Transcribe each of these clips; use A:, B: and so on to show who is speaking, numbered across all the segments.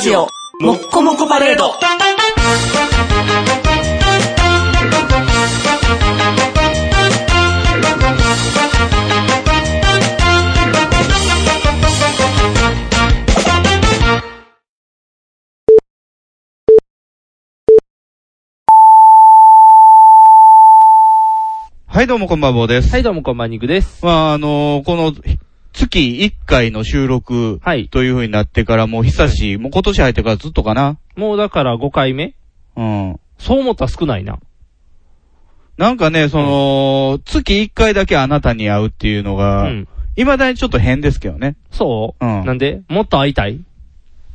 A: ジオもっこもこパレード
B: はい、どうもこんばんは、坊です。
C: はい、どうもこんばんにくです。
B: まあ、あのーこの、月1回の収録、
C: はい。
B: という風になってからもう久しい、もう今年入ってからずっとかな。
C: もうだから5回目
B: うん。
C: そう思ったら少ないな。
B: なんかね、その、月1回だけあなたに会うっていうの
C: う
B: が、
C: ん。
B: 未だにちょっと変ですけどね。
C: そう、
B: うん
C: なんでもっと会いたい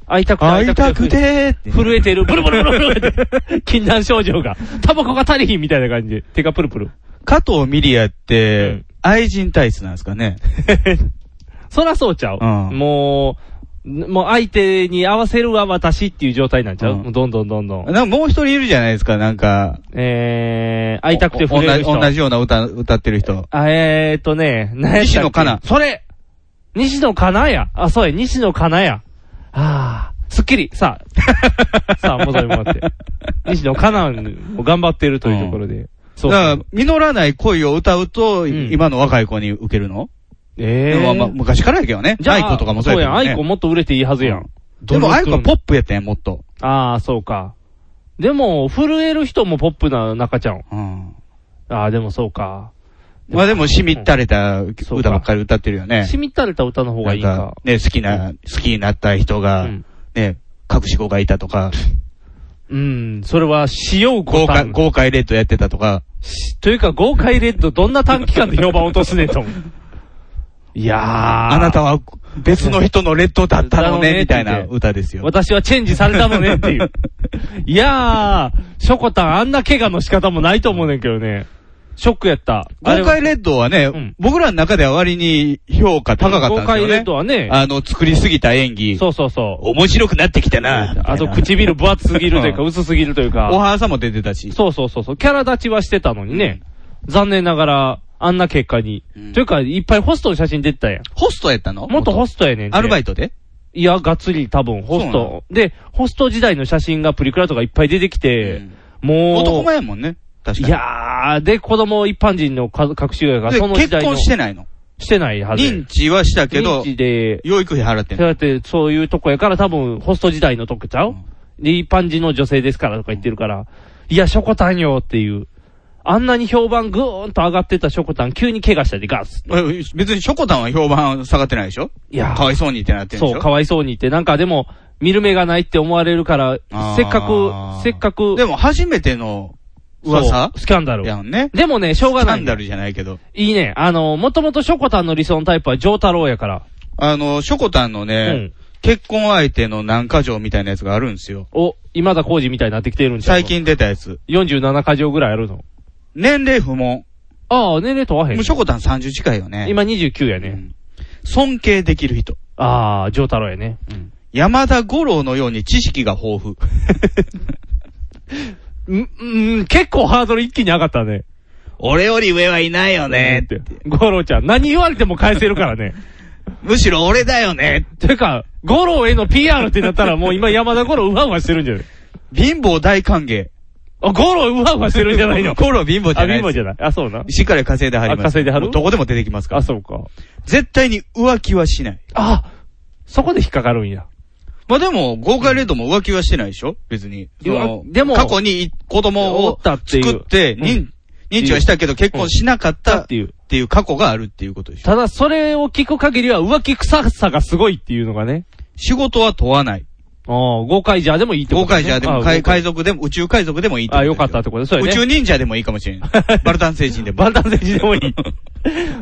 C: 会いたくて
B: 会いたく。てーって。
C: 震えてる。ブルブルブルブルって。禁断症状が。タバコが足りひんみたいな感じで。手がプルプル。
B: 加藤ミリアって、
C: うん
B: 愛人体質なんですかね。
C: そらそうちゃう。
B: うん
C: もう、もう相手に合わせるは私っていう状態なんちゃう、
B: うん
C: もうどんどんどんどん。
B: なんかもう一人いるじゃないですか、なんか。
C: えー、会いたくて震える人。
B: お同じ同じような歌、歌ってる人。
C: あ、えーとね、何やったっけ
B: 西野カナ
C: それ西野カナや。あ、そうや、西野カナや。あー、すっきり。さ あ、さあ、戻り戻って。西野カナを頑張ってるというところで。そ
B: だ
C: う
B: から、実らない恋を歌うと、
C: ん
B: 今の若い子に受けるの
C: え
B: で
C: ー
B: もまあ昔からやけどね。
C: じゃあ、
B: アイコとかもそうやけど、ね。
C: そうやん、アイコもっと売れていいはずやん。
B: でもアイコはポ
C: ッ
B: ップやったやん、もっと。
C: プ。あー、そうか。でも、震える人もポップな中ちゃん。
B: うん。
C: あー、でもそうか。
B: まあでも、しみったれた歌ばっかり歌ってるよね。
C: しみったれた歌の方がいいん
B: なん
C: か
B: か。ね、好きな、好きになった人が
C: う、ん
B: ね、隠し子がいたとか、
C: うん、それは、しよう
B: 豪
C: ごた
B: 快、
C: ん
B: 豪快レッドやってたとか、
C: というか、豪快レッド、どんな短期間で評判落とすねんと思う。いやー。
B: あなたは別の人のレッドだったの
C: だの
B: ね、
C: ね
B: みたいな歌ですよ。
C: 私はチェンジされたのねって いう。いやー、ショコタンあんな怪我の仕方もないと思うねんけどね。ショックやった。
B: 豪
C: あれ
B: 快レッドはね、
C: ん
B: 僕らの中では割に評価高かったんで
C: は豪
B: すよ
C: 快レ
B: ね
C: ッ。ドはね、
B: あの、作りすぎた演技。
C: そうそうそう。
B: 面白くなってきたな。
C: あと唇分厚すぎると いうか、
B: うん
C: 薄すぎるという
B: お
C: か。
B: はさんも出てたし。
C: そうそうそうそう。キャラ立ちはしてたのにね。残念ながら、あんな結果に。
B: うん
C: というか、いっぱいホストの写真出てたやん。
B: ホストやったの
C: 元ホ
B: ス
C: ストやねんて。
B: アルバイトで
C: いや、がっつり多分、ホス
B: そうなの
C: ト。で、ホスト時代の写真がプリクラとかいっぱい出てきて、
B: うん
C: もう、
B: 男前やもんね。確かに。
C: いやー、で、子供一般人のか隠し親が
B: で
C: その時
B: 結
C: 代の
B: 婚してないの。
C: してないはず。
B: 認知はしたけど
C: 認、知で、
B: 養育費払ってん
C: そう
B: の。
C: やってそういうとこやから多分、ホスト時代のとこちゃう、で、一般人の女性ですからとか言ってるから、いや、ショコタンよっていう。あんなに評判ぐーんと上がってたショコタン、急に怪我したでガス。
B: え別にショコタンは評判下がってないでしょ
C: いやー
B: かわいそうにってなってるでし
C: そ
B: ょ
C: う、かわいそうにって。なんかでも、見る目がないって思われるから
B: あー、
C: せっかく、せっかく、
B: でも初めての噂
C: そうスキャンダル。
B: やんね。
C: でもね、しょうが
B: ス
C: な
B: キャ
C: い
B: ン。ダルじゃないけど。
C: いいね。あの、もともとショコタンの理想のタイプはジョータロウやから。
B: あの、ショコタンの
C: う
B: ね
C: ん、
B: 結婚相手の何か条みたいなやつがあるんですよ。
C: お、今田耕司みたいになってきてるんじゃん
B: 最。近出たやつ。
C: 47か条ぐらいあるの。
B: 年齢不問。
C: ああ、年齢問わへん
B: もう。ショコタン30近いよね。
C: 今29や
B: う
C: ね。
B: ん尊敬できる人。
C: ああ、ジョータロウやね。
B: 山田五郎のように知識が豊富。
C: うん、うん、結構ハードル一気に上がったね。
B: 俺より上はいないよね。
C: って。ゴロちゃん、何言われても返せるからね。
B: むしろ俺だよね。
C: てか、ゴロへの PR ってなったらもう今山田ゴロウハウハしてるんじゃない
B: 貧乏大歓迎。
C: あ、ゴロウハウハしてるんじゃないの
B: ゴロ貧乏じ
C: あ、
B: ゃないで
C: 貧乏
B: す
C: じゃない。あ、そうな。
B: しっかり稼いではります。
C: あ稼いではる
B: もうどこでも出てきますか
C: あ、
B: ら。
C: そうか。
B: 絶対に浮気はしない。
C: あ、そこで引っかかるんや。
B: まあでも、豪快レッドも浮気はしてないでしょ別に。その
C: 浮気でも
B: 過去に子供
C: お
B: を
C: ったっていう
B: 作って、認認知はしたけど結婚しなかった
C: だ
B: っ
C: っていう。
B: ていう過去があるっていうことでしょ
C: ただ、それを聞く限りは浮気臭さがすごいっていうのがね。
B: 仕事は問わない。
C: ああ、豪快じゃでもいいってこ
B: 豪
C: と
B: 快
C: ね、
B: じゃでも、
C: あ
B: 海海賊でも、宇宙海賊でもいい
C: あ、よかった
B: っ
C: っててことね。そう
B: こと
C: や
B: ですよ。宇
C: ね。
B: 宙忍者でもいいかも しれない。バルタン星人でも
C: バルタン星人でもい い。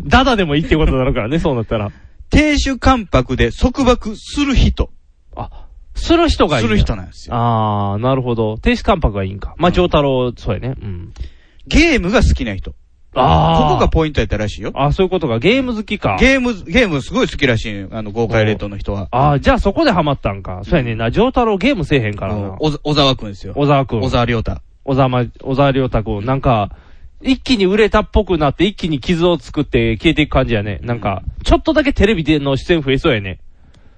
C: ダダでもいいってことになるからね、そうなったら。
B: 亭主関白で束縛する人。
C: あ、する人がいい。
B: する。人なんですよ。
C: ああ、なるほど。停止関白がいいんか。ま
B: う
C: あ、
B: ん
C: 上太郎、そうやね。うん。
B: ゲームが好きな人。
C: ああ。
B: ここがポイントやったらしいよ。
C: あ、そういうことか。ゲーム好きか。
B: ゲーム、ゲームすごい好きらしいよあの、豪快レッドの人は。
C: ああ、じゃあそこでハマったんか。そうやねんな。上太郎ゲームせえへ
B: あ
C: んからな
B: の。小小沢くんですよ。
C: 小沢くん。
B: 小沢亮太。
C: 小沢ま、小沢良太君、なんか、一気に売れたっぽくなって、一気に傷を作って消えていく感じやね。なんか、ちょっとだけテレビでの出演増えそうやね。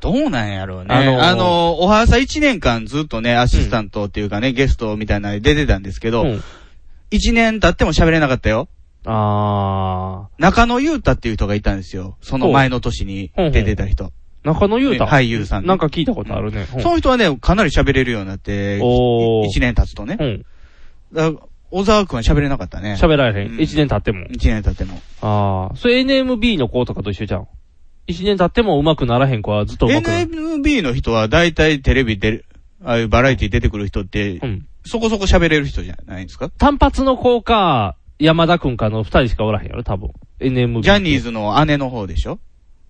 B: どうなんやろうね。
C: あ
B: あ
C: の
B: の
C: ー
B: おはさ1年間ずっとね、アシスタントっていうかね、ゲストみたいなのに出てたんですけど、
C: うん。
B: 1年経っても喋れなかったよ。
C: あ
B: 中野優太っていう人がいたんですよ。その前の年に出てた人。
C: ー。中野優太。
B: ね俳優さんで
C: なんか聞いたことあるね。うん
B: その人はね、かなり喋れるようになって、
C: おー
B: 1年経つとね
C: う。ん。
B: だから小沢くんは喋れなかったね。
C: 喋られへん。
B: うん
C: 一年経っても。
B: 1年経っても。
C: ああ。それ NMB の子とかと一緒じゃん。一年経っても上手くならへん子はずっと上手くなる。
B: NMB の人は大体テレビ出る、ああいうバラエティ出てくる人って
C: う、ん。
B: そこそこ喋れる人じゃないですか
C: 単発の子か、山田くんかの二人しかおらへんやろ、多分。NMB。
B: ジャニー
C: ズ。
B: ズの姉の方でしょ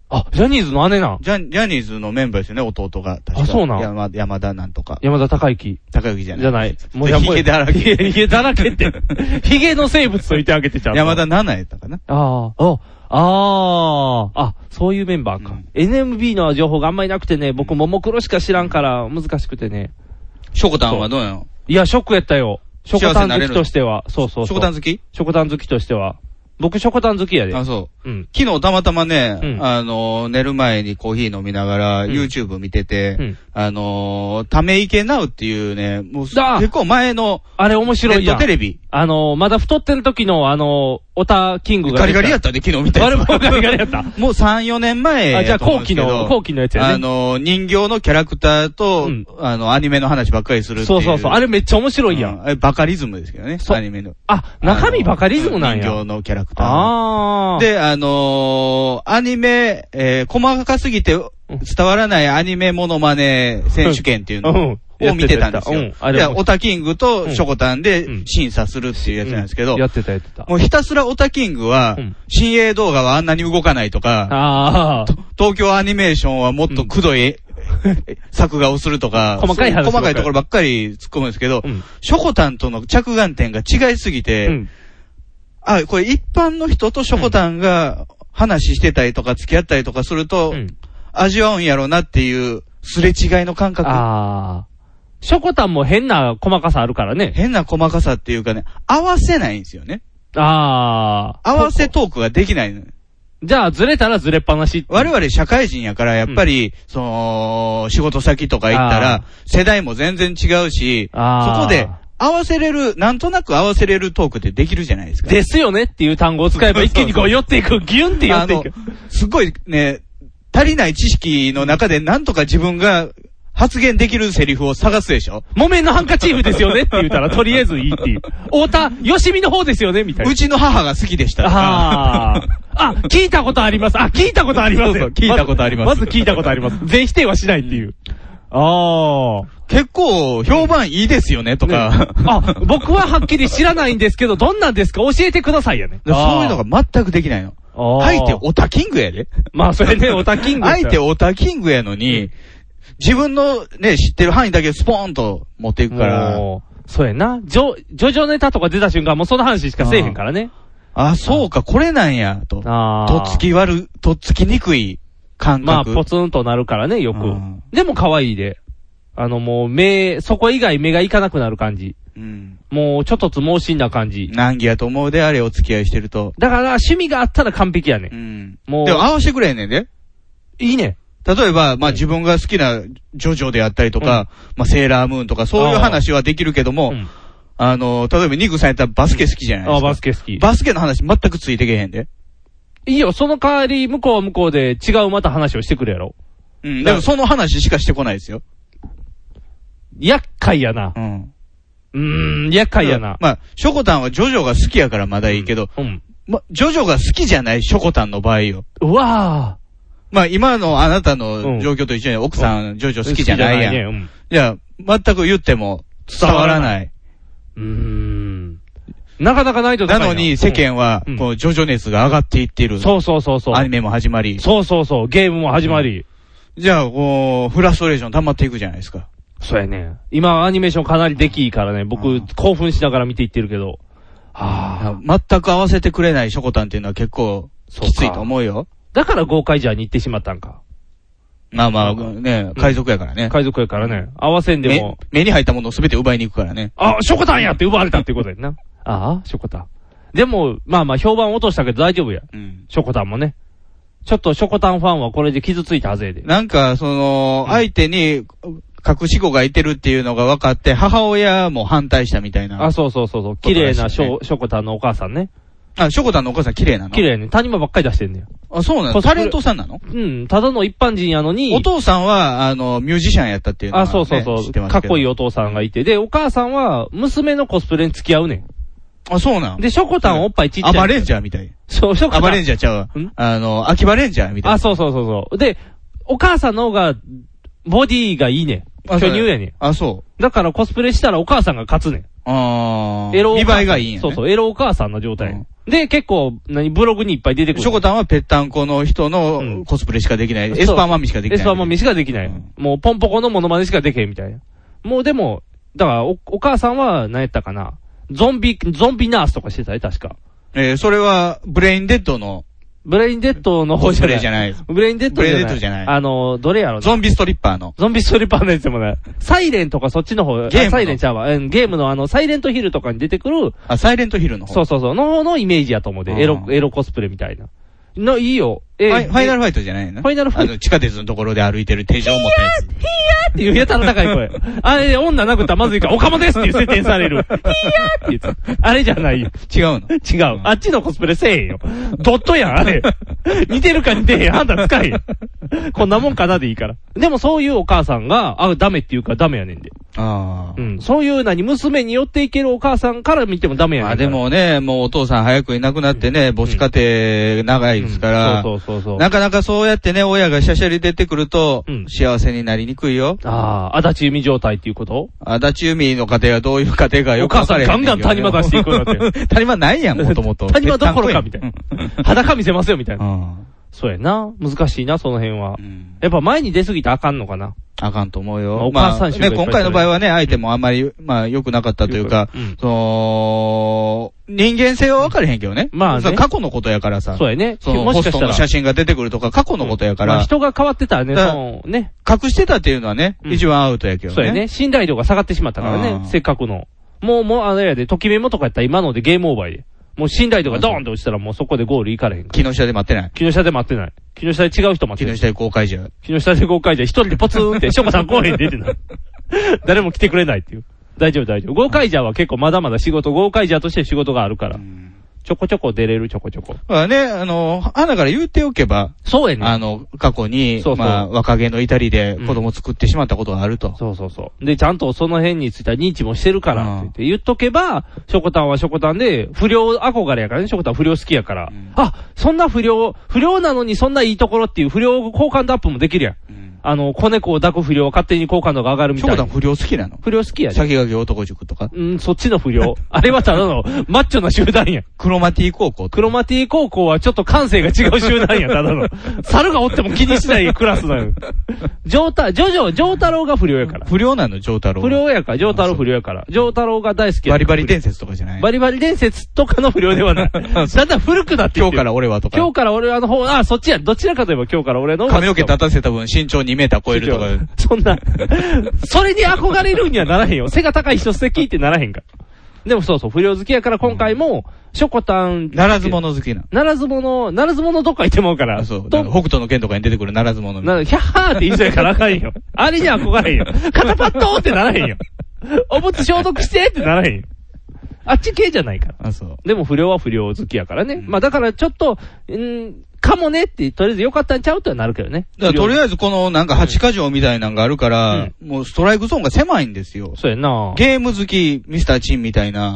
C: あ、ジャニーズの姉なん。
B: ジャジャニーズのメンバーですよね、弟が。確か
C: あそうなん
B: 山山田なんとか。
C: 山田孝之。
B: 高之じゃない。
C: じゃない。
B: もうヒゲだら
C: ひげ
B: け。
C: ひげだら けって。ヒゲの生物と言ってあげてちゃう。
B: 山田七重やったかな。
C: ああ、ああー、あ、そういうメンバーか。
B: うん
C: NMB の情報があんまりなくてね、僕、ももクロしか知らんから、難しくてね。
B: ショコタンはどうなの
C: いや、ショックやったよ。ショコタン好きとしては。そうそうそう。
B: ショコタン好き
C: ショコタン好きとしては。僕、ショコタン好きやで。
B: あ、そう。
C: うん。
B: 昨日たまたまね、
C: うん
B: あの、寝る前にコーヒー飲みながら、
C: うん
B: YouTube 見てて、
C: うん
B: あの、ため池なうっていうね、もうす
C: だ
B: 結構前の
C: あれ面白
B: ネ
C: い
B: ッ
C: や
B: ト
C: ん
B: テ。レビ。
C: あのー、まだ太ってん時の、あのー、オタキングが。
B: ガリガリや
C: っ
B: ったで、昨日見た
C: た。あれ
B: やつ
C: もガリガリやった。
B: もう3、4年前
C: あ、じゃあ
B: やと思う
C: 後
B: んです
C: 期
B: けど。
C: の、後期のやつや
B: あ
C: ね。
B: の、人形のキャラクターと、
C: うん
B: あの、アニメの話ばっかりするってい。
C: そううそうそう。あ
B: れ
C: れめっちゃ面白いやん。
B: あれバカリズムですけどね、
C: そう
B: アニメの。
C: あ、中身バカリズムなん
B: 人
C: や
B: 形。のキャラクター。
C: ああ。、
B: で、あのーアニメ、えー細かすぎて伝わらないアニメモノマネ選手権っていう
C: う
B: の
C: ん
B: を見てたんです
C: やっ
B: よ
C: てたやってたうんあ。れ
B: で、オタキングとショコタンで
C: うん
B: 審査するっていうやつなんですけど
C: や、ってたやってた。
B: もうひたすらオタキングは
C: うん、
B: 新鋭動画はあんなに動かないとか、
C: ああ。
B: 東京アニメーションはもっとくどい、作画をするとか、
C: 細かい話ばっかり
B: 細かいところばっかり突っ込むんですけど
C: う、ん。
B: ショコタンとの着眼点が違いすぎて、
C: うん。
B: あ、これ一般の人とショコタンが話してたりとか付き合ったりとかすると、
C: うん
B: 味わうんやろうなっていうすれ違いの感覚。
C: ああ。ショコタンも変な細かさあるからね。
B: 変な細かさっていうかね、合わせないんですよね。
C: ああ。
B: 合わせトークができないの。
C: じゃあ、ずれたらずれっぱなし。
B: 我々社会人やから、やっぱり、その、仕事先とか行った
C: あー
B: ら、世代も全然違うし、そ
C: ああ。
B: こで合わせれる、なんとなく合わせれるトークってできるじゃないですか。
C: ですよねっていう単語を使えば一気にこう寄っていく、ギュンって寄
B: あ
C: ってい
B: の
C: く。、
B: すごいね、足りない知識の中でなんとか自分が発言できるセリフを探すでしょ
C: 木綿のハンカチーフですよねって言ったら、とりあえずいいっていう。太田、吉見の方ですよねみたいうな。
B: ちの母が好きでしたと
C: あ
B: か。
C: あ。あ、聞いたことあります。あ、聞いたことあります。
B: そうそう聞いたことあります
C: まずまず聞いたことあります。全否定はしないっていう。ああ。
B: 結構評判いいですよねとか。
C: あ、僕ははっきり知らないんですけど、どんなんですか教えてくださいやね。
B: そういうのが全くできないの。
C: あー
B: 相手オタキングやで。
C: まあ、それね、オタキング。
B: 相手オタキングやのに、自分のね、知ってる範囲だけスポーンと持っていくから、
C: もうそうやな。ジョ、ジョジョネタとか出た瞬間、もうその話しかせえへんからね。
B: あ、そうか、これなんや、と。
C: ああ。
B: とっつき悪、とっつきにくい感
C: まあ、
B: 覚。
C: ポツンとなるからね、よく
B: うん。
C: でも可愛いで。あの、もう、目、そこ以外目がいかなくなる感じ。
B: うん。
C: もう、ちょっとつ盲信な感じ。
B: 難儀やと思うで、あれお付き合いしてると。
C: だから、趣味があったら完璧やね
B: う。ん。
C: もう
B: でも合わせてくれへんねんで。
C: いいね。
B: 例えば、まあ自分が好きなジョジョであったりとか、まあセーラームーンとかそういう話はできるけども、
C: うん
B: あの、例えばニグさんやったらバスケ好きじゃないで
C: あ
B: すか。
C: バスケ好き。
B: バスケの話全くついてけへんで。
C: いいよ、その代わり、向こうは向こうで違うまた話をしてくるやろ。
B: うん。でもその話しかしてこないですよ。
C: 厄介やな。
B: うん。
C: うーん、厄介やな。
B: まあ、ショコタンはジョジョが好きやからまだいいけど、
C: うん。
B: まあ、ジョジョが好きじゃないショコタンの場合よ。
C: うわ
B: まあ今のあなた
C: うん
B: の状況と一緒に奥さん、ジョジ
C: ぁ。
B: ョ好きじゃないやん。
C: 好きじ
B: い
C: ゃねうん
B: や、全く言っても伝わらない。
C: うーん。なかなかないと
B: なのに世間は、
C: うん
B: こう、ジョジョ熱が上がっていっている。
C: そうそうそうそう。
B: アニメも始まり。
C: そうそうそう。ゲームも始まり。
B: じゃあ、こう、フラストレーション溜まっていくじゃないですか。
C: そうやね。今アニメーションかなりできいいからね。僕、興奮しながら見ていってるけど。はぁ。
B: 全く合わせてくれないショコタンっていうのは結構、
C: そうか
B: きついと思うよ。
C: だから豪快じゃに行ってしまったんか。
B: まあまあ、ね、海賊やからね。
C: 海賊やからね。合わせんでも
B: 目、目に入ったものを全て奪いに行くからね。
C: あ、ショコタンやって奪われたっていうことやんな。ああ、ショコタン。でも、まあまあ評判落としたけど大丈夫や。
B: うん。
C: ショコタンもね。ちょっとショコタンファンはこれで傷ついたぜで。
B: なんか、その、相手に隠し子がいてるっていうのが分かって、母親も反対したみたいな。
C: あ、そうそうそうそう。綺麗なショショコタンのお母さんね。
B: あ、しょこたんのお母さん綺麗なの
C: 綺。麗やね。谷間ばっかり出してんねよ。
B: あ、そうな
C: コ
B: の
C: スプレ
B: タレントさんなの
C: うん。ただの一般人やのに。
B: お父さんは、あの、ミュージシャンやったっていうのは
C: あ、
B: ね
C: そうそうそ
B: 知
C: う。
B: ってます
C: かっ
B: けど
C: こいいお父さんがいて。で、お母さんは、娘のコスプレに付き合うね
B: あ、そうなん
C: ん。で、ショコタンおっぱいちっちゃ
B: ア
C: い。
B: バレンジャーみたい。
C: そう、ショコタ
B: ア
C: ン。
B: バレンジャーちゃうわ
C: ん。
B: あの、秋葉レンジャーみたいな。
C: あ、そうそうそうそう。で、お母さんの方が、ボディがいいねん。
B: あ
C: 巨乳やねん。
B: あ、そう。
C: だからコスプレしたらお母さんが勝つね
B: あ
C: ん。
B: ー
C: エロお
B: 見
C: 母さん
B: 栄えがいいんや、ね。
C: そうそう、エロお母さんの状態やねん。で、結構、何、ブログにいっぱい出てくる。
B: しょこたんはぺったんこの人
C: う
B: の
C: ん
B: コスプレしかできない。
C: そう
B: エスパーマミしかできない。
C: エスパーマミしかできない。
B: うん
C: もう、ポンポコのモノマネしかできへんみたいな。もうでも、だからお、お母さんは、何やったかな。ゾンビ、ゾンビナースとかしてたね、確か。
B: えーそれは、ブレインデッドの
C: ブレインデッドの
B: コ
C: 方
B: ス
C: じゃ
B: プ
C: な
B: レ
C: い。
B: じゃない。
C: ブレインデッドじゃな
B: ブレ
C: い。
B: インデッドじゃない
C: あの、どれやろな。
B: ゾンビストリッパーの。
C: ゾンビストリッパーのやつでもない。サイレンとかそっちの方、あ
B: ゲームの
C: サイレンちゃうわ。うん、ゲームのあの、サイレントヒルとかに出てくる、
B: あ、サイレントヒルの方。
C: そうそうそう、の方のイメージやと思うで。
B: うん
C: エロ、エロコスプレみたいな。の、いいよ。え
B: ファイファイナル
C: ル
B: ファイトじゃないの
C: ファイナルファイト
B: あの、地下鉄のところで歩いてる手錠を持ったやつ。
C: っていうやたら高い 声。あれで女殴ったらまずいから、岡本ですっていう設定される。ヒーヤーって言って。あれじゃないよ。
B: 違うの
C: 違う。あっちのコスプレせえへんよ。ドットやん、あれ。似てるか似てへん、判断つかへん。こんなもんかなでいいから。でもそういうお母さんが、あ、ダメって言うからダメやねんで。
B: あ
C: う
B: ー
C: ん。そういうなに、娘に寄っていけるお母さんから見てもダメやねん
B: ま
C: か
B: あで
C: ら。
B: もね、もうお父さん早くいなくなってね、母子家庭長いですから、
C: そうそうそうそう。
B: なかなかそうやってね、親がしゃしゃり出てくると
C: うん、
B: 幸せになりにくいよ。
C: ああ、足立由美状態っていうこと
B: 足立海の家庭はどういう家庭かよく分かれへけど
C: お母さんガンガン谷間出していくよだっ
B: 谷間ないや ん、もともと。
C: 谷間どころかみたいな
B: う
C: 裸見せますよ、みたいな。
B: ん。
C: そうやな。難しいな、その辺は
B: う。ん
C: やっぱ前に出すぎてあかんのかな。
B: あかんと思う
C: まあ
B: よ
C: お。
B: ま
C: 母さ
B: あ
C: ん主婦がい
B: ね、
C: っぱい
B: 今回の場合はね、相手もあんまり、まあ、良くなかったというか
C: うん、
B: その、人間性は分かれへんけどね。
C: まあね
B: その過去のことやからさ。
C: そうやね。
B: その
C: も
B: ホ
C: しか
B: ス
C: し
B: ト
C: たら
B: の。写真が出てくるとか、過去のことやか
C: まあ
B: ら、
C: 人が変わってたらね、
B: だ
C: そのね。
B: 隠してたっていうのはね、
C: うん
B: 一番アウトやけどね。
C: そうやね。信頼度が下がってしまったから
B: う
C: ね。
B: ん
C: せっかくの。もう、もう、あれやで、ときめもとかやったら今のでゲームオーバーやで。もう信頼度がドーンって落ちたらもうそこでゴールいかれへんから。
B: 木下で待ってない。
C: 木下で待ってない。木下で違う人待
B: 木
C: ってる。
B: 下で公開じゃ。
C: 木下で5回じゃ一人でポツンって、ショコさん来おへんでってなる。 誰も来てくれないっていう。大丈夫大丈夫。ゴーカイジャーは結構まだまだ仕事、ゴーカイジャーとして仕事があるから。ちょこちょこ出れるちょこちょこ。
B: だからね、あの、花から言っておけば、
C: そうや
B: あ。の、過去に
C: そうそう、
B: まあ、若気の至りで子供作ってしまったことがあると。
C: そうそうそう。で、ちゃんとその辺については認知もしてるから
B: うん
C: って言って言っとけば、ショコタンはショコタンで、不良憧れやからね、ショコタン不良好きやから。
B: うん
C: あ、そんな不良、不良なのにそんないいところっていう不良好感度アップもできるやん。
B: うん
C: あの、子猫を抱く不良は勝手に好感度が上がるみ
B: シ
C: た
B: ョコ
C: い
B: タ
C: な
B: ン。不良好きなの
C: 不良好きやで。
B: 先駆け男塾とか、
C: うん、そっちの不良。あれはただの、マッチョな集団や。
B: クロマティ高校と
C: ク
B: か。
C: ロマティ高校はちょっと感性が違う集団や、ただの。猿がおっても気にしないクラスだよ。ジョータ、ジョジョ、ジョータロウが不良やから。
B: 不良なの、上太郎。
C: 不良やから、ジョータロウ不良やから。ジョータロウが大好きや
B: バリバリ
C: 伝
B: 伝説とかじゃない
C: バリバリ伝説とかの不良では ない。だんだん古くなってきてる
B: 今日から俺はと
C: 今
B: か
C: 日。から俺はあの方、あ、そっちや。どちらかといえば今日から俺の方が。
B: 髪の毛立たせた分身長2メーター超えるとか。
C: そん な、それに憧れるんにはならへんよ。背が高い人素敵ってならへんから。でもそうそう、不良好きやから今回も、ショコタン。
B: ならず者好きなの。
C: ならず者、ならず者どっか行ってもうから。
B: あそう。な
C: と
B: んか北斗の剣とかに出てくるならず者みたいな
C: な、ヒャッハーって一緒やからあかんよ。あれには憧 れへんよ。肩パッドーってならへんよ。おむつ消毒してってならへんよ。あっち系じゃないから。
B: あ、そう。
C: でも不良は不良好きやからね。
B: うん
C: まあだからちょっと、うんかもねって、とりあえず良かったんちゃうとはなるけどね。
B: だからとり
C: え
B: あえずこのなんか8箇条みたいなのがあるから、もうストライクゾーンが狭いんですよ。
C: そうやんな
B: ゲーム好き、ミスターチンみたいな。
C: ああ。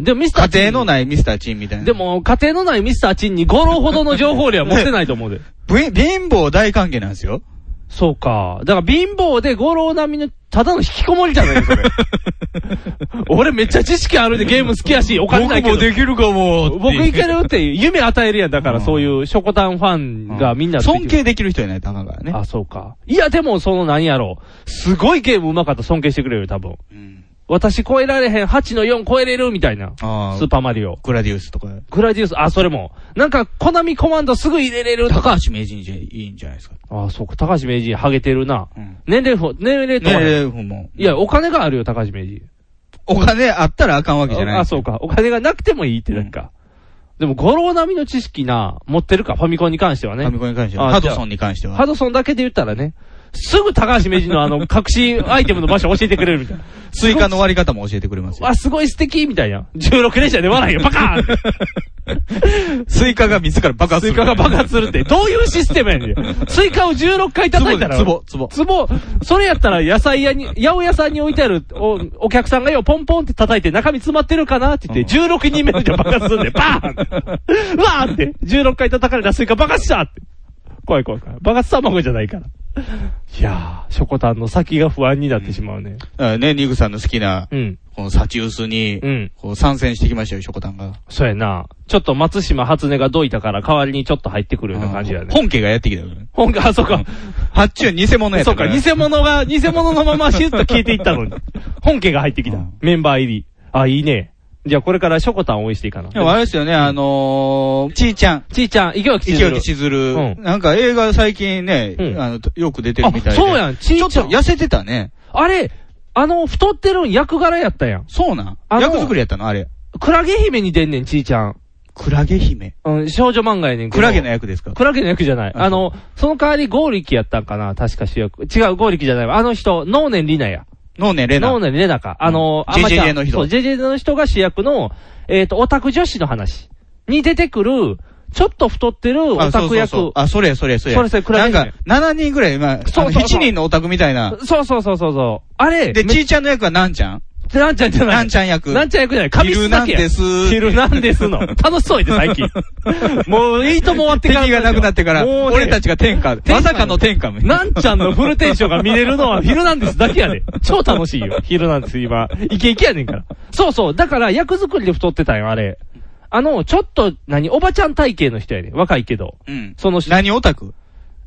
C: でもミスター
B: 家
C: チン
B: 庭のないミスターチンみたいな。
C: で、も、家庭のないミスターチンに五郎ほどの情報量は持ってないと思うで。
B: ぶ貧乏大歓迎なんですよ。
C: そうか。だから貧乏で五郎並みの、ただの引きこもりじゃないそれ。 俺めっちゃ知識あるでゲーム好きや し、お金ないけど。
B: きるかも
C: 僕いけるっていう、夢与えるやん。だから
B: うん
C: そういうショコタンファンがみんな、
B: 尊敬できる人いないとあかんからね。
C: あ、そうか。いや、でもその何やろう。すごいゲーム上手かったら尊敬してくれるよ、多分。
B: うん
C: 私超えられへん、8の4超えれる、みたいな。
B: あ
C: スー
B: あ、
C: パーマリオ。
B: グラディウスとか。
C: グラディウス、あ、それも。なんか、コナミコマンドすぐ入れれるとか。
B: 高橋名人じゃいいんじゃないですか。
C: あ、そうか。高橋名人、ハゲてるな。
B: うん。
C: 年齢不、年齢と
B: ね
C: か、
B: え、もう。
C: いや、お金があるよ、高橋名人。
B: お金あったらあかんわけじゃない。
C: あ、そうか。お金がなくてもいいってなんか。でも、五郎並みの知識な、持ってるか、ファミコンに関しては
B: フ
C: ね。
B: ァミコンに関して
C: あ
B: は。ハドソンに関しては。
C: ハドソンだけで言ったらね、すぐ高橋名人のあの、 隠しアイテムの場所教えてくれるみたいな。
B: スイカの割り方も教えてくれますよ。
C: あ、すごい素敵みたいな。16連射で笑いよ、バカーン
B: スイカが自ら爆発
C: ス
B: す
C: イ
B: る。
C: カが爆発するって、どういうシステムやねん。スイカを16回叩いたら。
B: ツボツボ
C: ツボ。それやったら野菜屋に、八百屋さんに置いてあるおお客さんがよ、ポンポンって叩いて中身詰まってるかなって言って、16人目で爆発するんで、バーン うわーって、16回叩かれたスイカ爆発したって。怖い怖い怖い。爆発卵じゃないから。いやー、ショコタンの先が不安になってしまうね。
B: あね、ニグさんの好きな、
C: うん。
B: このサチウスに
C: うん、
B: こう参戦してきましたよ、ショコタンが。
C: そうやな。ちょっと松島初音がどいたから代わりにちょっと入ってくるような感じだ
B: あー
C: ね。
B: 本家がやってきたよね。
C: 本が、あ、そうか。
B: 発注は偽物やっ
C: そ
B: た
C: うか、
B: ら。
C: 偽物 が、偽物のままシュッと消えていった のに。本家が入ってきた
B: うん。
C: メンバー入り。あ、いいね。じゃあこれからショコタンを応援していかな。
B: でもあれですよね、あのー、ちーちゃん。
C: ちいちゃん、池脇千
B: 池
C: 鶴
B: 脇。しずる、
C: うん
B: なんか映画最近ね、
C: うん
B: あの、よく出てる
C: あ
B: みたい、で。
C: そうやん、ちい
B: ちょっ
C: ち
B: と
C: ゃん。
B: 痩せてたね。
C: あれ、あの、太ってるん役柄やったやん。
B: そうなん
C: あの
B: 役作りやったのあれ。
C: クラゲ姫に出んねん、ちいちゃん。
B: クラゲ姫。
C: うん、少女漫画やねんけ
B: ク
C: ど。
B: ラゲの役ですか
C: クラゲの役じゃない。
B: あ
C: あの、その代わりゴーリキやったんかな確か主役。違う、ゴーリキじゃないわ。あの人、ノーネンリナや。
B: ノーネレナ。
C: ノーネンリナか。あの、
B: うん
C: アマちゃん
B: JJJ の人
C: そう、JJ の人が主役の、えっと、オタク女子の話に出てくる、ちょっと太ってるオ
B: あ、そ
C: タ
B: う
C: ク
B: そう
C: 役。
B: そう。あ、それそれそれ。
C: それそれクラゲ
B: な
C: 姫
B: んか、7人ぐらい、今、あの
C: そうそうそう
B: 7人のオタクみたいな。
C: そうそうそうそうそう。あれ、
B: で、
C: め
B: ちーちゃんの役はなんちゃん
C: なんちゃんじゃない。
B: なんちゃん役。
C: なんちゃん役じゃない。神質だけ
B: ヒ
C: や。
B: ルナンデス
C: ヒルナンデスの。楽しそうやで、最近。もう、いいとも終わってから。
B: 敵がなくなってから、
C: もうね
B: 俺たちが天下。
C: 下
B: まさかの天下みたい
C: なんちゃんのフルテンションが見れるの はヒルナンデスだけやで。超楽しいよ。ヒルナンデス今、イケイケやねんから。そうそう。だから役作りで太ってたんよ、あれ。あの、ちょっと、何、おばちゃん体型の人やねん。若いけど。
B: うん。
C: その人、
B: 何オタク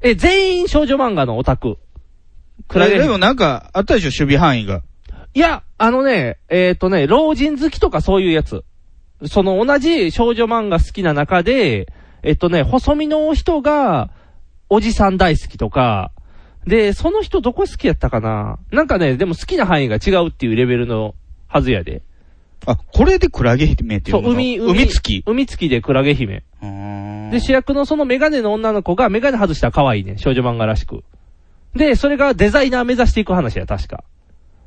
C: え、全員少女漫画のオタク。クラゲ
B: でもなんか、あったでしょ、守備範囲が。
C: いや、あのね、えっ、とね、老人好きとかそういうやつ。その同じ少女漫画好きな中で、えっとね、細身の人が、おじさん大好きとか、で、その人どこ好きやったかななんかね、でも好きな範囲が違うっていうレベルのはずやで。
B: あ、これでクラゲ姫ってい
C: そうう、
B: の
C: 海、
B: 海月。
C: 海月でクラゲ姫。
B: うーん
C: で、主役のそのメガネの女の子がメガネ外したら可愛いね。少女漫画らしく。で、それがデザイナー目指していく話や、確か。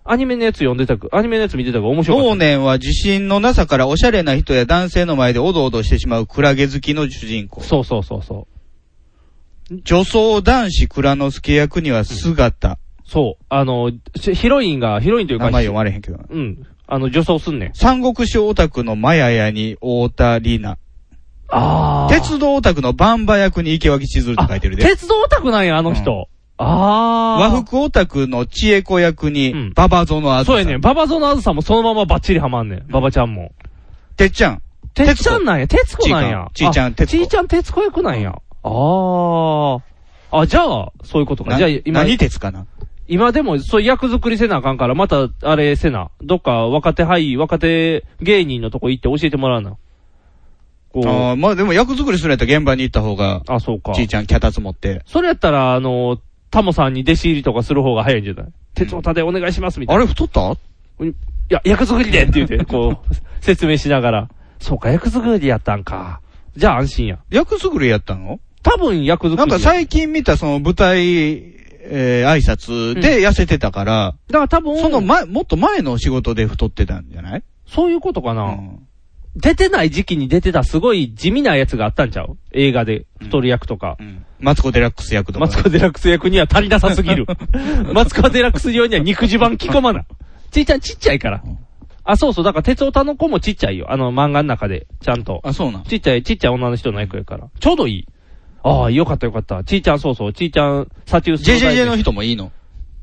C: アニメのやつ読んでたく、アニメのやつ見てたく面白かった。
B: 少年は自信のなさからおしゃれな人や男性の前でおどおどしてしまうクラゲ好きの主人公。
C: そうそうそうそう。
B: 女装男子蔵之介役には姿。
C: そう。あの、しヒロインが、ヒロインというか、
B: 名前読まれへんけどな。
C: うん。あの、女装すんねん。
B: 三国志オタクのマヤヤに太田里奈。
C: あ
B: 鉄道オタクのバンバ役に池脇千鶴って書いてるで。
C: 鉄道オタクなんや、あの人。あ
B: 和
C: ー。
B: 服オタクの千恵子役
C: う
B: に
C: ん、
B: ババゾのあず
C: そう
B: さ。
C: やねん。ババゾのあずさもそのままバッチリハマんねん。ババちゃんも。
B: てっちゃん。
C: て
B: 徹子
C: っちゃんなんや。てつこなんや。
B: ちいちゃん
C: あ
B: ちいちゃん徹子
C: ちいちゃんてつこ役なんや。あー。あ、じゃあ、そういうことか。
B: な
C: じゃあ、今、
B: 何鉄かな
C: 今でも、そういう役作りせなあかんから、また、あれせな。どっか、若手俳優、若手芸人のとこ行って教えてもらうな。こう。
B: あーまあでも役作りするんやったら現場に行った方が、
C: あ、そうか。
B: ちいちゃん脚立持って。
C: それやったら、あの、タモさんに弟子入りとかする方が早いんじゃない鉄オタでお願いしますみたい
B: あ
C: な。
B: れ太った
C: いや、役作りでって言って、こ う、説明しながら。そうか、役作りやったんか。じゃあ安心や。
B: 役作りやったの
C: 多分役作り。
B: なんか最近見たその舞台、えー、挨拶で痩せてたから、
C: だから多分、
B: その前、もっと前の仕事で太ってたんじゃない
C: そういうことか
B: う
C: な、
B: ん。
C: 出てない時期に出てたすごい地味なやつがあったんちゃう映画で。太る役とか。
B: うんマツコデラックス役とか。
C: マツコデラックス役には足りなさす ぎる。マツコデラックス用には肉襦袢着込まな。ちいちゃんちっちゃいから
B: うん。
C: あ、そうそう。だから、鉄オタの子もちっちゃいよ。あの、漫画の中で。ちゃんと。
B: あ、そうなん。
C: ちっちゃい、ちっちゃい女の人の役やから。ちょうどいい。ああ、よかったよかった。ちいちゃん、そうそう。ちいちゃん、サチウス。
B: JJJ の。人もいいの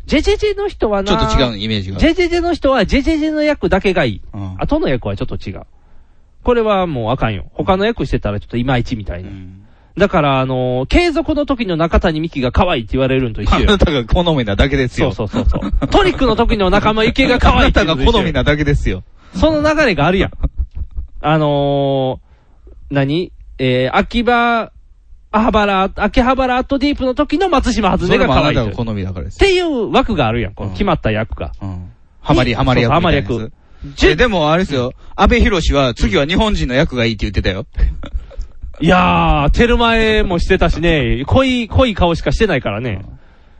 C: ジェジェジェの人はな。
B: ちょっと違うのイメージが。
C: ジェジェジェの人は、ジェジェジェの役だけがいい。
B: うん
C: 後の役はちょっと違う。これはもうあかんよ。他の役してたらちょっといまいちみた
B: う
C: いな。
B: ん
C: だから、あのー継続の時の中谷美紀が可愛いって言われるのと一
B: あ
C: 緒 よ
B: な。たが好みなだけです
C: そう
B: よ。
C: そうそうそう。トリックの時の仲間池が可
B: あ
C: 愛い
B: な
C: って
B: た
C: いうの
B: が
C: と一緒よ
B: 好みなだけですよ。
C: その流れがあるやん。あのー、何えー、秋葉、アハラ、秋葉原アットディープの時の松島初
B: そ
C: 音
B: れ
C: が
B: も
C: 可
B: あ
C: 愛い
B: な
C: と
B: た
C: い
B: が
C: う。
B: 好みだからで
C: っ
B: すよ。
C: ていう枠があるやん、この決まった役が。
B: うんハマり、ハマり役みたいなやつ。
C: そうそうハマり役
B: えでも、あれですよ。安倍博士は、次は日本人の役がいいって言ってたよ。
C: いやー、テルマエもしてたしね、濃い、濃い顔しかしてないからね。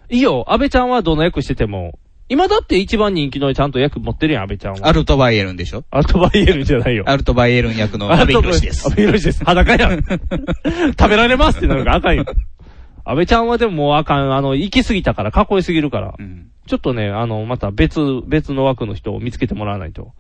C: いいよ、安倍ちゃんはどの役してても。今だって一番人気のちゃんと役持ってるやん、安倍ちゃんは。
B: アルトバイエルンでしょ
C: アルトバイエルじゃないよ。
B: アルトバイエルン役の安倍博士です
C: 安。倍博士です。裸や ん。食べられますってなるからあかん よ。安倍ちゃんはでももうあかん。あの、行き過ぎたから、かっこよすぎるから。
B: うん
C: ちょっとね、あの、また別、別の枠の人を見つけてもらわないと。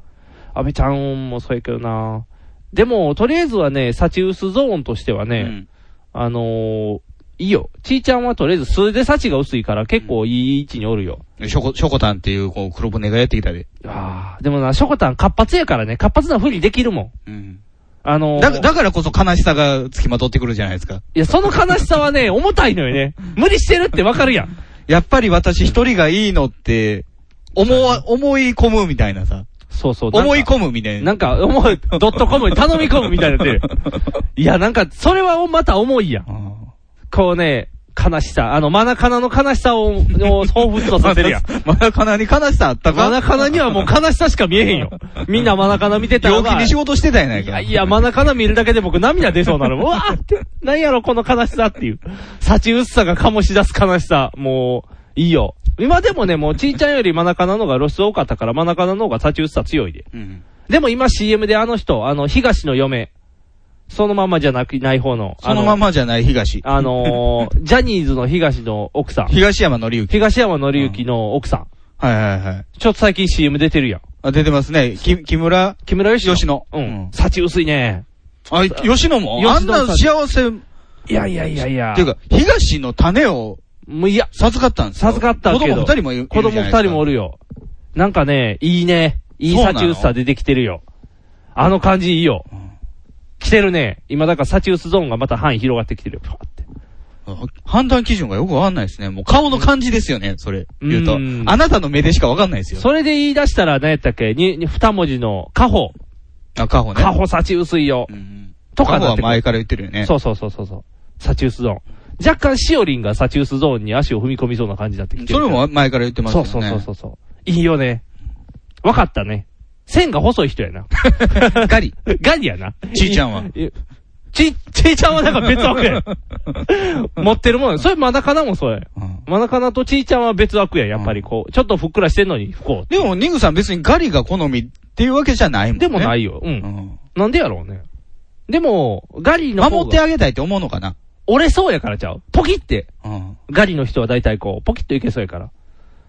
C: 安倍ちゃんもそうやけどなでも、とりあえずはね、サチウスゾーンとしてはね、
B: うん
C: あのーいいよ。ちーちゃんはとりあえず素でサチが薄いから結構いい位置におるよ。
B: ショコ、ショコタンっていう、こう、黒船がやってきたで。
C: ああ、でもな、ショコタン活発やからね、活発なふりできるもん。
B: うん。
C: あのー
B: だ、だからこそ悲しさが付きまとってくるじゃないですか。
C: いや、その悲しさはね、重たいのよね。無理してるってわかるやん。
B: やっぱり私一人がいいのって、思わ、思い込むみたいなさ。
C: そうそう。
B: 思い
C: む。
B: 込むみたいな。
C: なんか、思い、ドットコムに頼み込むみたいになってる。いや、なんか、それはまた重いやん。
B: うん
C: こうね、悲しさ。あの、マナカナの悲しさを、を、彷彿とさせる やん。。
B: まだかなり悲しさあったか
C: マナカナにはもう悲しさしか見えへんよ。みんなマナカナ見てたら
B: 病気
C: ば。
B: で仕事してたやない
C: い
B: か。
C: やいや、真ん中の見るだけで僕涙出そう なの。うわーって、なんやろ、この悲しさっていう。幸薄さが醸し出す悲しさ。もう、いいよ。今でもね、もう、ちいちゃんより真ん中の方が露出多かったから、真ん中の方が幸薄さ強いで。
B: うん。
C: でも今 CM であの人、あの、東の嫁。そのままじゃなく、ない方の。
B: そのま
C: ま。
B: まじゃない東。
C: あの ー、ジャニーズの東の奥さん。
B: 東山紀之。
C: 東山紀之の奥さん。
B: はいはいはい。
C: ちょっと最近 CM 出てるやん。
B: あ、出てますね。き、木村
C: 木村よし
B: 吉野。
C: うん。。幸薄いね。
B: あ、吉野も
C: 吉野
B: あんな幸せ、っ
C: いやいやいやいや。
B: ていうか、東の種を
C: もういや、
B: 授かったんですよ
C: 授かったけど
B: 子供二人もいる。
C: 子供二人もお
B: る
C: るよ。なんかね、いいね。いい
B: そうな
C: サ
B: の
C: チウスさ出てきてるよ。あの感じいい
B: じ
C: よ。
B: ゃないです
C: 来てるね。今だからサチウスゾーンがまた範囲広がってきてるよ。ふわって
B: か。うん判断基準がよくわかんないですね。もう顔の感じですよね、それ。言うと。
C: うん
B: あなたの目でしかわかんないですよ。
C: それで言い出したら何やったっけに、に二文字の、カホ。
B: あ、カホね。
C: カホサチウスいよ。
B: うん。
C: とか
B: カホは
C: なってくる
B: 前から言ってるよね。
C: そうそうそうそうそう。サチウスゾーン。若干シオリンがサチウスゾーンに足を踏み込みそうな感じになってきて
B: そ
C: る。
B: れも前から言ってます
C: そ
B: よ
C: う
B: ね。
C: そうそうそうそう。いいよね。わかったね。線が細い人やな。
B: ガリ。
C: ガニやな。
B: ちいちゃんは。
C: えち、ちいちゃんはなんか別枠 や。持ってるもんや。それマナカナもそうや。
B: うん
C: マナカナとちいちゃんは別枠や、やっぱりこう。ちょっとふっくらしてんのに不幸。
B: でも、ニグさん別にガリが好みっていうわけじゃないもんね。。
C: でもないいよ。う。
B: うんん。
C: なんでやろうね。でも、ガリの方が
B: 守ってあげたいって思うのかな。
C: 折れそうやからちゃう。ポキって。
B: うん。
C: ガリの人は大体こう、ポキッといけそうやから。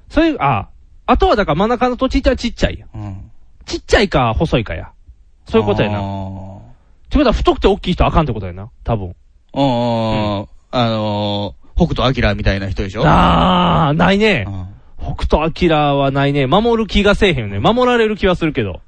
C: そういう、ああ。あとはだから真ん中のとちいちゃんはちっちゃいやん。
B: うん。
C: ちっちゃいか細いかや。そういうことや
B: あ
C: な。
B: ー
C: ってことは太くて大きい人はあかんってことやな。多分。
B: うんうんうん。あのー、北斗晶みたいな人でしょ
C: ああ、ないね。
B: うん
C: 北斗晶はないね。守る気がせえへんよね。守られる気はするけど。っ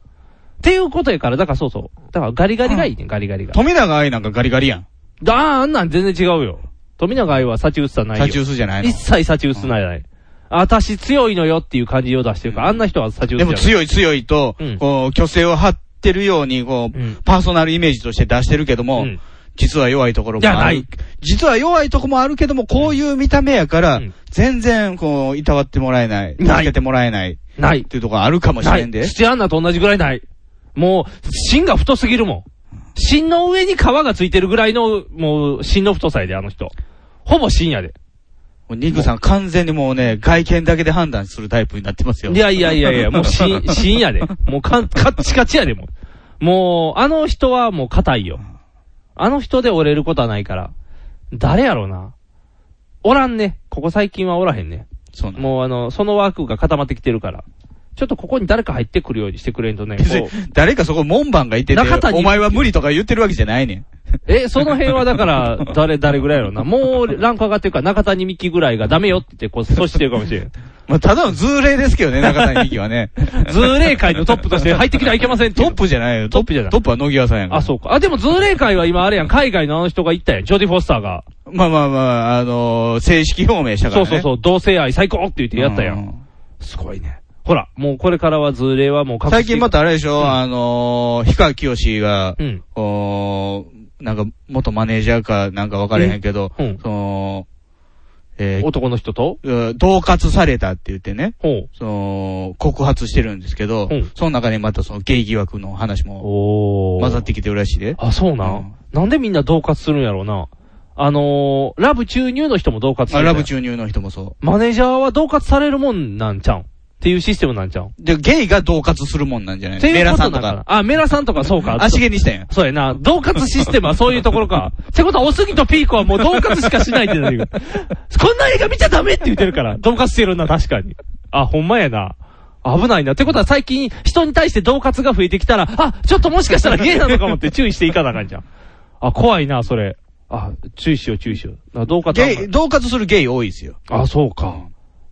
C: ていうことやから、だからそうそう。だからガリガリがいいね、ガリガリが。
B: 富永愛なんかガリガリやん。
C: ああ、あんなん全然違うよ。富永愛は幸薄さないよ。
B: 立ち薄じゃないの
C: 一。切幸薄ないない。あたし強いのよっていう感じを出してるから、あんな人は幸薄じ
B: で
C: ゃ
B: も
C: ない。
B: 強い強いと
C: うん、
B: こう、虚勢を張ってるように、こう、
C: うん
B: パーソナルイメージとして出してるけども、
C: うん
B: 実は弱いところ
C: い
B: も
C: や
B: あ
C: な
B: る
C: い。
B: 実は弱いとこもあるけども、こういう見た目やから、
C: うん
B: 全然、こう、いたわってもらえない。
C: ない
B: 助けてもらえない。っ
C: ない。
B: ていうところあるかもし
C: な
B: れ
C: い
B: ん。で。
C: 土アンナと同じぐらいない。もう、芯が太すぎるもん。芯の上に皮がついてるぐらいの、もう、芯の太さやで、あの人。ほぼ芯やで。
B: もうニグさん完全にもうね、外見だけで判断するタイプになってますよ。
C: いやいやいやいや、もうし、 深夜で。もうかん、カッチカチやで、もう。もう、あの人はもう硬いよ。あの人で折れることはないから。誰やろうな。おらんね。ここ最近はおらへんね。
B: そうなの。
C: もうあの、その枠が固まってきてるから。ちょっとここに誰か入ってくるようにしてくれんと ね。
B: 別
C: こ
B: に
C: う
B: 誰かそこ門番がいてて
C: 中谷、
B: お前は無理とか言ってるわけじゃないねん。
C: え、その辺はだから、誰、誰ぐらいやろうな。もう、ランク上がってるから、中谷美紀ぐらいがダメよって言って、こう、阻止してるかもし れん。
B: まあ、ただのズーレイですけどね、中谷美紀はね。
C: ズーレイ界のトップとして入ってきてはい けませんってい
B: ト
C: う
B: ップじゃないよ。
C: トップじゃない
B: トップは野際さんやんから。
C: あ、そうか。あ、でも、ズーレイ界は今あれやん、海外のあの人が行ったやん、ジョディ・フォスターが。
B: まあまあまあ、あのー正式表明したか
C: そ
B: ら
C: う
B: ね。
C: そうそう、同性愛最高って言ってやったや。。
B: うん
C: すごいね。ほら、もうこれからはズーレイはもう隠して
B: 最近またあれでしょ、あのー、氷川きよしが
C: う、ん。
B: おーなんか、元マネージャーかなんか分かれへんけど、
C: うん。
B: その、えー
C: 男の人と
B: うん恫喝されたって言ってね、
C: ほう。
B: その、告発してるんですけど、
C: うん
B: その中にまたそのゲイ疑惑の話も
C: お
B: 混ざってきてるらしいで。
C: あ、そうなん、
B: うん
C: なんでみんな同喝するんやろうな。あのー、ラブ注入の人も同喝する
B: あ
C: んだ
B: ラ
C: よ。
B: ブ注入の人もそ
C: マネージャーは同喝されるもんなんちゃうんっていうシステムなんちゃうんっ
B: う。で、ゲイが恫喝するもんなんじゃない
C: ていう
B: メラ
C: こと
B: さ
C: なん
B: と
C: の
B: か。。
C: あ、メラさんとかそうか。
B: 足毛にしたんや。
C: そうやな。同喝システムはそういうところか。ってことは、おすぎとピーコはもう同喝しかしないってなるよ。こんな映画見ちゃダメって言ってるから。同喝してるな、確かに。あ、ほんまやな。危ないな。ってことは最近、人に対して同喝が増えてきたら、あ、ちょっともしかしたらゲイなのかもって注意していかなあかんじゃん。あ、怖いな、それ。あ、注意しよう、注意しよう。な同喝あんまり
B: ゲイ、恫喝するゲイ多いですよ。
C: あ、そうか。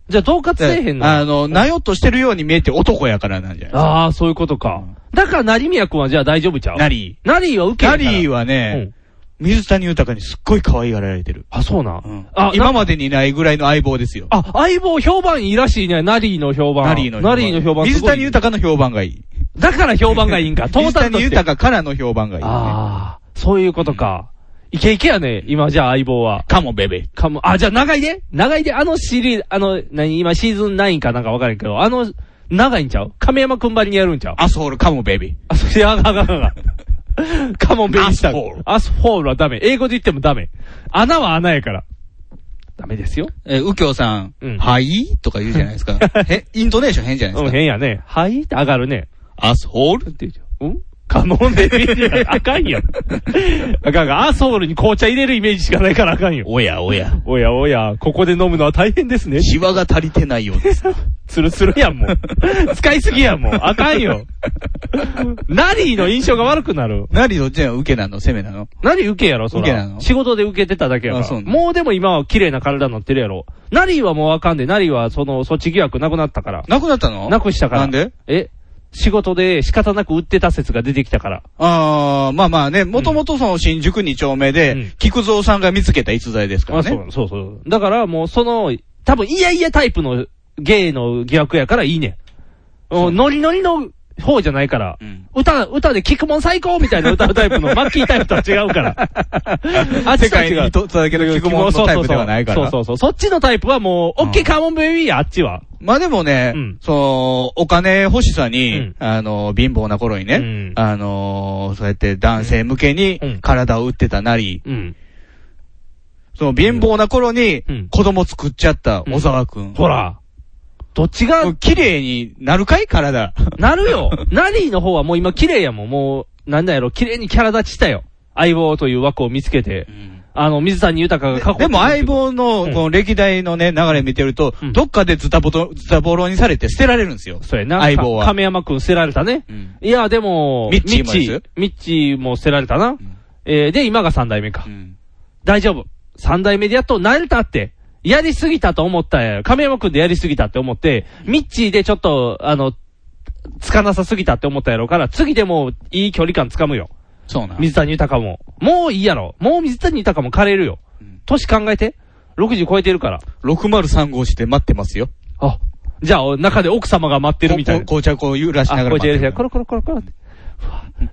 C: じゃあ同喝せえへんの
B: あの、なよっとしてるように見えて男やからなんじゃない
C: ああ、そういうことか。だから、成宮君はじゃあ大丈夫ちゃう
B: ナリ
C: ナリーは受
B: ー。
C: け
B: ナ
C: るから。
B: リーは
C: う
B: ね、
C: ん。
B: 水谷豊にすっごい可愛がられてる。
C: あ、そうなん。
B: うん
C: あ、
B: 今までにないぐらいの相棒ですよ。
C: あ、相棒評判いいらしいね。ナリーの評判。
B: ナリーの評判。
C: ナリーの評判す
B: 水
C: ごい
B: 谷豊の評判がいい。
C: だから評判がいい ん か。トー
B: 水
C: タルと
B: 谷
C: して。
B: 豊からの評判がいいね。
C: ああ、そういうことか。イケイケやね。今じゃあ相棒は。
B: かも、ベベ。
C: かも。あ、じゃあ長いで長いで。あのシリーズ、あの、何今シーズン9かなんかわからんけど、あの、長いんちゃう亀山くんばりにやるんちゃう
B: アソール、かも、ベビ
C: あ、それ、あかんあかんあかん。カモンベイビースター
B: アスフォール
C: アスフォールはダメ。英語で言ってもダメ。穴は穴やから。ダメですよ。
B: えー、右京さん、
C: うん
B: はいとか言うじゃない ですか。へ、イントネーション変じゃないで
C: うん、
B: すか。
C: 変やね。はいって上がるね。
B: アスホール
C: って言うじゃん。うんカモンベイビースター。あかんよ。あかんが、アスフォールに紅茶入れるイメージしかないからあかんよ。
B: おやおや。
C: おやおや、ここで飲むのは大変ですね。
B: シワが足りてないようです。
C: ツルツルやん、もう。使いすぎやん、もう。あかんよ。ナリーの印象が悪くなる。
B: 何どっちなの受けなの攻めなの
C: 何受けやろ、そら。
B: 受けなの
C: 仕事で受けてただけやか
B: あそ
C: ら。
B: うなの
C: もうでも今は綺麗な体になってるやろ。ナリーはもうあかんで、ナリーはその、そっち疑惑なくなったから。
B: なくなったの
C: なくしたから。
B: なんで
C: え仕事で仕方なく売ってた説が出てきたから。
B: あー、まあまあね、もともとその新宿2丁目で、
C: うん
B: 菊蔵さんが見つけた逸材ですから
C: あ、そ
B: ね。
C: う、そうそう。だからもうその、多分いやいやタイプの芸の疑惑やからいいねん。おノリノリの方じゃないから。
B: うん
C: 歌、歌で聞くもん最高みたいな歌うタイプ の、マッキータイプとは違うから。あっ
B: 世
C: ちとは
B: 界
C: 違
B: に
C: う。
B: 一つだけの菊門のタイプではないから。
C: そうそうそう。そっちのタイプはもう、
B: うん
C: オッケーカーモンベイビーや、あっちは。
B: まあでもね、
C: うん
B: その、お金欲しさに、
C: うん
B: あの、貧乏な頃にね、
C: うん
B: あの、そうやって男性向けに
C: うん
B: 体を打ってたなり、
C: うん。
B: その貧乏な頃に
C: うん
B: 子供作っちゃった小沢くん。
C: ほら。どっちが
B: も、う綺麗になるかい体。
C: なるよ。ナリーの方はもう今綺麗やもん。もう、なんだやろ、綺麗にキャラ立ちしたよ。相棒という枠を見つけて、あの、水谷豊が
B: で
C: 過去
B: でも相棒の、この歴代のね、流れ見てると、
C: うん
B: どっかでズタボト、ズタボロにされて捨てられるんですよ。
C: そうやな。
B: 相棒は
C: か亀山くん捨てられたね。
B: うん
C: いや、でも、
B: ミッチーも
C: ミ
B: で
C: ッチ
B: す
C: ーミッチーも捨てられたな。
B: ん
C: えーで、今が三代目か。
B: うん
C: 大丈夫。三代目でやっと慣れたって。やりすぎたと思ったんや。亀山くんでやりすぎたって思って、ミッチーでちょっと、あの、つかなさすぎたって思ったやろうから、次でもいい距離感つかむよ。
B: そうなん。
C: 水谷豊も。もういいやろ。もう水谷豊も枯れるよ
B: うん。
C: 年考えて。60超えてるから。
B: 603号して待ってますよ。
C: あ、じゃあ、中で奥様が待ってるみたいな。
B: こう紅茶こう揺らしな
C: あ、
B: がら
C: こ
B: 待
C: っ
B: って
C: ち
B: る。
C: やるコロコロコロコロって。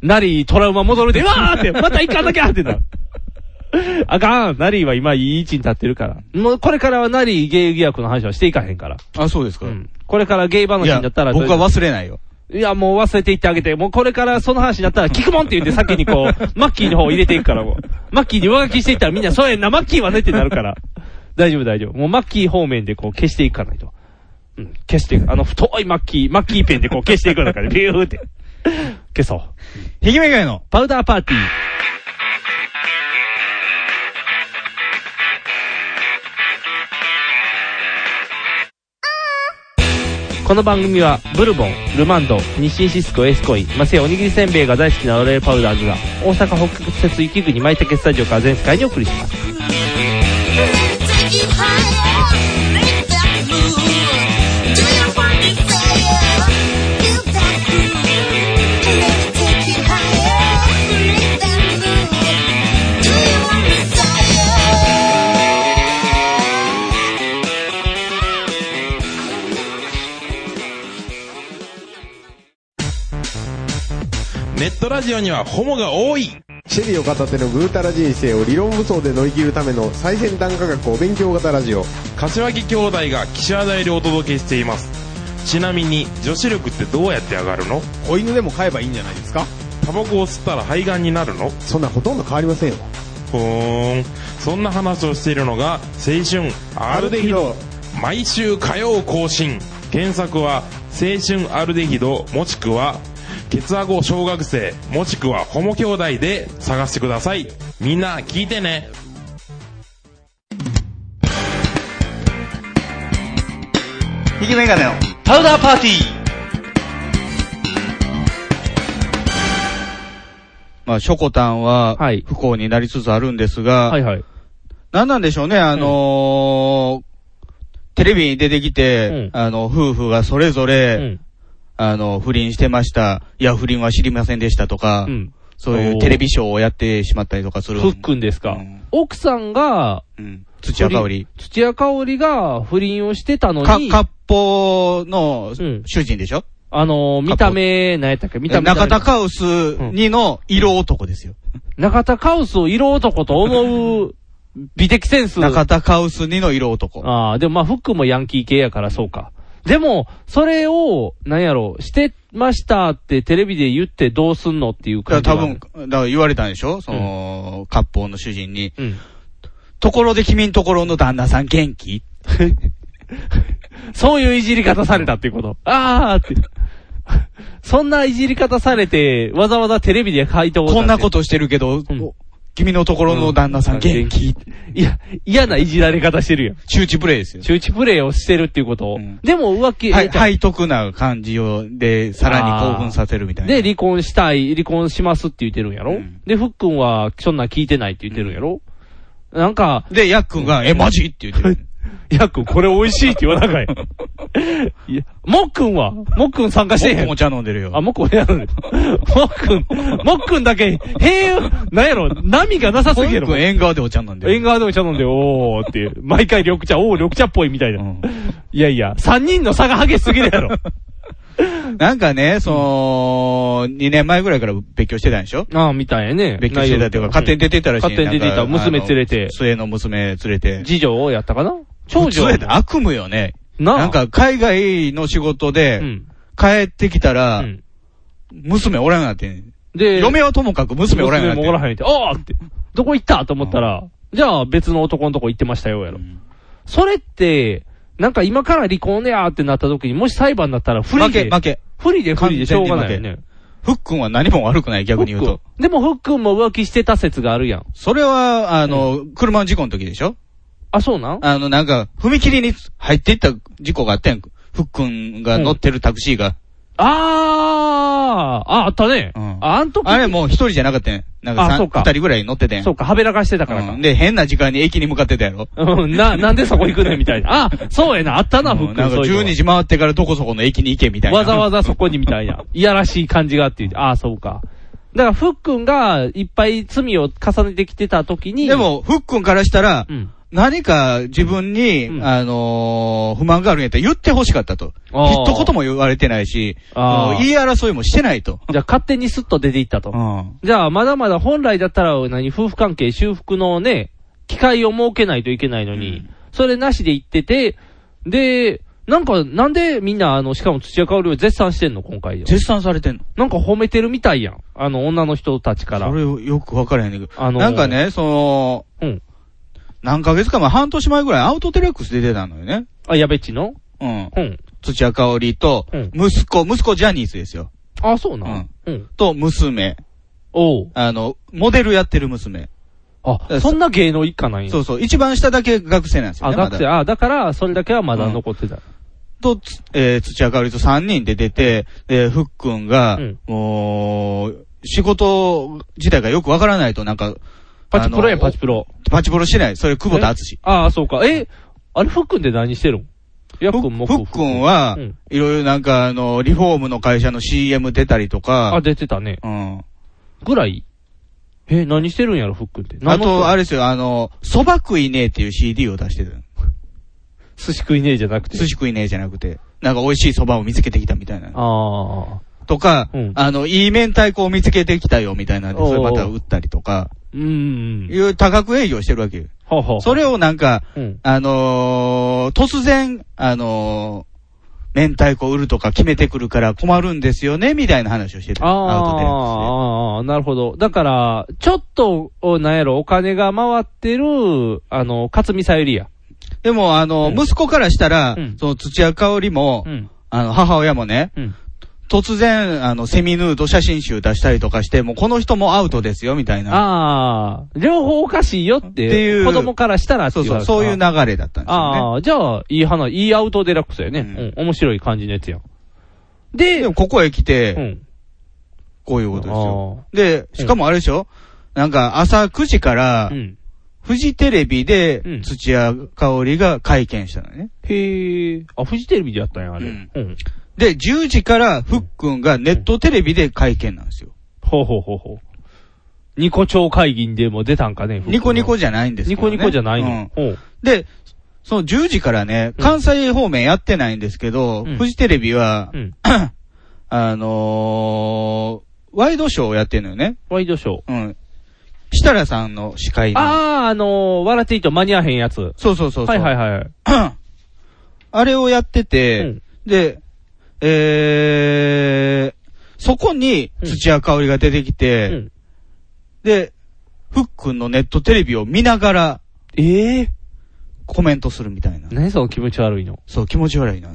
C: ナリー、トラウマ 戻るで、わーって、また行かなきゃってな。あかん、ナリーは今いい位置に立ってるから。もうこれからはナリーゲイ疑惑の話はしていかへんから。
B: あ、そうですか。
C: うん。これからゲイ話
B: いや
C: になったら、
B: 僕は忘れないよ。
C: いや、もう忘れていってあげて、もうこれからその話になったら、聞くもんって言って先にこう、マッキーの方を入れていくから、もう。マッキーに上書きしていったらみんな、そうやんな、マッキーはねってなるから。大丈夫大丈夫。もうマッキー方面でこう消していかないと。うん、消していく。あの、太いマッキー、マッキーペンでこう消していくのから、ビューって。消そう。
B: ひげめがいの。
C: パウダーパーティー。この番組は、ブルボン、ルマンド、日清シスコ、エースコイン、マセイおにぎりせんべいが大好きなオレールパウダーズが、大阪北国鉄雪国舞茸スタジオから全世界にお送りします。
D: Take you higher, make that move. Do your one desire, feel that groove. Let me take you higher, make that move. Do your one desire.
E: ネットラジオにはホモが多い。シェリーを片手のぐうたら人生を理論武装で乗り切るための最先端科学お勉強型ラジオ
F: 柏木兄弟が岸和田よりお届けしていますちなみに女子力ってどうやって上がるの
G: 子犬でも飼えばいいんじゃないですか
F: タバコを吸ったら肺がんになるの
E: そんなほとんど変わりませんよ
F: ふーんそんな話をしているのが青春アルデヒド毎週火曜更新検索は青春アルデヒドもしくはケツアゴ小学生もしくはホモ兄弟で探してくださいみんな聞いてね
B: 引きメガネの
A: パウダーパーティー
B: まあ、ショコタンは
C: はい
B: 不幸になりつつあるんですが、
C: はいはい。
B: 何なんでしょうね、あのーテレビに出てきて
C: うん、
B: あの、夫婦がそれぞ
C: う
B: れ、
C: ん。
B: あの、不倫してました。いや、不倫は知りませんでしたとか、
C: うん。
B: そういうテレビショーをやってしまったりとかする。
C: ふっくんですか
B: うん。
C: 奥さんが、
B: うん。土屋香織。
C: 土屋香織が不倫をしてたの
B: か、
C: に、
B: 割烹の
C: うん
B: 主人でしょ、
C: あのー、見た目、何やったっけ見た目。
B: 中田カウス2の色男ですよ。
C: 中田カウスを色男と思 う、美的センス。
B: 中田カウス2の色男。
C: ああ、でもまあ、フックもヤンキー系やからそうか。でも、それを、なんやろ、してましたってテレビで言ってどうすんのっていう
B: だ
C: 感じ
B: か
C: が
B: ら
C: あ
B: 多
C: る。
B: 分、だから言われたんでしょその、割烹の主人に。
C: うん。
B: ところで君んところの旦那さん元気
C: そういういじり方されたっていうこと。ああって。 そんないじり方されて、わざわざテレビで回答を出して。
B: こんなことしてるけど、
C: ん
B: 君のところの旦那さん元気、
C: いや、嫌ないじられ方してるやん。
B: 周知プレイですよ。
C: 周知プレイをしてるっていうことを。
B: うん
C: でも浮気、
B: はい、
C: えーと
B: 背徳な感じを、で、さらに興奮させるみたいな。
C: で、離婚したい、離婚しますって言ってるんやろ、
B: うん
C: で、ふっくんは、そんなん聞いてないって言ってるんやろ、なんか、
B: で、ヤックンが、え、マジって言ってる。
C: ヤックン、これ美味しいって言わなかい。 いや、もっくんは、もっくん参加してへ
B: 僕
C: ん
B: も。茶飲んでる
C: あ、
B: よ。
C: もっくんやるね。もっくん、もっくんだけ、へえ、なんやろ、波がなさす
B: もっ
C: ぎや
B: く
C: ろ
B: ん。縁側でお茶飲んでる。
C: 縁側でも茶飲んで、おーっていう。毎回緑茶、おー、緑茶っぽいみたいな。
B: うん
C: いやいや、三人の差が激しすぎる やろ。
B: なんかね、その、2年前ぐらいから別居してたんでしょ
C: ああ、みたいやね。
B: 別居してたというか、勝手に出てたらしい。
C: 勝手に出てた
B: なんか
C: 娘連れて
B: あの末の娘連れて。
C: 次女をやったかな長女
B: 連れて悪夢よね。
C: なあ
B: なん、か、海外の仕事
C: う
B: で、
C: ん。
B: 帰ってきた
C: う
B: ら、
C: ん
B: 娘おらんようになってん。
C: で、
B: 嫁はともかく娘おらんように
C: 娘
B: な
C: もお
B: っ
C: らへんって、あーって、どこ行ったと思ったら、じゃあ別の男のとこ行ってましたよ、や
B: て
C: ろ。
B: ん。
C: それって、なんか今から離婚やーってなった時に、もし裁判になったら不利
B: 負
C: で
B: け、、負け。
C: 不利で不利でしょうがないよね。
B: ふっくんは何も悪くない、逆に言う
C: ふっ
B: と。
C: くんでもふっくんも浮気してた説があるやん。
B: それは、あの、車の事故の時でしょ
C: あ、そうなん
B: あの、なんか、踏切に入っていった事故があったやん。ふっくんが乗ってるタクシーが。
C: あー、あ、あったね。
B: うん
C: あん時
B: あれもう一人じゃなかったやん。なん
C: あ
B: か
C: そ
B: 三
C: うか
B: 二人ぐらい乗ってたやん。
C: そうか、はべらかしてたからか
B: うん。で、変な時間に駅に向かってたやろ。
C: うん、な、なんでそこ行くねんみたいな。あ、そうやな、あったな、ふっ
B: う
C: く
B: ん
C: ん。
B: なんか
C: そういうの
B: 12時回ってからどこそこの駅に行けみたいな。
C: わざわざそこにみた いな。いやらしい感じがあって、ああ、そうか。だから、ふっくんがいっぱい罪を重ねてきてた時に、
B: で、も、ふっくんからしたら
C: う、ん。
B: 何か自分に
C: う、ん
B: あのー、不満があるんやったら言ってほしかったと。
C: あー
B: 一言も言われてないし、
C: あー
B: もう言い争いもしてないと。
C: じゃあ、勝手にスッと出ていったと。
B: うん
C: じゃあ、まだまだ本来だったら、何、夫婦関係修復のね、機会を設けないといけないのに、
B: うん
C: それなしで行ってて、で、なんか、なんでみんな、あの、しかも土屋香織を絶賛してんの、今回で。
B: 絶賛されてんの
C: なんか褒めてるみたいやん。あの、女の人たちから
B: そ。れよくわからへんねんけど。
C: あのー
B: なんかね、その、
C: うん。
B: 何ヶ月か前、半年前ぐらいアウトテレックスで出てたのよね。
C: あ、やべっちの
B: うん。
C: うん。
B: 土屋香織と
C: うん、
B: 息子、息子ジャニーズですよ。
C: あ、そうなん。うん。
B: と、娘。
C: おう。
B: あの、モデルやってる娘。
C: あ、そんな芸能一家なんや。
B: そうそう。一番下だけ学生なんですよ
C: あ、
B: ね。
C: 学生、
B: まだ
C: あ、だから、それだけはまだ残ってた。
B: と、つえー土屋香織と3人で出て、で、ふっくんが、
C: うん
B: もう、仕事自体がよくわからないと、なんか、
C: パチプロや
B: あ
C: ん、
B: の
C: パチプロ。
B: パチボロしてない。それ、久保田敦。
C: ああ、そうか。え、あれ、ふっくんって何してるんやっくん、も
B: ふっくんは
C: うん、
B: いろいろなんか、あの、リフォームの会社の CM 出たりと
C: あ、
B: か、
C: 出てたね。
B: うん。
C: ぐらいえ、何してるんやろ、ふっくんって。
B: あと、あ
C: れ
B: れですよ、あの、蕎麦食いねえっていう CD を出してた。
C: 寿司食いねえじゃなくて。
B: 寿司食いねえじゃなくて、なんか美味しい蕎麦を見つけてきたみたいな。
C: ああ。
B: とか、
C: うん
B: あの、いい明太子を見つけてきたよみたいなんで、
C: おうおう
B: それまた売ったりとか、
C: うんうん。
B: いう多額営業してるわけよ。
C: ほうほう。
B: それをなんか、
C: うん。
B: あのー突然、あのー明太子売るとか決めてくるから困るんですよね、みたいな話をしてた。
C: あ
B: アウトデラックス
C: あ、ああ、なるほど。だから、ちょっと、おなんやろ、お金が回ってる、あの、勝見さゆりや。
B: で。でも、あのー
C: うん
B: 息子からしたら、
C: うん
B: その土屋香織も、
C: うん。
B: あの、母親もね、
C: うん。
B: 突然、あの、セミヌード写真集出したりとかして、もうこの人もアウトですよ、みたいな。
C: ああ、両方おかしいよって、
B: っていう
C: 子供からしたらって
B: そ
C: いう
B: そう、
C: 話
B: そういう流れだったんですよね。
C: ああ、じゃあ、いい花、いいアウトデラックスだよね。
B: うん
C: うん、面白い感じのやつやん。で、
B: でも、ここへ来
C: う
B: て、
C: ん。
B: こういうことですよ。で、しかもあれでしょなんか、朝9時から
C: う、ん。
B: フジテレビで
C: うん、
B: 土屋香織が会見したのね。
C: へえ。あ、フジテレビでやったんや、あれ。う
B: うんん。
C: うん、
B: で、10時から、ふっくんがネットテレビで会見なんですよ。
C: ほうほうほうほう。ニコ町会議にでも出たんかね、
B: ニコニコ
C: じ
B: じゃないんですけ
C: ニ
B: どね
C: コニコじゃないの。
B: うん
C: ほう。
B: で、その10時からね、
C: うん
B: 関西方面やってないんですけど、
C: うん
B: フジテレビは、
C: うん。
B: あのー、ワイドショーをやってんのよね。
C: ワイドショー。
B: うん。設楽さんの司会の。
C: ああ、あのー、笑っていいと間に合わへんやつ。
B: そうそうそうそう。
C: はいはいはい。
B: あれをやってて、
C: うん
B: で、えー、そこに土屋香織が出てきて、
C: うん
B: で、ふっくんのネットテレビを見ながら
C: ええ
B: コメントするみたいな。
C: 何その気持ち悪いの。
B: そう、気持ち悪いな。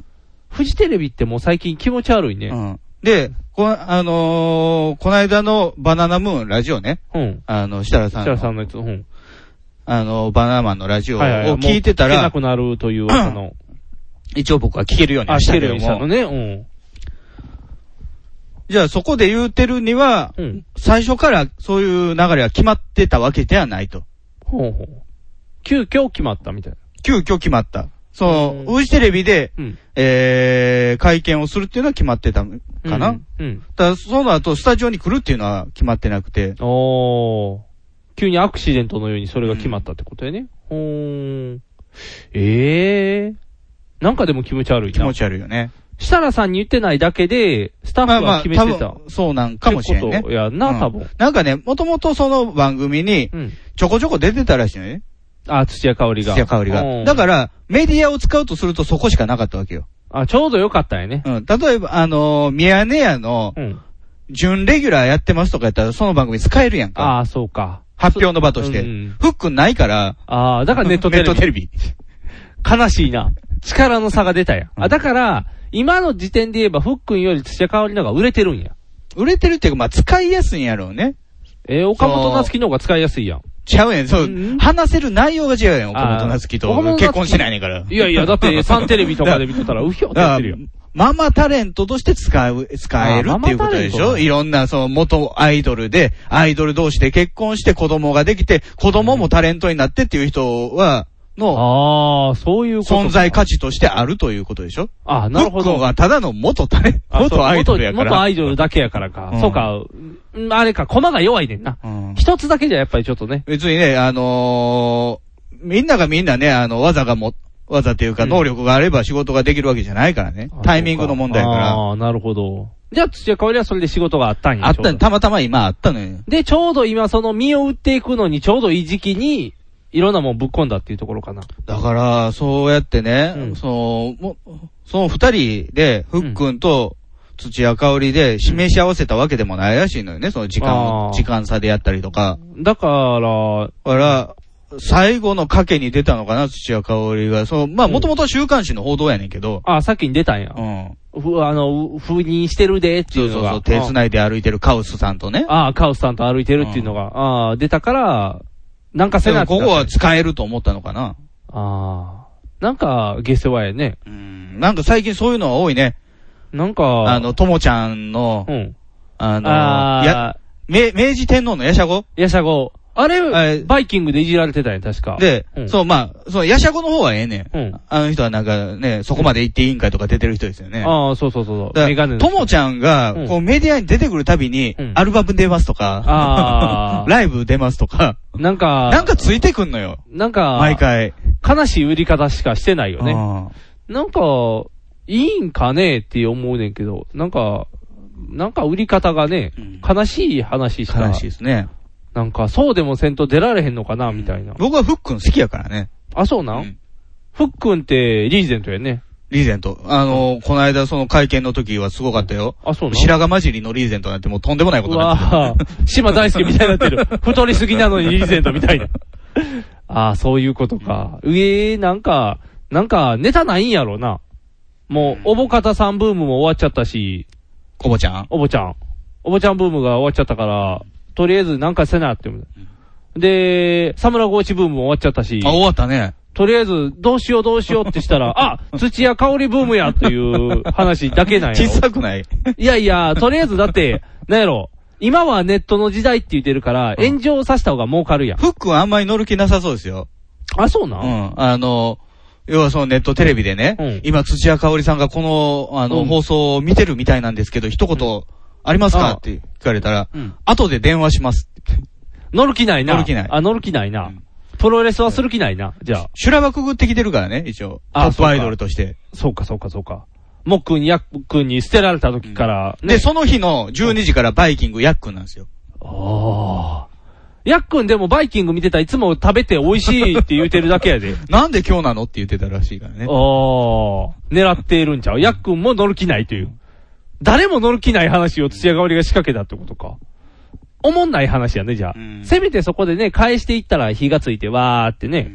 C: フジテレビってもう最近気持ち悪いね。
B: うん。で、こあのー、この間のバナナムーンラジオね、
C: うん。
B: あの、設楽さん
C: 設楽
B: の、
C: さんのやつ、うん。
B: あの、バナナマンのラジオを
C: はいはいはい。
B: 聞いてた
C: もう聞けな
B: ら、
C: くなるという、あの、
B: 一応僕は聞けるように
C: あ、
B: はし
C: して
B: たけど
C: るようにしたの
B: も、
C: ね。うん。
B: じゃあそこで言うてるには、
C: うん。
B: 最初からそういう流れは決まってたわけではないと。
C: ほうほう。急遽決まったみたいな。
B: 急遽決まった。その
C: うん、
B: フジテレビで、
C: うん。
B: えー、会見をするっていうのは決まってたかな。
C: うん。
B: ただ、その後、スタジオに来るっていうのは決まってなくて、
C: おー。急にアクシデントのようにそれが決まったってことやね。ほーん。ええー。なんかでも気持ち悪い
B: 気
C: な
B: 持。ち悪いよね。
C: 設楽さんに言ってないだけで、スタッフは決め
B: 多
C: てた。
B: 分、そうなんかもしれん
C: って
B: ね
C: こ。とやな、
B: うん
C: 多分。
B: なんかね、もともとその番組に
C: うん。
B: ちょこちょこ出てたらしいのね。
C: あ、土屋香織が。
B: 土屋香織
C: う
B: が。
C: ん
B: だから、メディアを使うとするとそこしかなかったわけよ。
C: あ、ちょうどよかったんやね。
B: うん。例えば、あのー、ミヤネ屋の
C: う、ん。
B: 準レギュラーやってますとかやったら、その番組使えるやんか。
C: ああ、そうか。
B: 発表の場として
C: うんうん。
B: フックないから、
C: ああ、だからネットテレ ビ。
B: ネットテレビ。
C: 悲しいな。力の差が出たやん。
B: う
C: あ、
B: ん
C: だから、今の時点で言えば、ふっくんより土屋香織の方が売れてるんや。
B: 売れてるっていうか、まあ、使いやすいんやろうね。
C: えー岡本夏樹の方が使いやすいやん。
B: 違うねん。そうう。
C: ん
B: 話せる内容が違うやん。岡本夏樹
C: あー岡本
B: と。
C: 夏樹
B: 結婚してないねんから。
C: いやいや、だって、サンテレビとかで見てたら、うひょってや
B: だか
C: って
B: ら
C: るやん。
B: ママタレントとして使う、使える
C: あー
B: っていうことでし
C: ママタレン
B: ょ
C: ト
B: いろんな、その、元アイドルで、アイドル同士で結婚して子供ができて、子供もタレントになってっていう人は、の、
C: ああ、そういうこと。
B: 存在
C: か。
B: 価値としてあるということでしょ
C: あなるほ
B: フッ
C: ど
B: ク。はただの元タレント、
C: あそう
B: 元アイドルやから。
C: 元元アイドルだけやからか。
B: うん
C: そうか。うんあれか、駒が弱いねんな。
B: うん
C: 一つだけじゃやっぱりちょっとね。
B: 別にね、あのーみんながみんなね、あの、技がも、技っていうか
C: うん
B: 能力があれば仕事ができるわけじゃないからね。タイミングの問題やから。
C: ああ、なるほど。じゃあ、土屋香織はそれで仕事があったんや。
B: あっ
C: ちょうど
B: た、たまたま今あったのよ。
C: で、ちょうど今その身を売っていくのにちょうどいい時期に、いろんなもんぶっ込んだっていうところかな。
B: だから、そうやってね、
C: うん
B: その、もその二人で、ふっくんと土屋香織で示し合わせたわけでもないらしいのよね、その時間
C: あー
B: を、時間差でやったりとか。
C: だから、
B: だから、最後の賭けに出たのかな、土屋香織が。その、まあ、
C: うん
B: もともと週刊誌の報道やねんけど、
C: あ、先に出たんや
B: う。ん。
C: ふあの、ふ赴任してるでって
B: そ
C: いうう
B: そ
C: の
B: う
C: が。
B: そう、手繋いで歩いてるカウスさんとね。
C: ああ、カウスさんと歩いてるっていうのが、ああ、出たから、なんかせ
B: で
C: な
B: も
C: ってな
B: こ
C: った
B: こは使えると思ったのかな。
C: ああ。なんか、下世話やね。
B: うん。なんか最近そういうのは多いね。
C: なんか、
B: あの、、ともちゃんの
C: う、ん。
B: あの、や、
C: ああ、
B: 明明治天皇のやしゃご
C: やしゃご。あ
B: は
C: れ、
B: い
C: バイキングでいじられてたんや、確か。
B: で、
C: うん
B: そう、まあ、そう、やしゃごの方はええねん。
C: うん
B: あの人はなんかね、そこまで行って委員会とか出てる人ですよね。
C: ああ、そうそうそうそう。
B: だ
C: メ
B: か
C: ガネ
B: ら
C: の
B: ともちゃんが
C: うん、
B: こう、メディアに出てくるたびに
C: うん、
B: アルバム出ますとか
C: あ、ー
B: ライブ出ますとか、
C: なんか、
B: なんかついてくんのよ。
C: なんか、
B: 毎回。
C: 悲しい売り方しかしてないよね。
B: う
C: なんか、いいんかねって思うねんけど、なんか、なんか売り方がね、
B: うん
C: 悲しい話しか、
B: 悲しいですね。
C: なんかそうでもせんと出られへんのかな、みたいな。
B: 僕はフックン好きやからね。
C: あ、そうなん、
B: うん
C: ふっくんってリーゼントやね。
B: リーゼント。あの、この間その会見の時はすごかったよ。
C: あ、そうなん
B: 白髪混じりのリーゼントなんてもうとんでもないこと
C: う
B: になってる
C: わぁ、島大輔みたいになって る。太りすぎなのにリーゼントみたいな。 ああ、そういうことか。うえー、なんか、なんか、ネタないんやろな。もう、おぼかたさんブームも終わっちゃったし、
B: コボちゃん
C: おぼちゃん。おぼちゃんブームが終わっちゃったから、とりあえずなんかせなって思う。で、サムラゴーチブームも終わっちゃったし、
B: あ、終わったね。
C: とりあえず、どうしようどうしようってしたら、あ土屋香織ブームやっていう話だけなんやろ
B: 小さくない
C: いやいや、とりあえずだって、 なんやろ、今はネットの時代って言ってるから、炎上させた方が儲かるやん。
B: フックンはあんまり乗る気なさそうですよ。
C: あ、そう
B: う
C: なん、
B: ん。あの、要はそのネットテレビでね、
C: うん
B: 今土屋香織さんがこの、あの、
C: うん
B: 放送を見てるみたいなんですけど、一言ありますか
C: あ
B: って聞かれたら、
C: うん
B: 後で電話しますって。
C: 乗る気ないな。
B: 乗る気ない
C: あ、乗る気ないな。
B: うん
C: プロレスはする気ないな。じゃあ、
B: 修羅場くぐってきてるからね、一応。ト
C: あ
B: ップアイドルとして。
C: そうかそうかそうか。もっくんにやっくんに捨てられた時から、ね。
B: で、その日の12時からバイキングヤックンなんですよ。
C: ああ。やっくんでもバイキング見てたらいつも食べて美味しいって言うてるだけやで。
B: なんで今日なのって言ってたらしいからね
C: ああ。。狙っているんちゃうやっくんも乗る気ないという。誰も乗る気ない話を土屋代わりが仕掛けたってことか。おもんない話やね、じゃあ。
B: うん
C: せめてそこでね、返していったら火がついてわーってね。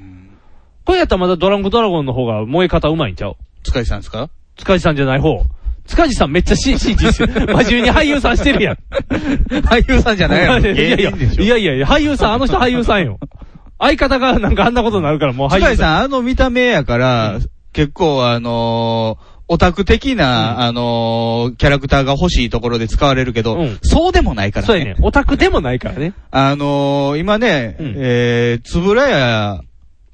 C: これやったらまだドランクドラゴンの方が燃え方うまいんちゃう
B: 塚地さんですか
C: 塚地さんじゃない方。塚地さんめっちゃ真摯 にしてる、真面目に俳優さんしてるやん。
B: 俳優さんじゃないやろ。
C: いや
B: 芸
C: いや
B: 人でしょ。
C: いやいやいや、俳優さん、あの人俳優さんよ。相方がなんかあんなことになるからもう俳優
B: 塚地さん、あの見た目やから、結構あのーオタク的な、あのーキャラクターが欲しいところで使われるけど、
C: うん
B: そうでもないからね。
C: そうやね。オタクでもないからね。
B: あのー今ね、
C: うん
B: えー、つぶらや、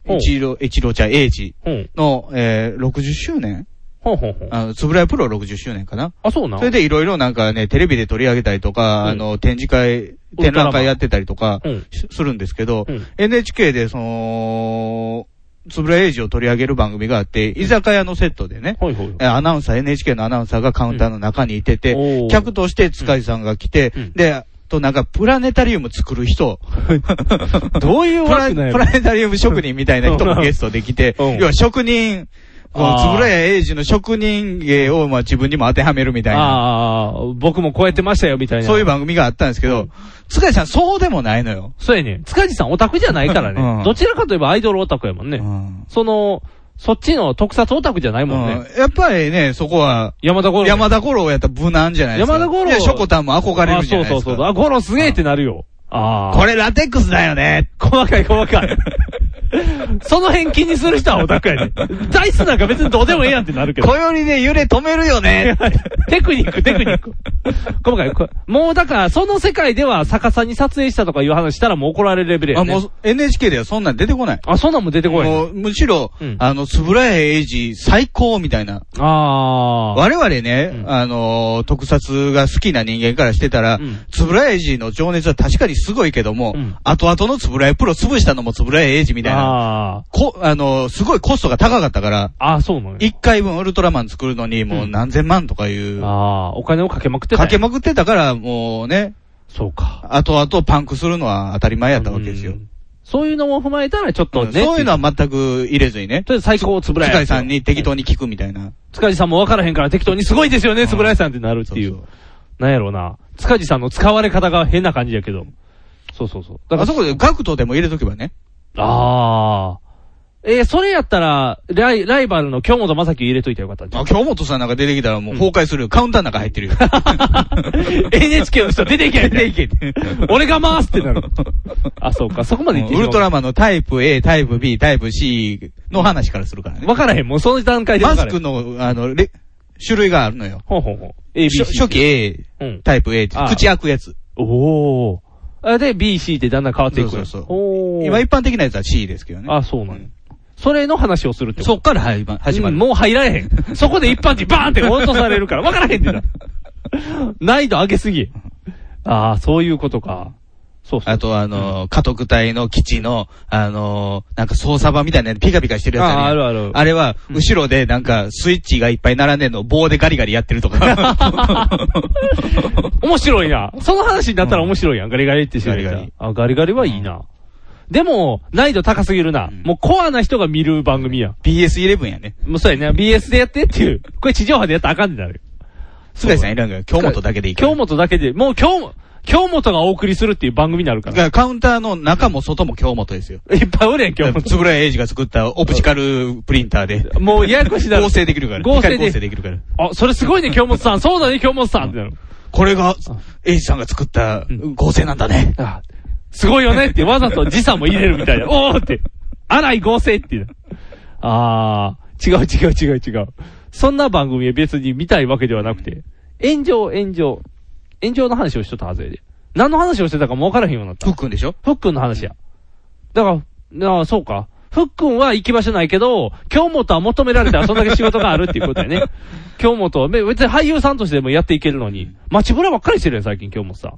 C: ほう
B: 一郎、一郎ちゃん、英二
C: うん。
B: の、えー、60周年
C: ほうほうほう。
B: あの、つぶらやプロ60周年かな
C: あ、そうなん
B: それでいろいろなんかね、テレビで取り上げたりとか、
C: うん
B: あの、展示会、
C: ウルトラマ
B: 展
C: ン
B: 覧会やってたりとか
C: うん、
B: しするんですけど、
C: うん
B: NHK でその、つぶらエイジを取り上げる番組があって、居酒屋のセットでね、
C: ほいほい
B: え。アナウンサー、NHK のアナウンサーがカウンターの中にいて
C: うんお
B: て
C: ー、
B: 客として塚地さんが来て
C: うん、
B: で、となんかプラネタリウム作る 人、
C: どういう
B: プラ
C: わけない
B: プラネタリウム職人みたいな人もゲストで来て、
C: うん
B: 要は職人、こう、
C: あー
B: つぶらやエイジの職人芸をまあ自分にも当てはめるみたいな。
C: ああ、僕も超えてましたよ、みたいな。
B: そういう番組があったんですけ
C: う
B: ど
C: ん、
B: 塚地さんそうでもないのよ。
C: そうやね。塚地さんオタクじゃないからね。
B: うん
C: どちらかといえばアイドルオタクやもんね。
B: うん
C: その、そっちの特撮オタクじゃないもんね。
B: うんやっぱりね、そこは、
C: 山田五郎。
B: 山田五郎やったら無難じゃないですか。
C: 山田五郎
B: いや、ショコタンも憧れ
C: あ
B: るじゃ
C: そう
B: ない
C: そ
B: で
C: う
B: す
C: そう。
B: か。
C: あ、五郎すげえってなるよ。ああ。
B: これラテックスだよね。
C: 細かい細か い。その辺気にする人はオタクやね。ダイスなんか別にどうでもええやんってなるけど。
B: 小よりで揺れ止めるよね。
C: テクニック、テクニック。今回、こもうだから、その世界では逆さに撮影したとかいう話したらもう怒られるレベルや
B: あ、
C: ね。
B: もう NHK ではそんなん出てこない。
C: あ、そんなんも出てこい。
B: もうむしろ
C: うん、
B: あの、つぶらやエイジ最高みたいな。
C: ああ。
B: 我々ね
C: う、ん
B: あのー、特撮が好きな人間からしてたら
C: うん、
B: つぶらやエイジの情熱は確かにすごいけども
C: うん、
B: 後々のつぶらやプロ潰したのもつぶらやエイジみたいな。
C: あ
B: こ、あの、すごいコストが高かったから、
C: あ。ああ、そうなのよ。
B: 一回分ウルトラマン作るのにもう何千万とかいう、
C: ああ、お金をかけまくってたん
B: かけ
C: や。
B: まくってたから、もうね、
C: そうか。
B: 後々パンクするのは当たり前やったわけですよ
C: う。ん。そういうのも踏まえたら、ちょっ
B: う
C: と
B: ん
C: ね。
B: そういうのは全く入れずにね
C: と、りあえず最高をつぶらや。
B: 塚地さんに適当に聞くみたいな。
C: 塚地さんも分からへんから適当にすごいですよね、つぶらやさんってなるってい
B: そう
C: う。なんやろうな。塚地さんの使われ方が変な感じやけど。そうそうそう。
B: そうあ
C: だから、
B: そこでガクトでも入れとけばね。
C: ああ。えー、それやったら、ライライバルの京本正樹入れといたらよかったんちゃ
B: あ
C: う
B: 京本さんなんか出てきたらもう崩壊するよ。カウンターなんか入って るよ。
C: NHK の人出ていけ出ていけ俺が回すってなる。あ、そうか、そこまで言って
B: ウルトラ
C: マ
B: マンのタイプ A、タイプ B、タイプ C の話からするからね。
C: 分からへん、もうその段階で
B: マ
C: 分か
B: ス
C: らへん。
B: クの、あの、レ種類があるのよ。
C: ほうほうほう。ABC。
B: 初初期 A、
C: うん。
B: タイプ A って
C: あ、あ
B: 口開くやつ。
C: おお。あで、B、C ってだんだん変わっていく。
B: そうそうそう
C: おー
B: 今一般的なやつは C ですけどね。
C: あ、そうなんやそれの話をするってこと
B: そっから始ま始ま
C: うん
B: る。
C: もう入られへ ん。そこで一般人バーンって落とされるから、分からへんってな。難易度上げすぎ。ああ、そういうことか。そうそう。
B: あとあのー、家督隊の基地の、あのー、なんか操作場みたいなやつピカピカしてるやつ
C: ああ
B: る
C: るある
B: あれは、後ろでなんか、スイッチがいっぱい並んでんのを棒でガリガリやってるとか。
C: 面白いな。その話になったら面白いやん。ガリガリってしてるや
B: ガ
C: つ
B: リガリ
C: あ、ガリガリはいいな。でも、難易度高すぎるな。もうコアな人が見る番組やん。
B: BS11 やね。
C: もうそうやね。BS でやってっていう。これ地上波でやったらあかんってなる。
B: 菅井さんいらんから、京本だけでいいから。
C: 京本だけで、もう京本、京本がお送りするっていう番組になるか
B: だ
C: ら。
B: からカウンターの中も外も京本ですよ。
C: いっぱいおるやん、京本。
B: 円谷英二が作ったオプチカルプリンターで。
C: もうややこしいなる。
B: 合成できるから。
C: 合成
B: 光
C: で
B: 合成できるから。
C: あ、それすごいね、京本さん。そうだね、京本さんってなる。
B: これが、英二さんが作った合成なんだね。
C: あ、すごいよねってわざと時差も入れるみた いな。おーって。荒い合成っていう。あー、違う違う違う違う。そんな番組は別に見たいわけではなくて、炎上、炎上。炎上の話をしとったはずやで。何の話をしてたかもわからへんようになった
B: ふ。っくんでしょ
C: ふっくんの話や。だから、ああ、そうか。ふっくんは行き場所ないけど、京本は求められたらそんだけ仕事があるっていうことや ね。京本は、め別に俳優さんとしてでもやっていけるのに、街ぶらばっかりしてるやん、最近京本さん。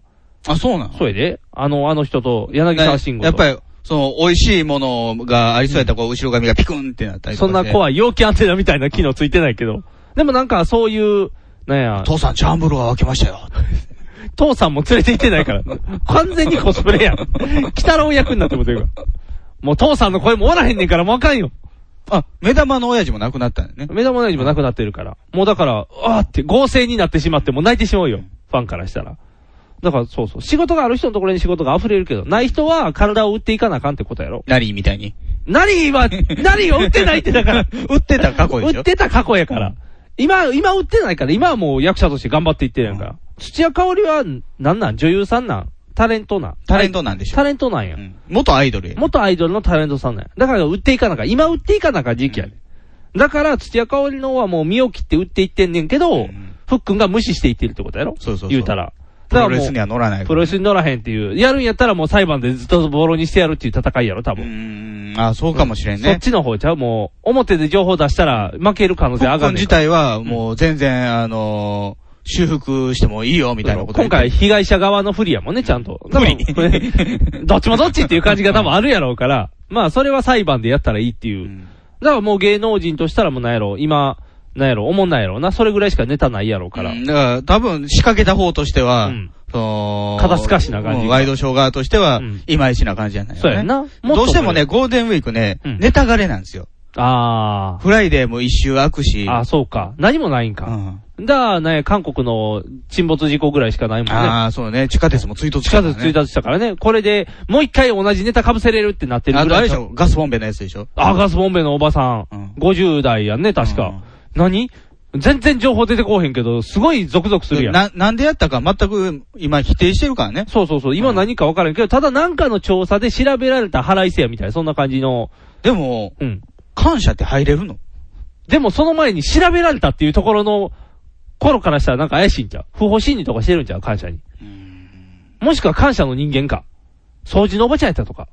B: あ、そうなの
C: そうやで。あの、あの人と、柳沢慎吾と。
B: やっぱり、その、美味しいものがありそうやったら、こう、後ろ髪がピクンってなったり
C: そんな
B: い。
C: 怖い、陽気アンテナみたいな機能ついてないけど。でもなんか、そういう、なんや、
B: 父さん、チャンブローが開けましたよ。
C: 父さんも連れて行ってないから。完全にコスプレやん。鬼太郎役になってもてるから。もう父さんの声もおらへんねんからもうあかんよ。
B: あ、目玉の親父も亡くなったんだよね。
C: 目玉のようにもなくなってるから。もうだから、あーって合成になってしまって、もう泣いてしまうよ。ファンからしたら。だからそうそう。仕事がある人のところに仕事が溢れるけど、ない人は体を売っていかなあかんってことやろ。
B: ラリーみたいに。
C: な りは、なりを売ってないってだから。
B: 売ってた過去でしょ
C: 売ってた過去やから。今、今売ってないから、今はもう役者として頑張っていってるやんか。土屋香織は、なんなん女優さんなんタレントなん
B: タレントなんでしょ
C: タレントなんや。
B: うん元アイドルや。
C: 元アイドルのタレントさんなんや。だから売っていかなあかん。今売っていかなあかん時期やね、ん。だから、土屋香織の方はもう身を切って売っていってんねんけど、
B: ん
C: ふっくんが無視していってるってことやろ
B: そうそうそう
C: 言うたら。
B: プロレスに
C: だ
B: は
C: からも
B: 乗らな
C: う
B: い。
C: プロレスに乗らへんっていう。やるんやったらもう裁判でずっとボロにしてやるっていう戦いやろ、多
B: う
C: 分。
B: ーん、あ、そうかもしれん
C: そっ
B: ね。
C: ちの方ちゃうもう、表で情報出したら負ける可能性
B: ポ
C: 上
B: ッコ
C: がる
B: ン。自体は、もう全然、あのー、修復してもいいよ、みたいなこと。
C: 今回、被害者側の不利やもんね、ちゃ んと。
B: 不利
C: 多分どっちもどっちっていう感じが多分あるやろうから。まあ、それは裁判でやったらいいっていうう。
B: ん。
C: だからもう芸能人としたらもうなんやろ、今、なんやろ、思んないやろな。それぐらいしかネタないやろう
B: か。
C: からら。
B: だから、多分、仕掛けた方としては
C: うん、
B: その、
C: 肩透かしな感じ
B: うんワイドショー側としては
C: うん、
B: いまいちな感じじゃないよね。
C: そうやな。っと
B: どうしてもね、。ゴールデンウィークね、
C: うん
B: ネタがれなんですよ。
C: あ
B: フライデーも一周開くし。
C: あ。ああ、そうか。何もないん
B: う
C: か。
B: ん
C: だからね、韓国の沈没事故ぐらいしかないもんね。
B: ああ、そうね。地下鉄も追突した
C: 地下
B: から
C: 鉄
B: ね
C: 1日したからね、これで、もう一回同じネタ被せれるってなってる
B: あ
C: ぐ
B: とあ
C: ら
B: れ
C: い
B: でし。ょガスボンベのやつでしょ
C: あ、ガスボンベのおばさん。
B: うん
C: 50代やんね、確か。何全然情報出てこうへんけど、すごいゾクゾクするやん。
B: な、なんでやったか全く今否定してるからね。
C: そうそうそう。今
B: うん
C: 何か分からんけど、ただなんかの調査で調べられた腹いせやみたいな、そんな感じの。
B: でも、
C: うん。
B: 感謝って入れるの
C: でもその前に調べられたっていうところの頃からしたらなんか怪しいんちゃう不法侵入とかしてるんちゃう感謝に。もしくは感謝の人間か。掃除のおばちゃんやったとか。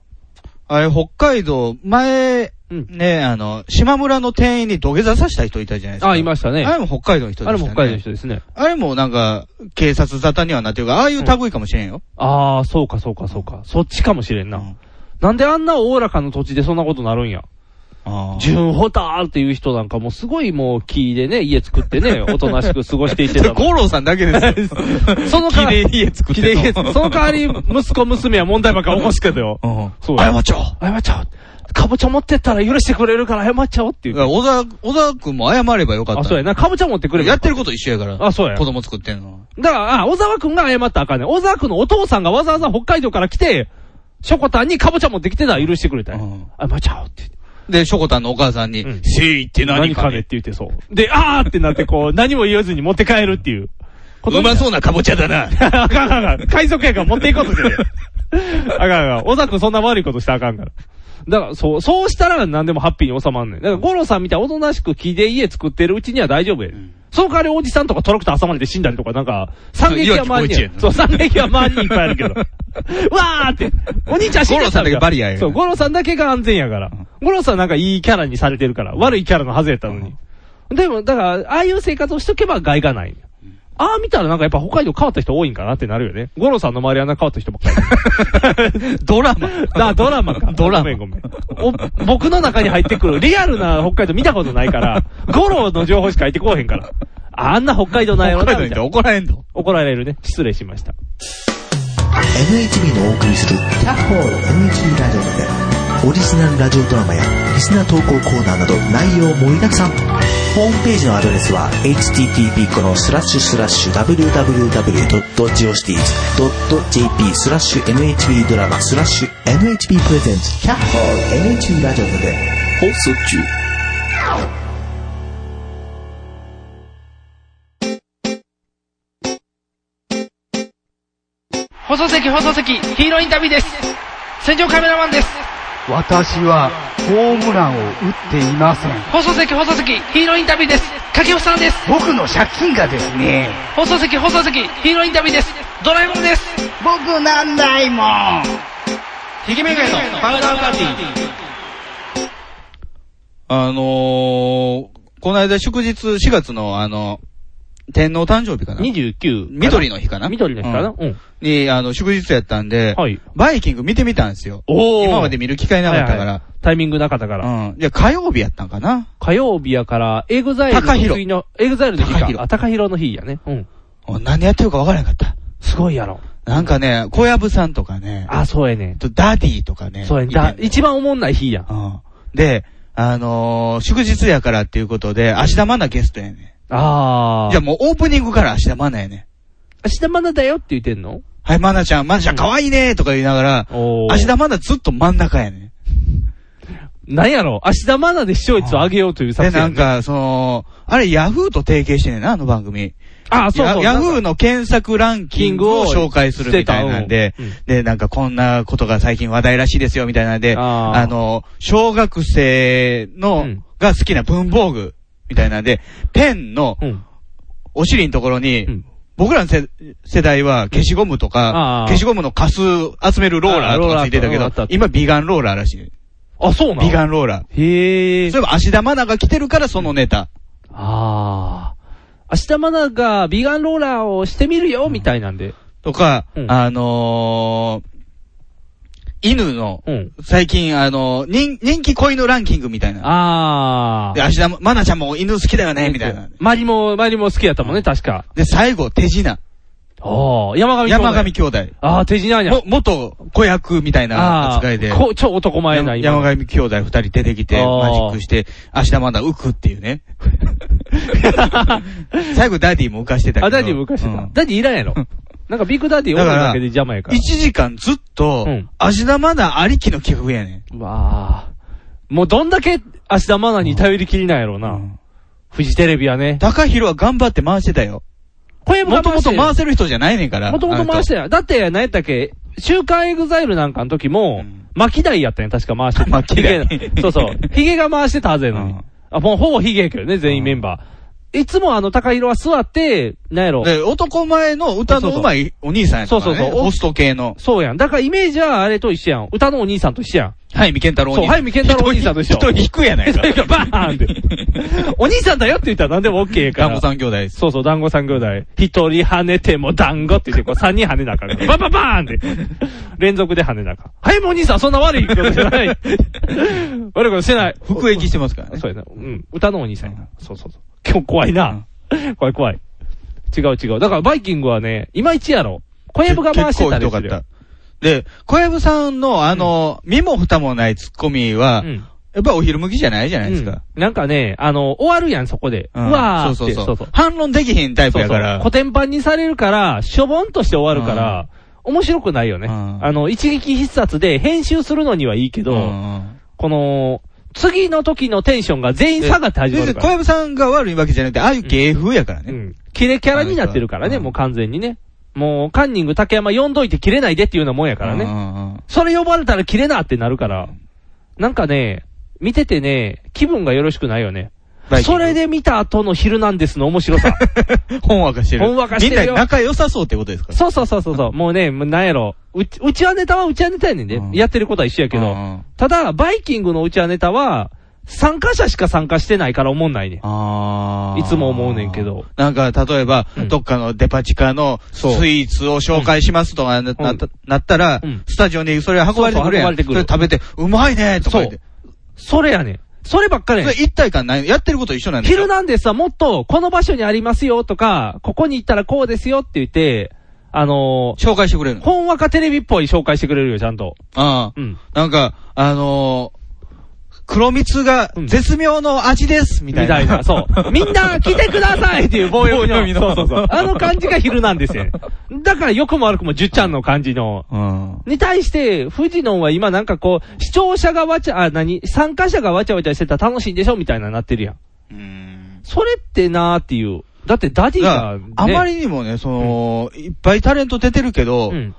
B: あれ、北海道、前、
C: うん
B: ね、あの、島村の店員に土下座させた人いたじゃないですか。
C: あ、いましたね。
B: あれも北海道の人
C: あ
B: で
C: れ
B: す
C: も
B: よね。
C: 北海道の人ですね。
B: あれもなんか、警察沙汰にはなってるから、ああいう類かもしれんよ。
C: ああ、そうかそうかそうか。そっちかもしれんな。
B: うん
C: なんであんなおおらかな土地でそんなことなるんや。
B: あ
C: ジュンホターっていう人なんかもうすごいもう木でね、家作ってね、おとなしく過ごしていって た
B: あ。
C: もん。
B: ゴロさんだけですよ。
C: その代わり、
B: 綺麗家作っ
C: 木
B: て
C: で
B: る
C: 家、その代わり、息子娘は問題ばっか起こすけどよ。
B: うん。
C: そうや
B: 謝っちゃおう。
C: 謝っちゃおう。かぼちゃ持ってったら許してくれるから謝っちゃおうってい
B: だから
C: う。
B: 小沢、小沢くんも謝ればよかった。
C: あ、そうやな。かぼちゃ持ってくれば
B: やってること一緒やから。
C: あ、そうや。
B: 子供作ってんの。
C: だから、あ、小沢くんが謝ったらあかんねん。小沢くんのお父さんがわざわざ北海道から来て、ショコタンにかぼちゃ持ってきてたら許してくれたんや
B: うん
C: 謝っちゃおうって言って。
B: で、ショコタンのお母さんに、
C: うん
B: せいって何
C: 何
B: か
C: かねっ
B: ね。
C: て言ってそう。で、あーってなってこう、何も言わずに持って帰るっていう。
B: うまそうなカボチャだな。
C: あかんあかんあかん。海賊やから持っていこうとしてる。あかんあかん。小田君そんな悪いことしたらあかんから。だから、そう、そうしたら何でもハッピーに収まんねん。だから、ゴロさんみたいにおとなしく木で家作ってるうちには大丈夫やで。その代わりおじさんとかトラクター挟まれて死んだりとか、なんか、惨劇は周りに
B: いや聞こえちゃうや
C: や。
B: ん
C: そう、惨劇は周りにいっぱいあ るけど。うわーって、お兄ちゃん死んじゃったみたい
B: ゴロさんだけ
C: な
B: バリアや
C: そう、ゴロさんだけが安全やから。ゴロさんなんかいいキャラにされてるから、悪いキャラのはずやったのに。でも、だから、ああいう生活をしとけば害がない。ああ見たらなんかやっぱ北海道変わった人多いんかなってなるよね。ゴロさんの周りはな変わった人ばっかり。
B: ドラマ。
C: あ、ドラマか。
B: ドラマ
C: ごめん。ごめん。お僕の中に入ってくる、リアルな北海道見たことないから、ゴロの情報しか入ってこうへんから。あんな北海道ないわ
B: 北海道に行って怒られんの。
C: 怒られるね。失礼しました。
H: NHB のお送りする「キャッホール NHB ラジオ」でオリジナルラジオドラマやリスナー投稿コーナーなど内容盛りだくさんホームページのアドレスは http このスラッシュスラッシュ www.geocities.jp スラッシュ NHB ドラマスラッシュ NHB プレゼンツキャッホール NHB ラジオで放送中
I: 放送席放送席ヒーローインタビューです戦場カメラマンです
J: 私はホームランを打っていません。
I: 放送席放送席ヒーローインタビューです掛布さんです
J: 僕の借金がですね、
I: 放送席放送席ヒーローインタビューですドラえもんです
J: 僕なんないもん。
I: ひげめがいのパウダーパーティー
B: あのー、この間祝日4月のあの、天皇誕生日かな
C: 29。
B: 緑の日かな
C: 緑の日かな
B: うん
C: うん。
B: に、あの、祝日やったんで、
C: はい。
B: バイキング見てみたんですよ。
C: おー
B: 今まで見る機会なかったから。
C: タイミングなかったから。
B: うん。じゃあ火曜日やったんかな
C: 火曜日やから、エグザイルの次の、エグザイルの日
B: 高
C: か。
B: 弘
C: あ、高広の日やね。うん。
B: お何やってるか分からなかった。
C: すごいやろ。
B: なんかね、小籔さんとかね、
C: あ、そうやね。
B: とダディとかね。
C: そうやね。だ
B: いてんの
C: 一番おもんない日やん。
B: うん。で、あのー祝日やからっていうことで、芦田愛菜ゲストやね
C: あー。
B: ん。じゃあもうオープニングから芦田愛菜やねん。
C: 芦田愛菜だよって言ってんの
B: はい、愛菜ちゃん、愛菜ちゃん可愛いねーとか言いながら、
C: お
B: 芦田愛菜ずっと真ん中やねん。
C: なんやろ芦田愛菜で視聴率を上げようという
B: で、
C: 作戦。
B: なん、か、その、あれ、ヤフーと提携してんねんな、あの番組。
C: あ、そうそう。
B: ヤヤフ
C: ー
B: ーの検索ランキングを紹介するみたいなんで、
C: うん
B: で、なんかこんなことが最近話題らしいですよ、みたいなんで、
C: あ
B: あ
C: ー
B: の、小学生の、
C: うん
B: が好きな文房具、みたいなんで、ペンの
C: うん。
B: お尻のところに、
C: うん
B: 僕らのせ世代は消しゴムと
C: あ
B: か
C: ー、
B: 消しゴムのカス集めるローラーと
C: あーローラ
B: か
C: ー
B: ついてたけ
C: あったあ
B: ど
C: っ、た
B: 今ビガンローラーらしい。
C: あ、そうな
B: ビガ
C: ン。
B: ンローラ
C: へ
B: ー。
C: ー
B: そうい。えば、芦田愛菜が来てるからそのネタ。
C: あー。芦田愛菜がビガンローラーをしてみるよ、みたいなんで。
B: とか、
C: うん
B: あのー、犬の、
C: うん。
B: 最近、あの、人、人気子犬ランキングみたいな。
C: あー。
B: で、芦田も、愛菜ちゃんも犬好きだよね、みたいな。
C: マリも、マリも好きやったもんね、確か。
B: で、最後、手品。
C: ああ、山上兄弟
B: 山上。兄弟。
C: ああ、手品や。
B: も、元子役みたいな
C: あ
B: 扱いで。
C: あこ超男前
B: 山
C: な、今。
B: 山上兄弟二人出てきて、
C: あー
B: マジックして、芦田愛菜浮くっていう ね。最後、ダディも浮かしてたけど。
C: あ、ダディ昔だ。
B: うん
C: ダディいらんやろ。なんかビッグダディ
B: だ
C: 女
B: から
C: だけで邪魔やから。
B: 一時間ずっと
C: うん、
B: 芦田愛菜ありきの企画やね。
C: うわあ。もうどんだけ芦田愛菜に頼りきりなんやろうんな。フジテレビはね。
B: 高弘は頑張って回してたよ。
C: これ
B: もともと回せる人じゃないねんから。
C: もともと回してない。だって、何やったっけ、週刊エグザイルなんかの時
B: う
C: も
B: ん、
C: 巻き台やったんや、確か回してた。
B: 巻き台
C: ヒゲそうそう。ヒゲが回してたはずやの
B: う
C: に
B: ん。
C: あ、もうほぼヒゲやけどね、全員メンバー。いつもあの、高色は座って、なんやろ。
B: で、男前の歌の上手いお兄さんやったから、ね。
C: そうそうそう
B: ホスト系の。
C: そうやん。だからイメージはあれと一緒やん。歌のお兄さんと一緒やん。
B: はい、みけんたろうお
C: そう、
B: 兄
C: は
B: さ
C: い、
B: ん。
C: みけんたろうお兄さんと一緒。
B: 人引くやないか。
C: 人 バーンって。お兄さんだよって言ったら何でも OK やから。
B: 団子三兄弟です。
C: そうそう、団子三兄弟。一人跳ねても団子って言って、こ う三人跳ねなあかんから。バンバンバーンって。連続で跳ねなあかん。はい、もうお兄さん、そんな悪いことじゃ ない。悪いことしてない。
B: 服役してますからね
C: そう。やな。うん。歌のお兄さんやな。そうそうそう。今日怖いな。怖い怖い。違う違う。だからバイキングはね、いまいちやろ。小籔が回してたり
B: 結構
C: す
B: ひど
C: るよ
B: かった。で、小籔さんのあの、身も蓋もないツッコミは、
C: うん。
B: やっぱお昼向きじゃないじゃないですか。
C: うんなんかね、あの、終わるやん、そこで。
B: う
C: う
B: ん
C: わーって。
B: そうそうそう。反論できへんタイプやから。
C: 古典版にされるから、しょぼんとして終わるから、面白くないよね。
B: うん
C: あの、一撃必殺で編集するのにはいいけど、
B: うん
C: この、次の時のテンションが全員下がって始まる
B: で
C: から。
B: 小籔さんが悪いわけじゃなくて、ああいう芸風やから
C: う
B: ね。
C: ん。キレキャラになってるからね、
B: うん
C: もう完全にね。もう、カンニング竹山呼んどいて切れないでっていうようなもんやから
B: うん
C: ね。
B: うんうん
C: それ呼ばれたら切れなってなるから。なんかね、見ててね、気分がよろしくないよね。
B: バイキン
C: そ
B: グ
C: れで見た後のヒルナンデスの面白さ。
B: 本わかしてる。
C: ほんわかしてるよ
B: みんな仲良さそうってことですか
C: そうそうそうそう そう。もうね、もうなんやろ。うち、うちはネタはうちはネタやねんで、
B: うん
C: やってることは一緒やけど。
B: うん
C: ただ、バイキングのうちはネタは、参加者しか参加してないから思んないねん。
B: あー
C: いつも思うねんけど。
B: なんか、例えば、
C: うん
B: どっかのデパ地下のス
C: そう
B: イーツを紹介しますとかな,な、
C: うん
B: なったら、
C: うん
B: スタジオにそれ運ばれてくるやん。
C: そうそう運ばれてくる
B: それ食べて、うまいねとか
C: そ
B: 言っ
C: う
B: て。。
C: それやねん。そればっかり
B: そ
C: やね
B: れ
C: ん。
B: 一体感ないやってること一緒なんです
C: ヒル
B: よ。
C: ナンデスはもっと、この場所にありますよとか、ここに行ったらこうですよって言って、あの
B: 紹介してくれる
C: ー、
B: の。
C: ほんわかテレビっぽい紹介してくれるよ、ちゃんと。
B: ああ、
C: うん。
B: なんか、あのー、黒蜜が
C: うん
B: 絶妙の味です、みた
C: み
B: いな。
C: たいな、 そう。みんな来てくださいっていう棒読みの。そうそうそう。あの感じがヒルナンデスやねん。だから良くも悪くもじゅっちゃんの感じの。
B: うん。
C: に対して、フジノンは今なんかこう、視聴者がわちゃ、あ、何参加者がわちゃわちゃしてたら楽しいんでしょみたいななってるやん。それってなーっていう。だってダディ
B: だから
C: が、ね、
B: あまりにもね、その、いっぱいタレント出てるけど、
C: うん。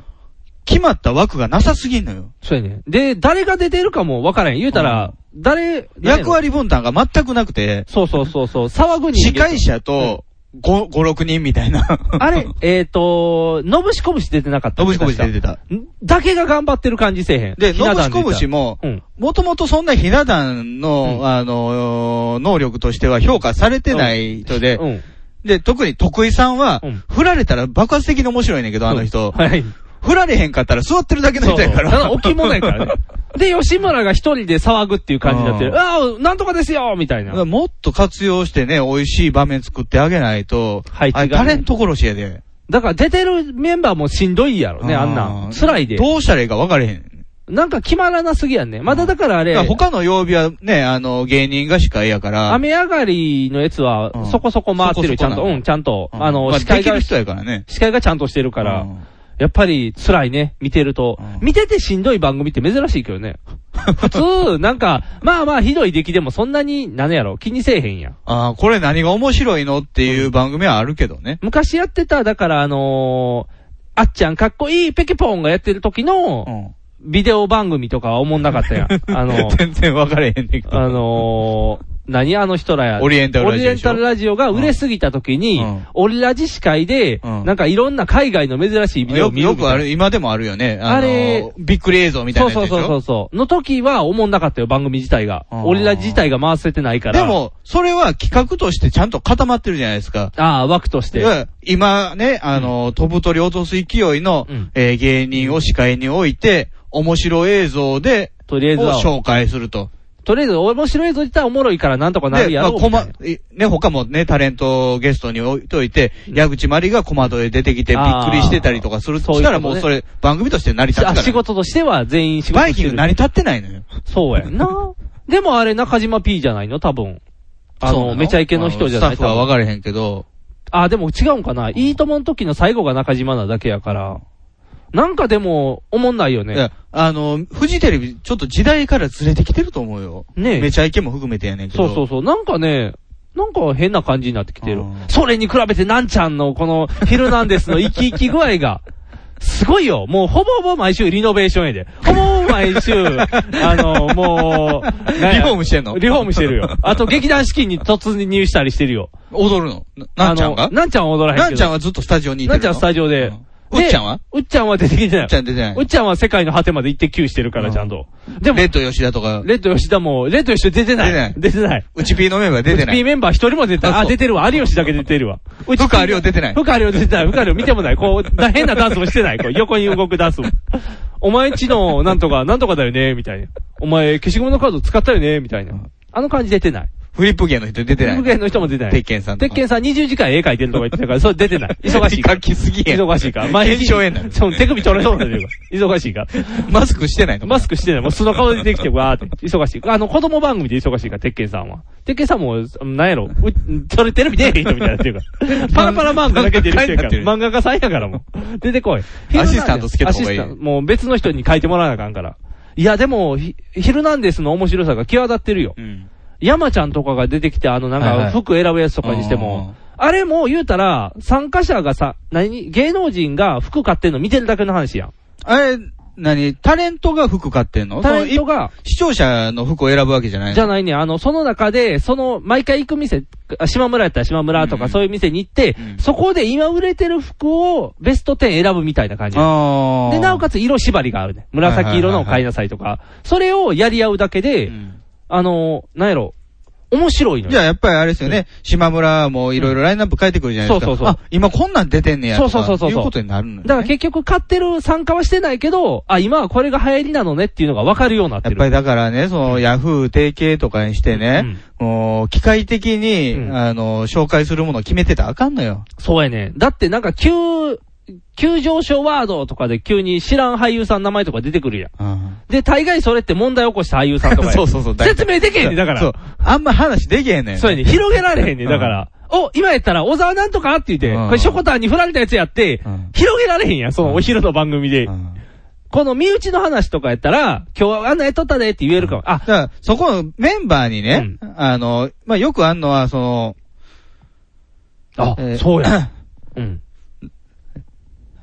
B: 決まった枠がなさすぎんのよ。
C: そうやね。で、誰が出てるかもわからへん。言うたら、誰、誰の
B: 役割分担が全くなくて、
C: そうそうそうそう。騒ぐ人
B: 司
C: 間
B: 会者と5、5、6人みたいな。
C: あれ、えっ、と、のぶしこぶし出てなかった。
B: のぶしこぶし出てた。
C: んだけが頑張ってる感じせえへん。
B: で、
C: ひな
B: のぶ
C: 壇
B: しこぶしも
C: 出たうん、
B: もともとそんなひな壇の、
C: うん
B: あのー、能力としては評価されてない人で、
C: うん。
B: で、特に徳井さんは
C: うん、
B: 振られたら爆発的に面白いねんけど、あの人。
C: はい。
B: 振られへんかったら座ってるだけの人やか
C: そう
B: ら。
C: そう置物 やからね。 で、吉村が一人で騒ぐっていう感じになって
B: う
C: る。
B: ん
C: ああ、なんとかですよみたい
B: だから
C: な。
B: もっと活用してね、美味しい場面作ってあげないと、
C: 配置が
B: あれ
C: ね
B: タレント殺しやで。
C: だから出てるメンバーもしんどいやろね、あんな
B: うん
C: ん。辛いで。
B: どうしたらいいか分かれへん。
C: なんか決まらなすぎやんね。まだだからあ
B: だ
C: れ
B: から、他の曜日はね、あの、芸人が司会やから。
C: 雨上がりのやつ
B: う
C: は
B: ん
C: そこそこ回って
B: そこ
C: る。ち
B: そ
C: ゃ
B: こ
C: ん
B: なの
C: と、うん、ちゃんと。
B: うん
C: あ
B: ま
C: の、司
B: で
C: 会
B: き
C: が
B: る、人やからね。
C: 司会がちゃんとしてるか
B: う
C: ら。
B: ん
C: やっぱり辛いね、見てると
B: うん。
C: 見ててしんどい番組って珍しいけどね。 普通、なんか、まあまあひどい出来でもそんなに、なんやろ、気にせえへんやん。
B: ああ、これ何が面白いのっていう番組はあるけどね。
C: 昔やってた、だからあのー、あっちゃんかっこいいペケポンがやってる時
B: うん。
C: の、ビデオ番組とかは思んなかったや ん。あのー、
B: 全然分かれへんねんけど。
C: あのー、何あの人らや。
B: オリエンタルラジオ
C: オ
B: で
C: リ
B: しょ
C: エンタルラジオが売れすぎた時に、
B: うん
C: オリラジ司会で、
B: うん
C: なんかいろんな海外の珍しいビデオ
B: よ
C: を
B: く、
C: 見る
B: よ
C: みたい
B: く
C: な
B: ある、今でもあるよね。の
C: あれ
B: びっくり映像みたいなやつ
C: そう
B: でしょ
C: そうそうそう。の時は思んなかったよ、番組自体が。
B: あー
C: 俺ら自体が回せてないから。
B: で、も、それは企画としてちゃんと固まってるじゃないですか。
C: ああ、枠として。
B: で今ね、あの、飛ぶ鳥落とす勢いの、
C: うん
B: えー芸人を司会に置いて、面白映像で、
C: とりあえず
B: を
C: は、
B: 紹介すると。
C: とりあえず面白いぞ自体はおもろいからなんとかなる
B: で、
C: や
B: ま
C: ろ
B: あ、
C: うみ
B: こ
C: た
B: ま
C: いな。、
B: いね、他もね、タレントをゲストに置いといて、
C: うん
B: 矢口まりが小窓へ出てきてびっくりしてたりとかする。
C: あー
B: そしたら
C: そう
B: も
C: いうう
B: そ
C: こと
B: れ、番組として成り立つから。
C: あ仕事としては全員仕事
B: バイ
C: して
B: キン
C: る。
B: グ成り立ってないのよ。
C: そうや んな。でもあれ中島 P じゃないの多分。あ
B: そうな
C: の、めちゃイケの人じゃ
B: あ
C: な
B: の
C: い
B: スタッフは
C: 多
B: 分
C: 分
B: かれへんけど、
C: あ、でも違うんかな。いいともの時の最後が中島なだけやから。なんかでも、おもんないよ
B: いや
C: ね。
B: あの、フジテレビ、ちょっと時代からずれてきてると思うよ。
C: ねえ
B: めちゃイケも含めてやねんけ
C: そ
B: ど。
C: うそうそう。なんかね、なんか変な感じになってきてる
B: うん。
C: それに比べてなんちゃんのこのヒルナンデスの生き生き具合が、すごいよ。もうほぼほぼ毎週リノベーションやで。ほぼほぼ毎週、あの、もう、
B: リフォームしてんの
C: リフォームしてるよ。あと劇団資金に突入したりしてるよ。
B: 踊るの。ななんちゃん
C: あ
B: が
C: のなんちゃんは踊らへんけど。
B: なんちゃんはずっとスタジオにいて
C: な
B: る
C: んちゃんはスタジオで。
B: うんうっちゃんは
C: でうっちゃんは出てきて
B: う
C: ない
B: っち。ゃん出てないう
C: っちゃんは世界の果てまで行って9してるから、ちゃんと。でも
B: レッ、ド吉田とか、
C: レッド吉田も、レッド吉田出てない。
B: 出
C: 出てない。
B: うちピーのメンバー出てな
C: B
B: い。
C: メンバー一人も出て
B: あ
C: ない。
B: そ
C: あ、
B: う
C: 出てるわ。有吉だけ出てるわ。う
B: 深有出てない
C: 深有出てない。深有見てもない。こう、だ変なダンスもしてない。こう、横に動くダンスも。お前んちの、なん とか、なんとかだよね、みたいな。お前、消しゴムのカード使ったよね、みたいな。あの感じ出てない。
B: フリップ芸の人出てない。
C: 文芸の人も出てない。
B: 鉄拳さんと
C: 鉄
B: か
C: 拳さん20時間絵描いてるとか言ってたから、それ出て ない。忙しいから。
B: 書きすぎやん
C: 忙し いから。
B: 腱鞘炎なの
C: そう、手首取れそうになってるから。忙 しいから。
B: マスクしてないの
C: マスクしてない。もう素の顔でできて、わーって。忙しい。あの、子供番組で忙しいから、鉄拳さんは。鉄拳さんも、なんやろ、うそれテレビ出えへん人みたいにな ってるから。パラパラ漫画だけ出る人やから。漫画家さんやからもう。出てこい。
B: アシスタントつけた方がいい
C: アシスタントもう別の人に書いてもらわなあかんから。いや、でも、ヒヒルナンデスの面白さが際立ってるよ。
B: うん。
C: 山ちゃんとかが出てきて、あの、なん
B: はいはい
C: か、服選ぶやつとかにして
B: うん
C: も、あれも言うたら、参加者がさ、何芸能人が服買ってんの見てるだけの話やん。
B: あれ、何タレントが服買ってんの
C: タレントが
B: そのい視聴者の服を選ぶわけじゃないの
C: じゃないね。あの、その中で、その、毎回行く店、あ島村やったら島村と
B: うん
C: かそういう店に行って、
B: うん
C: そこで今売れてる服をベスト10選ぶみたいな感じ。
B: ああ。
C: で、なおかつ色縛りがあるね。紫色のを買いなさいとか。それをやり合うだけで、
B: うん
C: あの、なんやろ、面白いのよ。
B: じゃあやっぱりあれですよね、島村もいろいろラインナップ変えてくるじゃないですか。
C: そうそうそう
B: あ、今こんなん出てんねやとか。
C: そうそうそうそう
B: いうことになるのよね。
C: だから結局買ってる参加はしてないけど、あ、今はこれが流行りなのねっていうのが分かるようになっ
B: や
C: て
B: っ
C: る。
B: ぱりだからね、その、ヤフー提携とかにしてね、もう、機械的に、
C: うん
B: あの、紹介するものを決めてたらあかんのよ。
C: そうやね。だってなんか急、急上昇ワードとかで急に知らん俳優さんの名前とか出てくるやん。
B: うん
C: で、大概それって問題起こした俳優さんとか や
B: そうそうそう大体
C: 説明できへんねんだから。
B: そう。あんま話できへんねん。
C: そうやね。広げられへんねん、
B: うん
C: だから。お、今やったら、小沢なんとかって言って、
B: うん
C: これ、ショコタンに振られたやつやって、
B: うん
C: 広げられへんやん、そのお昼の番組で
B: う。ん
C: この身内の話とかやったら、今日はあんなやっとったでって言えるかも。
B: だ、
C: あ
B: から、そこのメンバーにね、あの、まあ、よくあんのは、その、
C: あ
B: えー
C: そ うや。うん。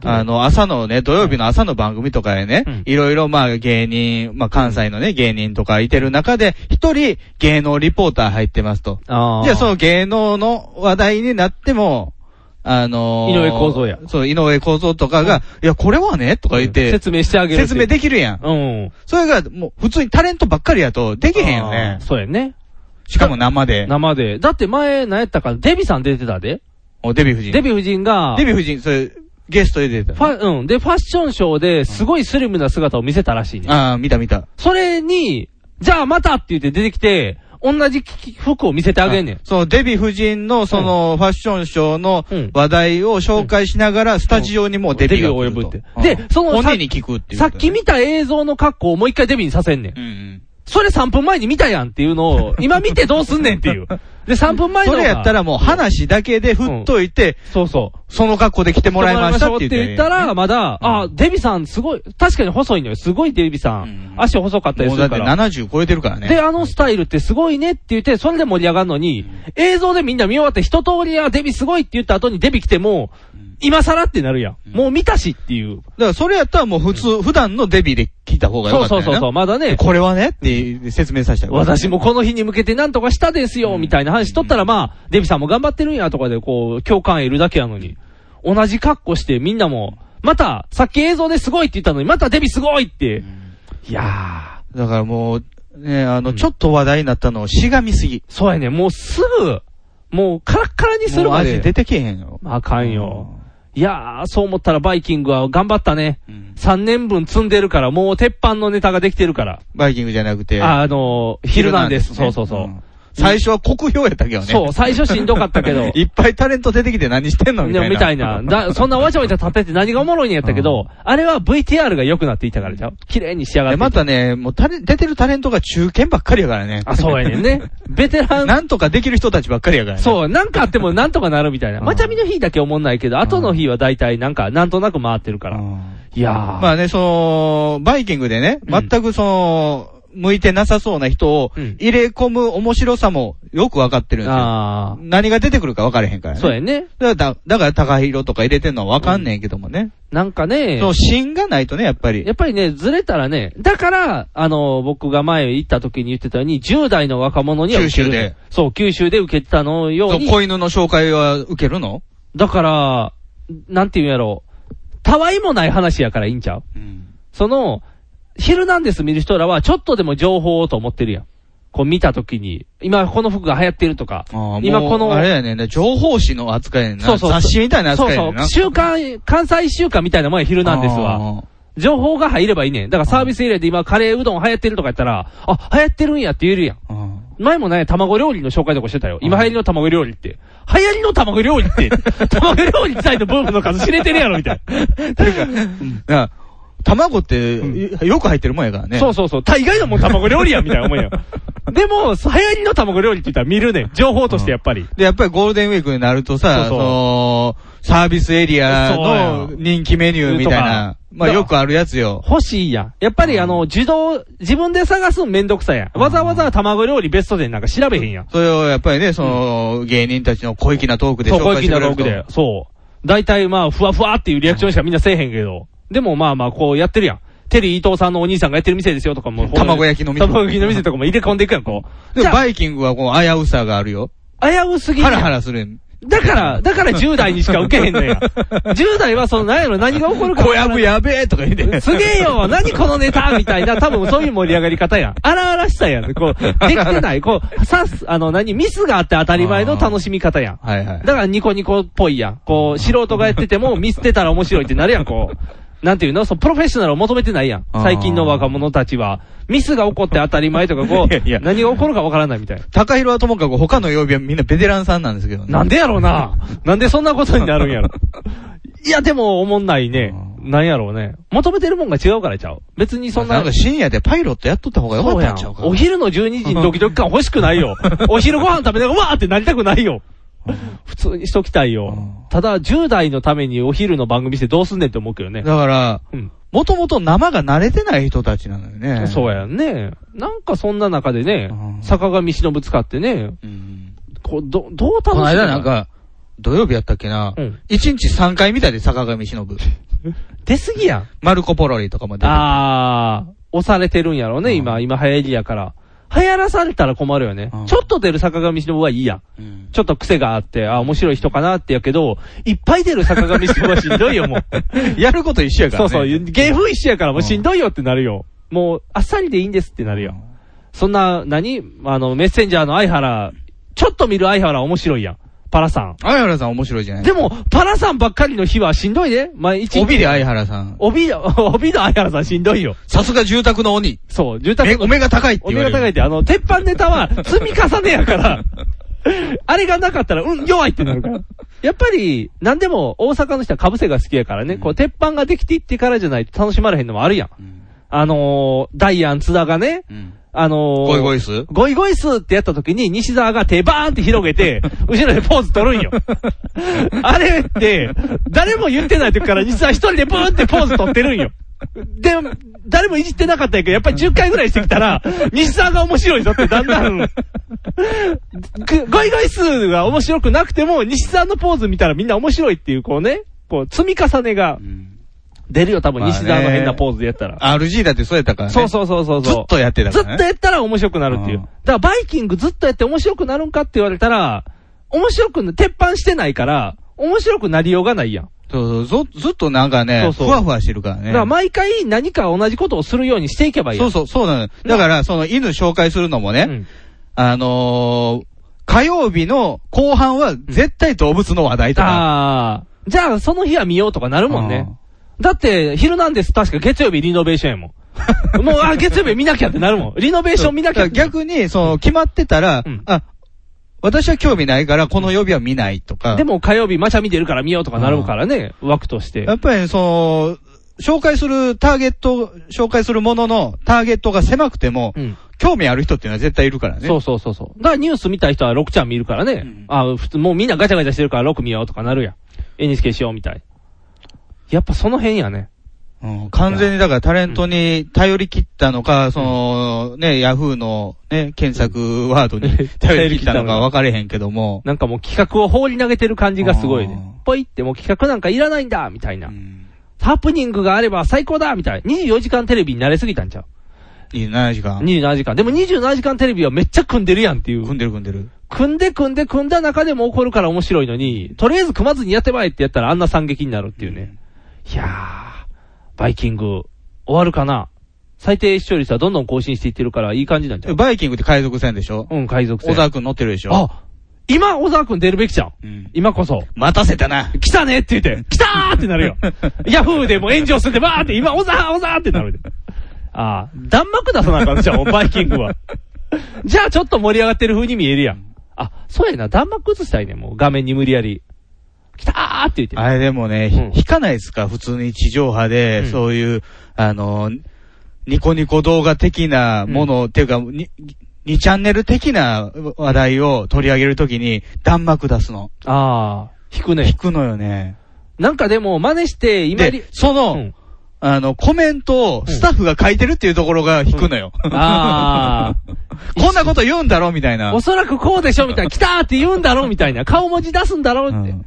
B: あの、朝のね、土曜日の朝の番組とかでね
C: うん、
B: いろいろまあ芸人、まあ関西のね、芸人とかいてる中で、一人芸能リポーター入ってますと。
C: あー
B: じゃあその芸能の話題になっても、あのー
C: 井上公造や
B: そう、井上構造とかが、いや、これはね、とか言って、
C: 説明してあげる。
B: 説明できるやん。
C: うん。
B: それが、もう、普通にタレントばっかりやと、できへんよね
C: あー。そうやね。
B: しかも生で。
C: 生で。だって前、何やったか、デヴィさん出てたで。
B: おデヴィ夫人。
C: デヴィ夫人が、
B: デヴィ夫人、それ、ゲストで出て
C: フ
B: た。
C: ァ、うん。で、ファッションショーですごいスリムな姿を見せたらしいね。
B: ああ、見た見た。
C: それに、じゃあまたって言って出てきて、同じ着服を見せてあげんねん。
B: そのデヴィ夫人のそのファッションショーの
C: うん
B: 話題を紹介しながら、スタジオにもうデヴィが来ると。
C: デヴィを呼ぶって
B: うん
C: でそのさ
B: 本音に聞くっていう
C: さ
B: こ
C: っ
B: と
C: き
B: ね、
C: 見た映像の格好をもう一回デビにさせんねん。
B: うんうん。
C: それ3分前に見たやんっていうの を、今見てどうすんねんっていう。で、3分前の
B: そ
C: が
B: れやったらもう話だけで振っといて、
C: そうそう。
B: その格好で来てもらいましたって言って。
C: たら、まだ、あ、デビさんすごい、確かに細いのよ。すごいデビさん
B: う。ん
C: 足細かったり
B: もう
C: す
B: だ
C: る
B: って
C: から。
B: 70超えてるからね。
C: で、あのスタイルってすごいねって言って、それで盛り上がるのに、映像でみんな見終わって一通りや、デビすごいって言った後にデビ来ても、今更ってなるやん。もう見たしっていう。
B: だからそれやったらもう普通、普段のデビで聞いた方がよか
C: そう
B: った
C: そ
B: よ、
C: う
B: ね。
C: そうそう、まだね。
B: これはねって説明させた
C: 私もこの日に向けてなんとかしたですよ、みたいな話しとったら、まあ、デビさんも頑張ってるんやとかで、こう、共感得るだけやのに、同じ格好してみんなも、また、さっき映像ですごいって言ったのに、またデビすごいって。いや
B: だからもう、ね、あの、ちょっと話題になったのをしがみすぎ。
C: ー、そうやね、もうすぐ、もうカラッカラにする
B: もう
C: まで
B: 味。出てけへんよ。
C: あかんよ。いやー、そう思ったらバイキングは頑張ったね。
B: うん
C: 3年分積んでるから、もう鉄板のネタができてるから。
B: バイキングじゃなくて。
C: あのー、ヒルナンデス。そ
B: ね
C: うそうそう。
B: ん最初は酷評やったけどね。。
C: そう、最初しんどかったけど
B: いっぱいタレント出てきて何してんのみた
C: でも
B: いな。
C: みたいな。だ、そんなわちゃわちゃ立てて何がおもろいんやったけど、あれは VTR が良くなっていたからちゃう綺麗に仕上がっ
B: で
C: て。
B: ま、たね、もうタレ、出てるタレントが中堅ばっかりやからね。
C: あ、そうやねんね。ベテラ ン、
B: なんとかできる人たちばっかりやからね。う。
C: そう、なんかあってもなんとかなるみたいな。
B: うん
C: まちゃみの日だけ思んないけど、後の日は大体なんか、なんとなく回ってるから。いやー。
B: まあね、その、バイキングでね、
C: うん
B: 全くその、向いてなさそうな人を
C: うん
B: 入れ込む面白さもよくわかってるんですよ。
C: あ
B: 何が出てくるか分からへんから
C: ー
B: ね。
C: そうやね。
B: だから、だから高弘とか入れてんのは分かんねんけどもね。
C: なんかね。
B: その芯がないとね、やっぱり。
C: やっぱりね、ずれたらね、だから、あの、僕が前行った時に言ってたように、10代の若者には受ける
B: 九州で。
C: そう、九州で受けてたのよ
B: そうう
C: に。
B: 子犬の紹介は受けるの
C: だから、なんていうんやろたわいもない話やからいいんちゃうその、ヒルナンデス見る人らは、ちょっとでも情報をと思ってるやん。こう見た時に、今この服が流行ってるとか
B: ああ、もう
C: 今この、
B: あれやねんな、情報誌の扱いやねんな。
C: そうそう
B: 雑誌みたいな
C: そう
B: 扱いや
C: そ
B: ねんな。
C: う、週刊、関西週刊みたいなもんや、ヒルナンデスは。
B: ああ。
C: 情報が入ればいいねん。だからサービスエリアで今カレーうどん流行ってるとか言ったら、あ、流行ってるんやって言えるやん。
B: あ
C: 前もね、卵料理の紹介とかしてたよ。今流行りの卵料理って。流行りの卵料理 って。卵料理自体のブームの数知れてるやろ、みたいな。ていう
B: あだから卵って、よく入ってるもんやからね。
C: か、そうそうそう。大概のもん卵料理や、みたいな 思いよ。でも、流行りの卵料理って言ったら見るねん。情報としてやっぱり。
B: で、やっぱりゴールデンウィークになるとさ、そ
C: そ
B: う
C: そう
B: の、サービスエリアの
C: そうや
B: 人気メニューみたいな
C: とか、
B: まあよくあるやつよ。
C: 欲しいやん。やっぱりあの、自動、自分で探すのめんどくさいやん。わざわざ卵料理ベストでなんか調べへんやん。
B: それをやっぱりね、その、芸人たちの小粋なトークで
C: そう、
B: 紹
C: 小
B: 介し
C: 粋
B: てく
C: な
B: れ
C: ロ
B: る
C: グ
B: と。
C: で。そう。大体まあ、ふわふわっていうリアクションしかみんなせえへんけど。でもまあまあ、こうやってるやん。テリー伊藤さんのお兄さんがやってる店ですよとかも。
B: 卵焼きの店
C: 卵焼きの店とかも入れ込んでいくやん、こう。
B: で
C: じ
B: も
C: ゃ
B: バイキングはこの危うさがあるよ。
C: あ、危うすぎる
B: ハ
C: やん
B: ラハラするやん。
C: だから、だから10代にしか受けへん のや。10代はその、何やろ、何が起こるか。
B: 小籔やべえとか言うて。
C: すげえよ何このネタみたいな、多分そういう盛り上がり方やん。荒々しさやん。こう、できてない。こう、さす、あの、何、ミスがあって当たり前の楽しみ方やん。
B: はいはい。
C: だからニコニコっぽいやん。こう、素人がやって てもミスってたら面白いってなるやん、こう。なんていうのそう、プロフェッショナルを求めてないやん。
B: あー
C: 最近の若者たちは。ミスが起こって当たり前とか、こ
B: いやいや
C: う、何が起こるかわからないみたいな。
B: 高弘はともかく他の曜日はみんなベテランさんなんですけどね。
C: なんでやろうななんでそんなことになるんや ろ。いや、でも、おもんないね。なんやろうね。求めてるもんが違うからちゃう。別にそんな。
B: なんか深夜でパイロットやっとった方がよかったんちゃうか。
C: お昼の12時 にドキドキ感欲しくないよ。お昼ご飯食べながら、わーってなりたくないよ。普通にしときたいよ。
B: うん
C: ただ、10代のためにお昼の番組してどうすんねんって思うけどね。
B: だから、
C: うん。
B: もともと生が慣れてない人たちなのよね。
C: そう
B: や。
C: やんね。なんかそんな中でね
B: う、ん
C: 坂上忍使ってね、
B: うん。
C: こう、ど、どう楽し
B: こ
C: む
B: の間なん、か、土曜日やったっけな
C: うん。
B: 一日3回見たで、坂上忍。
C: 出すぎやん。
B: マルコポロリとかも出てる。
C: あー、押されてるんやろね、今、今流行りやから。流行らされたら困るよね
B: うん。
C: ちょっと出る坂上忍はいいやん。
B: うん
C: ちょっと癖があって、あ、面白い人かなってやけど、いっぱい出る坂上忍はしんどいよ、も う。
B: やること一緒やから
C: そう
B: ね。
C: そう、芸風一緒やからもうしんどいよってなるよ。もう、あっさりでいいんですってなるよ。そんな、何あの、メッセンジャーの相原、ちょっと見る相原面白いやん。パラさん。
B: 相原さん面白いじゃない
C: でも、パラさんばっかりの日はしんどいで。毎日。
B: 帯で相原さん。
C: 帯、帯の相原さんしんどいよ。
B: さすが住宅の鬼。
C: そう、住宅
B: めお目が高いって
C: お
B: 言
C: 目
B: われ
C: が
B: る。
C: 高いって、あの、鉄板ネタは積み重ね やから、あれがなかったら、うん、弱いってなるから。やっぱり、なんでも大阪の人はかぶせが好きやからね、こう、鉄板ができていってからじゃないと楽しまれへんのもあるやん。
B: うん
C: あのー、ダイアン津田がね、
B: うん。
C: あのー、
B: ゴイゴイス
C: ゴイゴイスーってやった時に西沢が手バーンって広げて、後ろでポーズ取るんよ。あれって、誰も言ってない時から西沢一人でブーンってポーズ取ってるんよ。で、誰もいじってなかったんやけど、やっぱり10回ぐらいしてきたら、西沢が面白いぞってだんだん、ぐゴイゴイスーが面白くなくても、西沢のポーズ見たらみんな面白いっていう、こうね、こう積み重ねが出るよ、多分
B: まあね
C: 西沢の変なポーズでやったら。
B: RG だってそうやったからね。
C: そうそうそうそうそう。
B: ずっとやってたからね
C: ずっとやったら面白くなるっていう。
B: うん
C: だからバイキングずっとやって面白くなるんかって言われたら、面白くな、鉄板してないから、面白くなりようがないやん。
B: そうそう、ずずっとなんかね、
C: そうそう
B: ふわふわしてるからね。
C: だから毎回何か同じことをするようにしていけばいいや
B: そ
C: ん。
B: うそう、そうなのよ。だから、その犬紹介するのもね、
C: ん
B: あのー、火曜日の後半は絶対動物の話題とか。
C: ああ。じゃあ、その日は見ようとかなるもんね。だって、ヒルナンデス確か月曜日リノベーション やもん。もう、あ、月曜日見なきゃってなるもん。リノベーション見なきゃ
B: だから逆に、その、決まってたら、
C: うん
B: あ、私は興味ないから、この曜日は見ないとか。
C: で、も火曜日マチャ見てるから見ようとかなるからね、枠として
B: や。っぱり、その、紹介するターゲット、紹介するもののターゲットが狭くても、
C: うん。
B: 興味ある人っていうのは絶対いるからね。
C: そうそうそうそう。だからニュース見た人は6ちゃん見るからね。あ普通、もうみんなガチャガチャしてるから6見ようとかなるやん。NHK しようみたい。やっぱその辺やね。
B: うん完全にだからタレントに頼り切ったのか、その、ね、ヤフーのね、検索ワード に頼り切ったのか分かれへんけども。
C: なんかもう企画を放り投げてる感じがすごいね
B: あ。
C: ぽいってもう企画なんかいらないんだみたいな
B: う。ん
C: ハプニングがあれば最高だみたいな。24時間テレビに慣れすぎたんちゃう
B: 27時間。
C: ?27 時間。でも27時間テレビはめっちゃ組んでるやんっていう
B: 組。んでる組んでる。
C: 組んで組んで組んだ中でも起こるから面白いのに、とりあえず組まずにやってまえってやったらあんな惨劇になるっていうね。いやー、バイキング、終わるかな最低視聴率はどんどん更新していってるから、いい感じなんじゃう
B: バイキングって海賊船でしょ
C: うん、海賊
B: 小
C: 船。
B: 沢くん乗ってるでしょ
C: あ、今、小沢くん出るべきじゃん。
B: うん
C: 今こそ。
B: 待たせたな。
C: 来たねって言って、来たーって なるよ。ヤフーでも炎上すんで、わーって、今、おざーおざーってなるで。ああ、弾幕出さなあか んじゃん、バイキングは。じゃあちょっと盛り上がってる風に見えるやん。あ、そうやな、弾幕映したいね、もう画面に無理やり。来たーって言って。
B: あれでもね、
C: うん
B: ひ引かないですか普通に地上波
C: う
B: で、
C: ん
B: そういう、あの、ニコニコ動画的なもの、っていうか、に2チャンネル的な話題を取り上げるときに、弾幕出すの。
C: ああ、引く
B: 引
C: ね。
B: くのよね。
C: なんかでも真似して、今り
B: で、、その、
C: うん
B: あの、コメントをスタッフが書いてるっていうところが引くのよ。
C: あ
B: こんなこと言うんだろみたい な
C: お。そらくこうでしょ、みたいな。来たーって言うんだろ、みたいな。顔文字出すんだろ、
B: う
C: って。
B: ん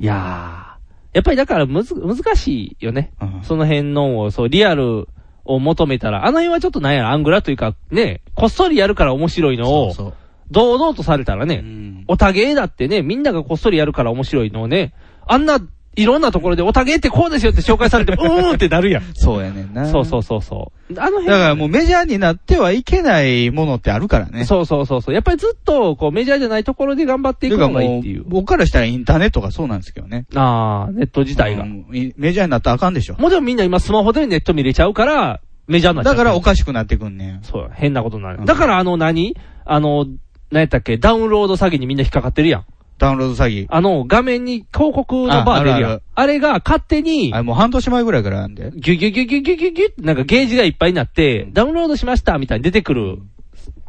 C: いやー、やっぱりだからむず、難しいよね。
B: うん
C: その辺のを、そう、リアルを求めたら、あの辺はちょっとなんやろ、アングラというか、ね、こっそりやるから面白いのを、
B: そう
C: 堂々とされたらね、おたげだってね、みんながこっそりやるから面白いのをね、あんな、いろんなところでおたげってこうですよって紹介されても、うーんってなるやん。
B: そうやねんな。
C: そうそうそうそう。あの辺
B: だからもうメジャーになってはいけないものってあるからね。
C: そうそうそうそう。やっぱりずっと、こう、メジャーじゃないところで頑張っていく
B: か
C: のがい
B: も
C: いっ
B: う
C: ていう、。
B: 僕からしたらインターネットがそうなんですけどね。
C: ああ、ネット自体が。
B: うんいメジャーになったらあかんでしょ。
C: もちろんみんな今スマホでネット見れちゃうから、メジャーになっちゃ
B: だ
C: う。
B: からおかしくなってくんねん。
C: そう、変なことにな
B: う
C: る。
B: ん
C: だからあの何あの、何やったっけダウンロード詐欺にみんな引っかかってるやん。
B: ダウンロード詐欺。
C: あの、画面に広告のバー出るやん。
B: ああるあ
C: あ
B: る
C: れが勝手に
B: あ、れもう半年前ぐらいからなんで。
C: ギュギュギュギュギュギュギュってなんかゲージがいっぱいになって、ダウンロードしましたみたいに出てくる。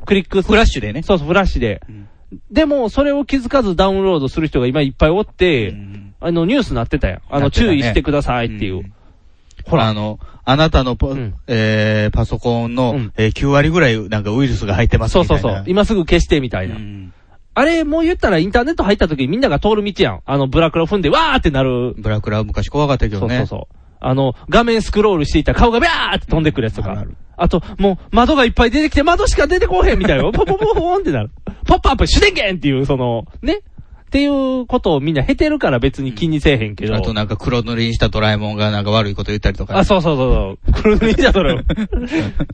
C: クリックする
B: フラッシュでね。
C: そうそう、フラッシュで。でも、それを気づかずダウンロードする人が今いっぱいおって、
B: ん
C: あの、ニュースなってたやん。あ
B: な
C: の、
B: ってたね
C: 注意してくださいっていう。
B: うん
C: ほら
B: あの、あなたのポ、
C: うん
B: えー、パソコンの、
C: うん
B: えー9割ぐらいなんかウイルスが入ってます
C: そう
B: みた
C: そう
B: いな。
C: そう。今すぐ消してみたいな。
B: うん
C: あれ、もう言ったらインターネット入った時にみんなが通る道やん。あの、ブラクラ踏んで、わーってなる。
B: ブラックラは昔怖かったけ
C: そ
B: ど
C: う
B: ね。
C: そうそう。あの、画面スクロールしていた顔がビャーって飛んでくるやつと
B: うんあ
C: か
B: る。
C: あと、もう、窓がいっぱい出てきて、窓しか出てこうへんみたい な。ポポポポポンってなる。ポップアップ、主電源っていう、その、ね。っていうことをみんな経てるから別に気にせえへんけど。
B: あとなんか黒塗りにしたドラえもんがなんか悪いこと言ったりとか、
C: あ、そうそうそうそう。黒塗りじ ゃそれ。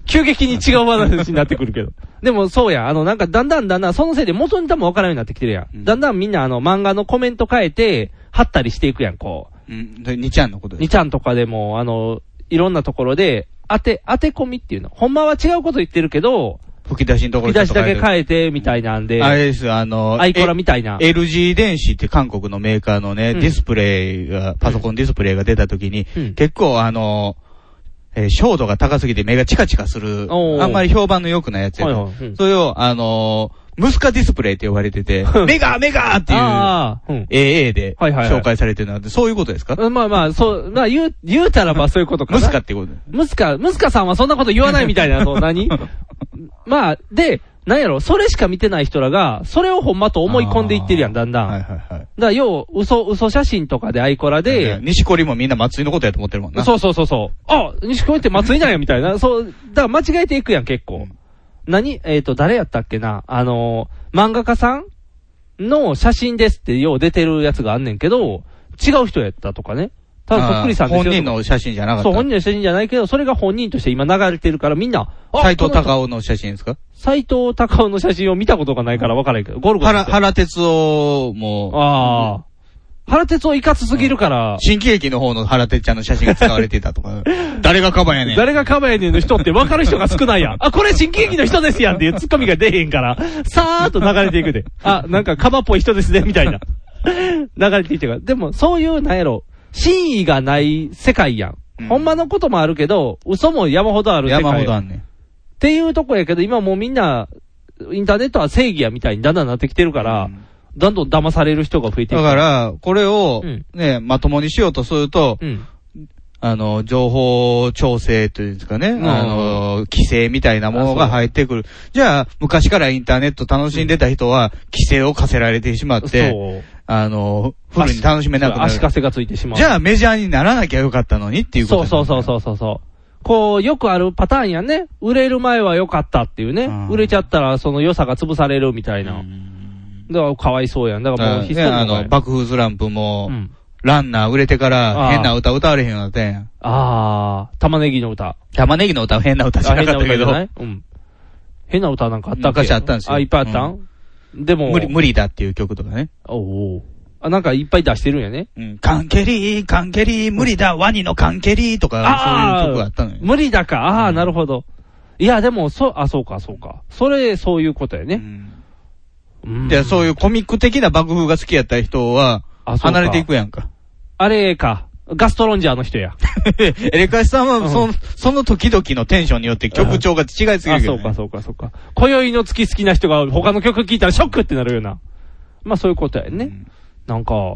C: 急激に違う話になってくるけど。でもそうやん、あの、なんかだんだんだんだん、そのせいで元ネタもわからんようになってきてるやん。だんだんみんなあの、漫画のコメント変えて、貼ったりしていくやん、こう。
B: う。うん。で、にちゃんのことで
C: に
B: す。
C: ちゃんとかでも、あの、いろんなところで、当て、当て込みっていうの。ほんまは違うこと言ってるけど、
B: 吹き出しのとこ
C: 見
B: ろ
C: 出しだけ
B: え
C: 変えて、みたいなんで、
B: あれですよ、あの、
C: アイコラみたいな。
B: え LG 電子って韓国のメーカーのね、
C: うん
B: ディスプレイが、パソコンディスプレイが出た時に、
C: うん
B: 結構あの、えー、照度が高すぎて目がチカチカする、
C: おー
B: あんまり評判の良くないやつや
C: は
B: け
C: い
B: ど
C: はいうん
B: それを、あのー、ムスカディスプレイって呼ばれてて、メガメガっていう、
C: ああ、うん。
B: AA で
C: はいはいはい
B: 紹介されてるので、そういうことですか
C: うんまあまあ、そう、まあ言う、言うたらばそういうことかな。
B: ムスカってこと
C: ムスカ、ムスカさんはそんなこと言わないみたいな、その 何まあ、で、なんやろ、それしか見てない人らが、それをほんまと思い込んでいってるやん、だんだん。
B: はい
C: だか
B: はいはい。
C: ら、要、嘘、嘘写真とかでアイコラ
B: いや
C: で、
B: 西堀もみんな松井のことやと思ってるもんな。
C: そうそうそうそう。あ、西君って松井なんや、みたい な。そう、だから間違えていくやん、結構。何えっ、と、誰やったっけなあのー漫画家さんの写真ですってよう出てるやつがあんねんけど、違う人やったとかね。ただ、そっくりさんですよ
B: あ
C: と
B: ー本
C: か。
B: 人の写真じゃなかった。
C: そう、本人の写真じゃないけど、それが本人として今流れてるからみんな、
B: 斎藤
C: 夫。
B: 隆夫の写真ですか
C: 斎藤隆夫の写真を見たことがないから分からんけど、ゴルゴ
B: 原、
C: あ
B: 原哲夫も、
C: あー。原哲夫いかつすぎるから、
B: 新喜劇の方の原哲ちゃんの写真が使われてたとか、 誰がカバンやねん。
C: 誰がカバヤネの人って分かる人が少ないやん。 あ、これ新喜劇の人ですやんっていうツッコミが出へんから、さーっと流れてい くで。あ、なんかカバっぽい人ですね、みたいな。 流れていってから。でも、そういう、なんやろ、真意がない世界やん。
B: うん
C: ほんまのこともあるけど、嘘も山ほどある世界。
B: 山ほどあんねん。
C: っていうとこやけど、今もうみんな、インターネットは正義やみたいにだんだんなってきてるから、
B: うん
C: どんどん騙される人が増えて
B: だ
C: いく。、
B: からら、これを
C: うん、
B: ね、まともにしようとすると
C: う、ん。
B: あの、情報調整というんですかね、
C: ん
B: あの、規制みたいなものが入ってくる。じゃあ、昔からインターネット楽しんでた人は、規制を課せられてしまっ
C: そう。
B: て、あの、フルに楽しめなくな
C: 足
B: る。
C: かせがついてしまう。
B: じゃあ、メジャーにならなきゃよかったのにっていうこ
C: そ
B: と
C: う
B: に
C: そ
B: な
C: う
B: る
C: そうそうそうそう。こう、よくあるパターンやね。売れる前は良かったっていうね。
B: うん
C: 売れちゃったら、その良さが潰されるみたいな。だから、かわいそうやん。だからもう、
B: ね、あの、
C: バ
B: 爆風スランプも、
C: うん。
B: ランナー売れてか
C: あ
B: ら
C: ー
B: 変な歌歌われへんようになったんやん。
C: あー、玉ねぎの歌。
B: 玉ねぎの歌は変な歌じゃ
C: あ
B: な
C: 変
B: か
C: な
B: った
C: 歌
B: け
C: じ
B: ど
C: ゃ、ないうん。変な歌なんかあったっけ
B: 昔あったんですよ
C: あ、いっぱいあったん、でも、
B: 無理、無理だっていう曲とかね。
C: おお。あ、なんかいっぱい出してるんやね。
B: うん、カンケリー、カンケリー、無理だ、ワニのカンケリーとか、そういう曲があったのよ。
C: 無理だか。ああー、なるほど。いや、でも、そう、あ、そうか、そうか。それ、そういうことや
B: う
C: ね。
B: ん
C: うん
B: で、そういうコミック的な爆風が好きやった人は、
C: あそうか
B: 離れていくやんか。
C: あれか。ガストロンジャーの人や。
B: エレカシさんは、そ
C: うん
B: の、その時々のテンションによって曲調が違いすぎ
C: あ、
B: るけ
C: そ
B: ど
C: う
B: ね。
C: か、そうか、そうか。今宵の月好きな人が他の曲聴いたらショックってなるような。まあ、そういうことやね。
B: うん
C: なんか、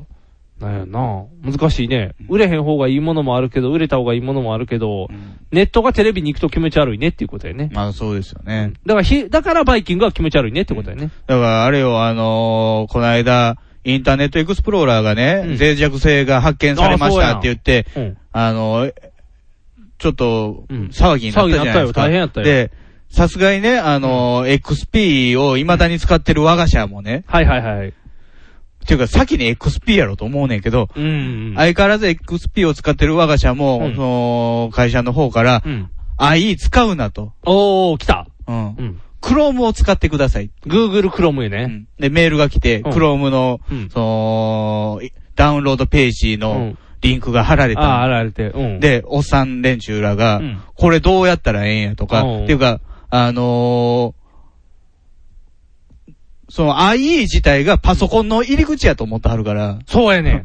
C: なんやな。難しいね。売れへん方がいいものもあるけど、売れた方がいいものもあるけど、
B: うん
C: ネットがテレビに行くと気持ち悪いねっていうことやね。
B: まあそうですよね。
C: だからひ、だからバイキングは気持ち悪いねってことやね。
B: だから、あれよ、あのーこの間、インターネットエクスプローラーがね、
C: うん
B: 脆弱性が発見されましたって言って、
C: うん。
B: あのーちょっと、
C: うん
B: 騒ぎになったじゃないですか。
C: 騒ぎになったよ大変やったよ
B: で、さすがにね、あの、XP を未だに使ってる我が社もね、
C: はいはいはい。
B: っていうか先に XP やろうと思うねんけど、
C: うんうん。
B: 相変わらず XP を使ってる我が社も、
C: うん
B: その、会社の方から
C: う、ん。
B: IE 使うなと。
C: おー、来た。
B: うん
C: う。ん。
B: Chrome を使ってください。
C: Google Chrome
B: う
C: ね。
B: んで、メールが来て、
C: うん
B: Chrome の
C: うん、
B: その、いダウンロードページ
C: う
B: の
C: ん
B: リンクが貼られ
C: ああ、
B: た。
C: あられて。うん。、
B: で、おっさん連中らが
C: うん、
B: これどうやったらええんやとか、
C: うん
B: っていうか、あのーその IE 自体がパソコンの入り口やと思ってはるから、
C: そうや ね。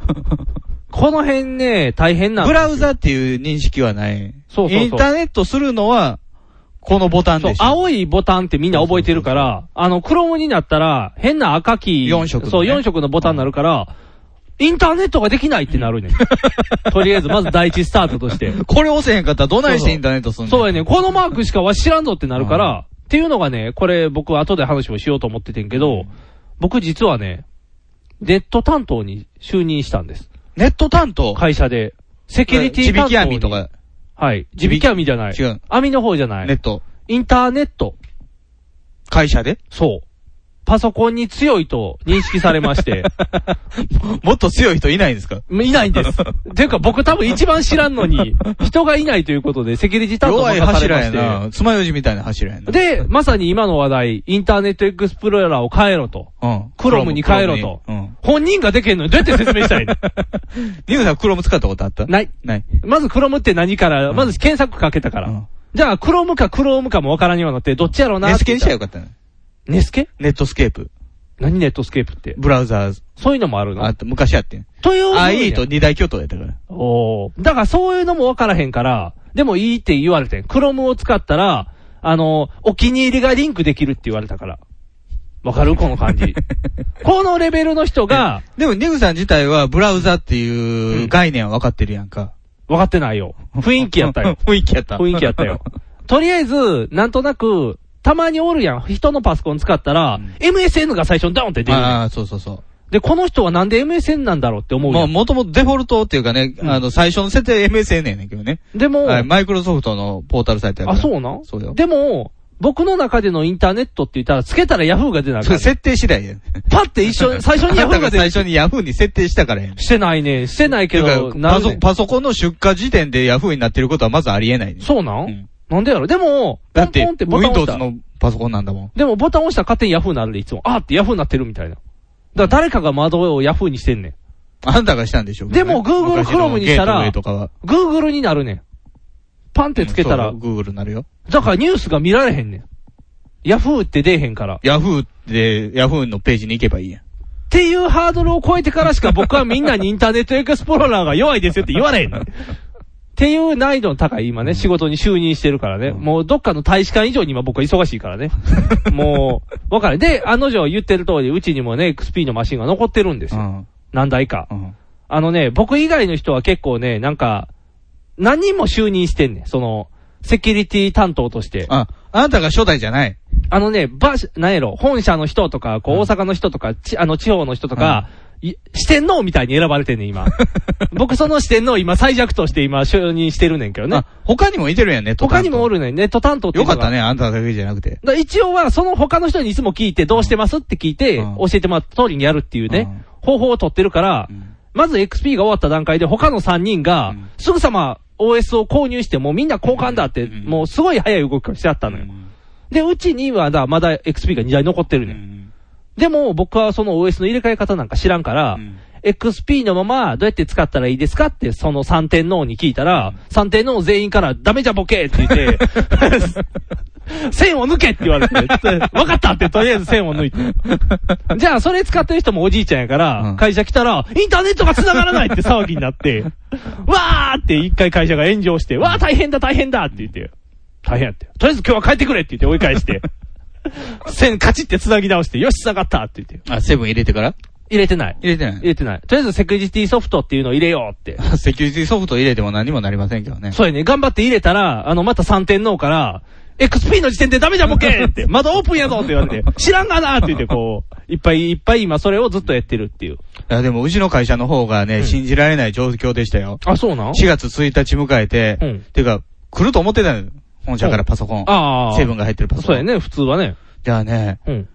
C: この辺ね、大変なん
B: ブラウ
C: ザ
B: ザっていう認識はない。
C: そうそうそう
B: インターネットするのは、このボタン
C: そう
B: で、しょ。
C: 青いボタンってみんな覚えてるから、あの、クロームになったら、変な赤き、
B: 四色のね
C: そう、4色のボタンになるから、インターネットができないって なるねん。とりあえず、まず第一スタートとして。
B: これ押せへんかったらどないしてインターネットすんの
C: そうや
B: ね。
C: ねん、このマークしかわし知らんぞってなるから、っていうのがね、これ僕後で話もしようと思っててんけど、僕実はね、ネット担当に就任したんです。
B: ネット担当。
C: 会社で。セキュリティ
B: ちび
C: 担当に。
B: き網とか、
C: はい。地引き網じゃない。
B: 違う。
C: 網の方じゃない。
B: ネット。
C: インターネット。
B: 会社で
C: そう。パソコンに強いと認識され まして。
B: もっと強い人いないんですか
C: いないんです。ていうか僕多分一番知らんの に、人がいないということでセキュリティ担当
B: 弱い
C: 任され
B: 柱
C: ま
B: や
C: して。
B: な。爪楊枝みたいな柱やな。、
C: で、まさに今の話題、インターネットエクスプローラーを変えろと。
B: うん。
C: クロムに変えろと
B: クロムにうん。
C: 本人ができんのにどうやって説明したらいいの
B: ニューさんクロム使ったことあったい。
C: ない。
B: ない。
C: まずクロムって何から、
B: ん
C: まず検索かけたか
B: う
C: ら
B: ん。
C: じゃあ、クロムかクロームかもわからんようになって、どっちやろうな
B: ネ
C: っ
B: ス
C: て
B: ケ
C: 言
B: に
C: っ
B: したたら
C: ら。
B: よかったね。
C: ネスケ
B: ネットスケープ。
C: 何ネットスケープって。
B: ブラウザー、
C: そういうのもある
B: あ
C: の
B: った、昔やってん。
C: という。
B: IE と二大巨頭やったから。
C: おーだからそういうのもわからへんから、でもいいって言われてん。クロムを使ったら、あの、お気に入りがリンクできるって言われたから。わかるこの 感じ。このレベルの人が、
B: でも、ニグさん自体は、ブラウザって
C: う
B: い
C: ん
B: う概念は分かってるやんか。。
C: 分かってないよ。雰囲気やったよ
B: 雰囲気やった。
C: 雰囲気やっ たよ。とりあえず、なんとなく、たまにおるやん。人のパソコン使ったら、MSN が最初にドーンって出るねん。
B: ああ、そうそうそう。
C: で、この人はなんで MSN なんだろうって思う
B: ま
C: や
B: あ、
C: ん。
B: もともとデフォルトっていうかね、
C: うん
B: あの、最初の設定 MSN やねんけどね。
C: でも、
B: はい、マイクロソフトのポータルサイトやか
C: あ、
B: ら。
C: そうなん
B: そうよ。
C: でも、僕の中でのインターネットって言ったら、つけたら Yahoo が出な
B: そ
C: か
B: れ
C: った。
B: 設定次第やん。
C: パって一 緒に、最初に
B: あ
C: Yahoo
B: なた
C: が
B: が
C: 出
B: 最初
C: る。
B: に Yahoo に設定したからやん。
C: してないね。してないけ
B: てい
C: ど、
B: うか
C: な
B: パ
C: ん
B: ソ
C: で
B: パソコンの出荷時点で Yahoo になってることはまずありえないね。
C: そうなん、
B: うん
C: なんでやろでも、
B: だって、
C: ポンポンってボタン押した
B: Windows のパソコンなんだもん。
C: でもボタン押したら勝手に Yahoo になるで、いつも。あーって Yahoo になってるみたいな。だから誰かが窓を Yahoo にしてんねん。
B: あなたがしたんでしょうけどね、
C: でも Google
B: 昔の
C: Chrome にしたら
B: ゲートウェイとかは。
C: Google になるねん。パンってつけたら、
B: そう Google になるよ。
C: だからニュースが見られへんねん。Yahoo って出えへんから。
B: Yahoo で、Yahoo のページに行けばいいやん。
C: っていうハードルを超えてからしか僕はみんなにインターネットエクスプローラーが弱いですよって言われへんの。っていう難易度の高い今ね、仕事に就任してるからね。もうどっかの大使館以上に今僕は忙しいからね。もう、わかる。で、あの女言ってる通り、うちにもね、XP のマシンが残ってるんです
B: う
C: よ。
B: ん。
C: 何台か
B: う。ん。
C: あのね、僕以外の人は結構ね、なんか、何人も就任してんねん。その、セキュリティ担当として。
B: あ、あなたが初代じゃない。
C: あのね、ば、なんやろ、本社の人とか、こう、大阪の人とか、ち、あの、地方の人とか、い四天王みたいに選ばれてんねん、今。僕その四天王今最弱として今、承認してるねんけどね
B: あ。、他にもいてるやんね、トタ
C: 他
B: ンと
C: にもお。るねん、ネット担当ってい
B: よ
C: うの
B: か
C: が
B: ったね、あんただけじゃなくて。
C: だから一応は、その他の人にいつも聞いて、どうしてますって聞いて、
B: うん
C: 教えてもらった通りにやるっていうね、方法を取ってるから、
B: ん
C: まず XP が終わった段階で、他の3人が、
B: うん
C: すぐさま OS を購入して、もうみんな交換だって、
B: うん
C: もうすごい早い動きをしちゃったのよ。で、うちにはだ、まだ XP が2台残ってる
B: う
C: ね、ん。
B: ん。
C: でも、僕はその OS の入れ替え方なんか知らんから、
B: うん。
C: XP のままどうやって使ったらいいですかって、その三天王に聞いたら、三天王全員からダメじゃボケって言 って、 線を抜けって言われて、わかったってとりあえず線を抜いて。じゃあ、それ使ってる人もおじいちゃんやから、
B: うん
C: 会社来たら、インターネットが繋がらないって騒ぎになって、わーって一回会社が炎上して、わー大変だ大変だって言って、大変やって。とりあえず今日は帰ってくれって言って追い 返して、線カチって繋ぎ直して、よし繋がったって言って、
B: あ、セブン入れてから
C: 入れてない。
B: 入れてない
C: 入。れてない。とりあえずセキュリティソフトっていうのを入れようって。
B: セキュリティソフト入れても何にもなりませんけどね。
C: そうやね。頑張って入れたら、あの、また3点のから、XP の時点でダメじゃボケ ーって、まだオープンやぞって言われて、知らんがなって言って、こう、いっぱいいっぱい今それをずっとやってるっていう。
B: いや、でもうちの会社の方がね、信じられない状況でしたよ。
C: あ、そうなん
B: 4月1日迎えて、
C: うん
B: てか、来ると思ってたのよ。このジャカラパソコン。
C: ああ。
B: 成分が入ってるパソコン。
C: そうやね、普通はね。
B: ではね、
C: うん。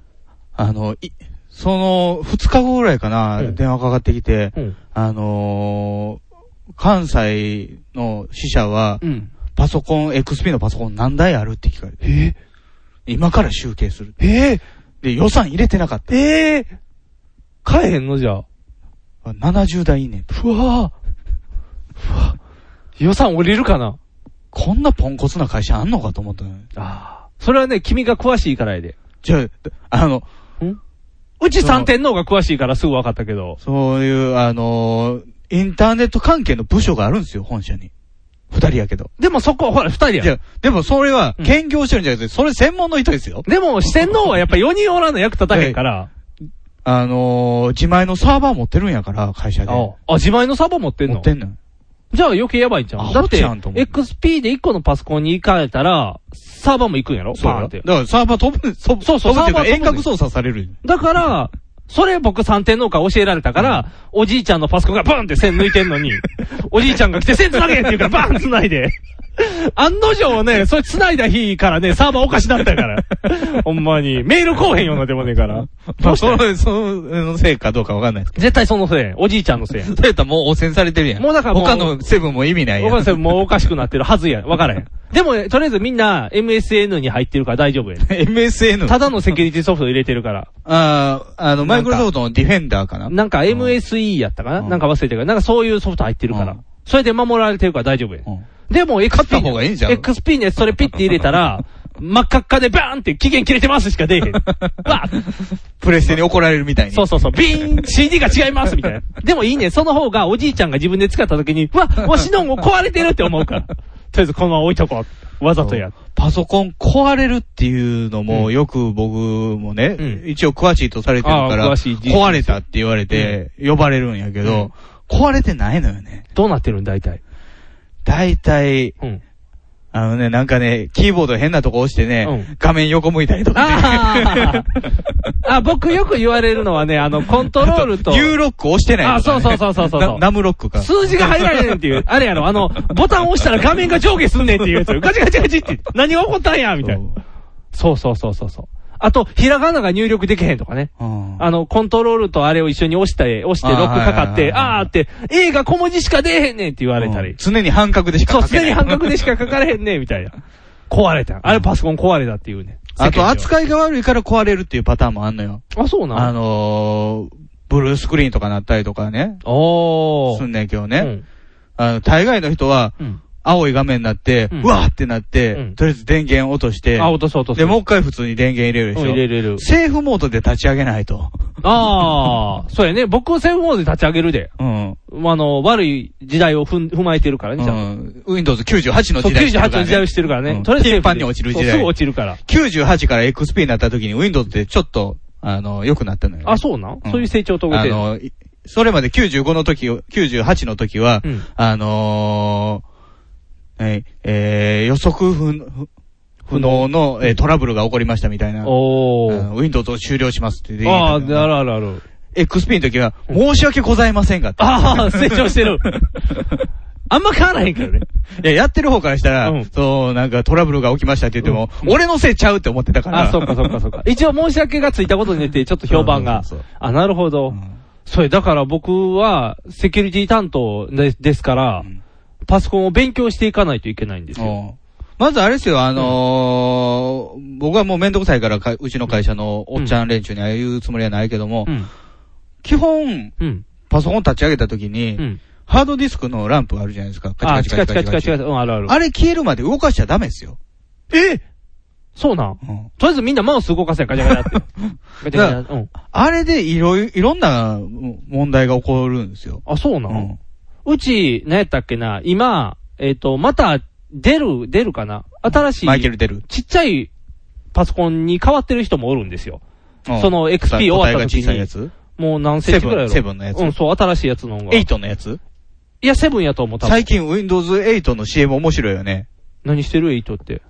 B: あの、い、その、二日後ぐらいかな、
C: うん
B: 電話かかってきて、
C: うん。
B: あのー関西の支社は、
C: うん。
B: パソコン、XP のパソコン何台あるって聞かれて。え今から集計する。
C: ええ
B: で、予算入れてなかった。
C: ええ買えへんのじゃあ。
B: 70台いいねん
C: うわぁ。うわ予算降りるかな
B: こんなポンコツな会社あんのかと思ったのよ
C: ああ。それはね、君が詳しいからやで。
B: じゃあ、あの、
C: うち
B: その
C: 三点の方が詳しいからすぐ分かったけど。
B: そういう、あのーインターネット関係の部署があるんですよ、本社に。二人やけど。
C: でもそこ、ほら、二人や
B: い
C: ん
B: や、でもそれは
C: うん、
B: 兼業してるんじゃなくて、それ専門の人ですよ。
C: でも、四天王はやっぱ4人おらんの役立たへんから。
B: あのー自前のサーバー持ってるんやから、会社で。
C: ああ、自前のサーバー持ってん
B: 持
C: の
B: ってんのよ
C: じゃあ余計やばいんじゃん。
B: ア
C: だっ
B: ホ
C: て、
B: ちゃんと思う
C: XP で1個のパソコンに行かれたら、サーバーも行くんやろ
B: そう
C: バーン
B: よ
C: っ
B: だ
C: て。
B: からサーバー飛ぶ、そ
C: そうそう
B: 飛ぶっていう
C: サー
B: か
C: バー飛ぶんだよ
B: 遠隔操作される。
C: だから、それ僕三天王から教えられたから、おじいちゃんのパソコンがバーンって線抜いてん のに、おじいちゃんが来て線繋げって言うからバーン繋いで。案の定ね、それ繋いだ日からね、サーバーおかしなっ たから。ほんまに。メール来おへんようになってもねえから。
B: まあ、 その、そのせいかどうかわかんないですけ
C: 絶対そのせい。おじいちゃんのせいや
B: ど。。そうやったらもう汚染されてるやん。
C: もうだからもう
B: 他のセブンも意味ないやん。
C: 岡さんもうおかしくなってるはずや。わからへん。でも、とりあえずみんな MSN に入ってるから大丈夫や。
B: MSN。
C: ただのセキュリティソフト入れてるから。
B: ああ、あの、マイクロソフトのディフェンダーかな。
C: なんか MSE やったかな
B: うん
C: なんか忘れてるから。なんかそういうソフト入ってるか
B: う
C: ら
B: ん。
C: それで守られてるから大丈夫や
B: う。ん
C: でも XP に。
B: 買った方がいいんじゃん
C: XP にそれピッて入れたら、真っ赤っかでバーンって期限切れてますしか出え へん。バーン
B: プレステに怒られるみたいに。
C: そうそうそう、ビーン !CD が違いますみたいな。でもいいね、その方がおじいちゃんが自分で使った時に、うわ、わしのも壊れてるって思う から。とりあえずこのまま置いとこう。わざとや。
B: パソコン壊れるっていうのも、よく僕もね、
C: うん
B: 一応詳しいとされてるか
C: ああ
B: ら、
C: 詳しい人 生
B: 壊れたって言われて、呼ばれるんやけど、壊れてないのよね。
C: どうなってるん大体。
B: 大体、
C: うん。
B: あのね、なんかね、キーボード変なとこ押してね、
C: うん
B: 画面横向いたりとかね
C: あ。あ、あ、僕よく言われるのはね、あの、コントロール と、
B: U ロック押してないとかね、
C: あそうそうそうそうそう
B: なナムロックか。
C: 数字が入られへんっていう、あれやろ、あの、ボタン押したら画面が上下すんねんっていうやつ、ガチガチガチって、何が起こったんや、みたいな。そうそうそうそうそう。あと、ひらがなが入力できへんとかね。
B: うん
C: あの、コントロールとあれを一緒に押して、押してロックかかっ
B: あーはいはいはい
C: て、あーって、A が小文字しか出えへんねんって言われた
B: う
C: り
B: ん。常に半角でしか
C: そう、
B: 書け
C: 常
B: ない。
C: に半角でしか書かれへんねん、みたいな。壊れた。あれパソコン壊れたっていうね。
B: あと
C: い。
B: 扱いが悪いから壊れるっていうパターンもあんのよ。
C: あ、そう
B: あ
C: なの
B: のー、ブルースクリーンとかなったりとかね。
C: お
B: す
C: ー。
B: んねんけどね。あの、大概の人は、
C: うん。うん。
B: 青い画面になって、
C: う
B: うんわーってなって、
C: うん
B: とりあえず電源落として、
C: あ、落とす落とす。
B: で、もう一回普通に電源入れるでし
C: うん
B: ょ。
C: 入れる入れる
B: セーフモードで立ち上げないと。
C: ああ、そうやね。僕、セブンモードで立ち上げるで。
B: うん。
C: あの、悪い時代を踏ん踏まえてるから
B: う
C: ね、ちゃんと。
B: ん。Windows 98の
C: そう、
B: 時代してるから、ね。
C: 98の時代をしてるから
B: う
C: ね。
B: ん
C: とりあえずセーフ
B: 頻
C: で
B: 繁に落ちる時代
C: そうすぐ落ちるから。
B: 98から XP になった時に Windows ってちょっと、あの、良くなったのよね、
C: あ、そうなん
B: うん
C: そういう成長を遂げ
B: あ
C: てる。
B: の、いそれまで95の時を、98の時は、
C: うん
B: あのー、はいえー、予測不能不能の、えートラブルが起こりましたみたいな。
C: お
B: あ
C: ー。
B: の Windows を終了しますって言って
C: ああ、あ
B: たけ
C: る
B: ど
C: あるある。
B: XP の時は、
C: うん
B: 申し訳ございませんがって。
C: ああ、成長してる。あんま変わらへんからね。
B: いや、やってる方からしたら、
C: うん
B: そう、なんかトラブルが起きましたって言っても、俺のせいちゃうって思ってたから。
C: あ、そっかそっかそっか。一応申し訳がついたことによって、ちょっと評判が
B: そうそうそう。
C: あ、なるほど。
B: うん
C: それ、だから僕は、セキュリティ担当でですから、
B: うん
C: パソコンを勉強していかないといけないんですよ。
B: うんまずあれですよ、あのー僕はもうめんどくさいからか、うちの会社のおっちゃん連中にああいうつもりはないけども、
C: うん。
B: 基本、
C: うん。
B: パソコン立ち上げた時に、
C: うん。
B: ハードディスクのランプがあるじゃないですか。
C: あ、
B: カチ
C: 近
B: カ
C: い
B: チ
C: 近
B: カチ
C: い近
B: カ
C: い
B: チカ
C: 近い。
B: チ。
C: うん、あるある。
B: あれ消えるまで動かしちゃダメですよ。
C: えそうなん
B: うん
C: とりあえずみんなマウス動かせん、ガチャガチャって。 ガチャガチャ。うん。
B: あれでいろいいろんなうん問題が起こるんですよ。
C: あ、そうな
B: うんん
C: うち、何やったっけな、今、えっと、また、出る、出るかな新しい。
B: マイケル出る。
C: ちっちゃいパソコンに変わってる人もおるんですよ。
B: うん
C: その XP 終わった時に
B: 個体が小さいやつ
C: もう何センチぐらいやろ
B: セブンセブンのやつ
C: うん、そう、新しいやつの方が。い
B: ?8 のやつ
C: や、セブンやと思う、多分
B: 最近 Windows 8の CM 面白いよね。
C: 何してるエイトって。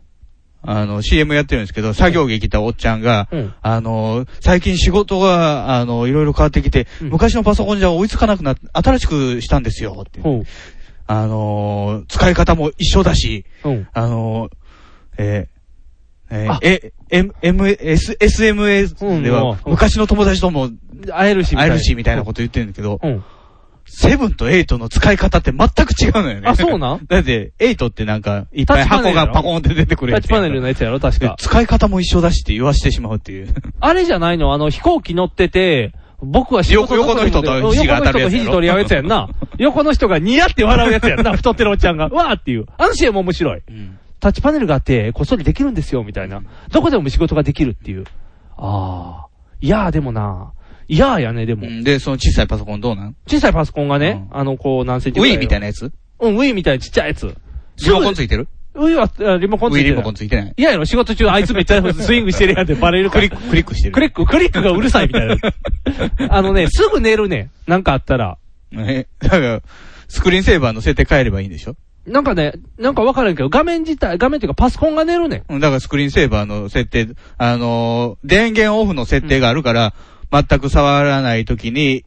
B: あの、CM やってるんですけど、作業着着たおっちゃんが、
C: うん
B: あの、最近仕事が、あの、いろいろ変わってきて、
C: うん
B: 昔のパソコンじゃ追いつかなくなっ新しくしたんですよ、って。
C: ほう。
B: あの、使い方も一緒だし、
C: うん。
B: あの、えーえーえ、M、M、S、SMS で
C: うんう
B: は
C: ん、
B: 昔の友達とも
C: 会えるし、
B: 会えるし、みたいなこと言ってるんだけど
C: う、ん。
B: セブンとエイトの使い方って全く違うのよね。
C: あそうなん
B: だって、エイトってなんか、いっぱい
C: タッチパネ
B: 箱
C: ルや
B: が
C: ろ
B: パコーンって出てくる
C: タッ
B: や
C: チ
B: つ
C: パネルのやつやろ、確
B: で
C: か。
B: 使い方も一緒だしって言わしてしまうっていう。
C: あれじゃないのあの、飛行機乗ってて、僕は仕事
B: 横横の人と
C: うん
B: 肘が当たるやつやろ
C: 横の人と肘取り合うやつやんな。横の人がニヤって笑うやつやんな。太ってるおっちゃんが。わーっていう。あの CM 面白い。タッチパネルがあって、こっそりできるんですよ、みたいな。どこでも仕事ができるっていう。あー。いやーでもなー。いやーやね、でも
B: う。んで、その小さいパソコンどうなん
C: 小さいパソコンがね、
B: う
C: あの、こう、何センチ
B: ウ
C: ぐら
B: ィ
C: い
B: ー
C: の
B: みたいなやつ
C: うん、ウィーみたいなちっちゃいやつ。
B: リモコンつ
C: い
B: いてる
C: ウィーは、あリモコ
B: ウ
C: ンつい
B: ィー
C: て
B: リ
C: る。
B: モコンついてない
C: いややろ、仕事中あいつめっちゃスイングしてるやんってバレるか
B: ク
C: ら
B: リッ。ク、クリックしてる。
C: クリック、クリックがうるさいみたいな。 あのね、すぐ寝るね。なんかあったら。
B: え、だから、スクリーンセーバーの設定変えればいいんでしょ
C: なんかね、なんかわからんけど、画面自体、画面っていうかパソコンが寝るね。
B: うんだからスクリーンセーバーの設定、あのー電源オフの設定があるから、全く触らないときに、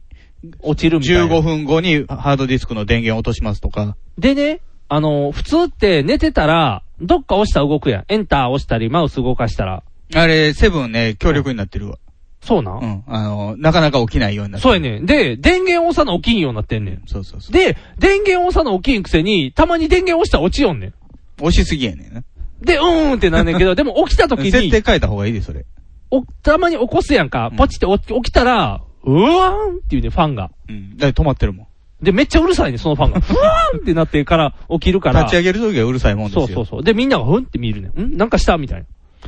C: 落ちるみたいな。
B: 15分後にハードディスクの電源落としますとか。
C: でね、あの、普通って寝てたら、どっか押したら動くやん。エンター押したり、マウス動かしたら。
B: あれ、セブンね、強力になってるわ。
C: そうな、
B: うん。あのーなかなか起きないようになって
C: そうや
B: ね。
C: ねん。で、電源押さな起きんようになってんねん。
B: そうそうそう。
C: で、電源押さな起きんくせに、たまに電源押したら落ちよんねん。
B: 押しすぎやねんな。
C: で、うーんってなんねんけど、でも起きた 時
B: 設
C: に
B: 定、変えた方がいいで、それ。
C: おたまに起こすやんか。ポチってお起きたら、うわーんっていうね、ファンが。
B: うん。だって止まってるもん。
C: で、めっちゃうるさいね、そのファ ンが。ふわーんってなってから起きるから。
B: 立ち上げるときはうるさいもんです
C: そ
B: よ。
C: うそうそう。で、みんながふんって見るね。んなんかしたみたいな。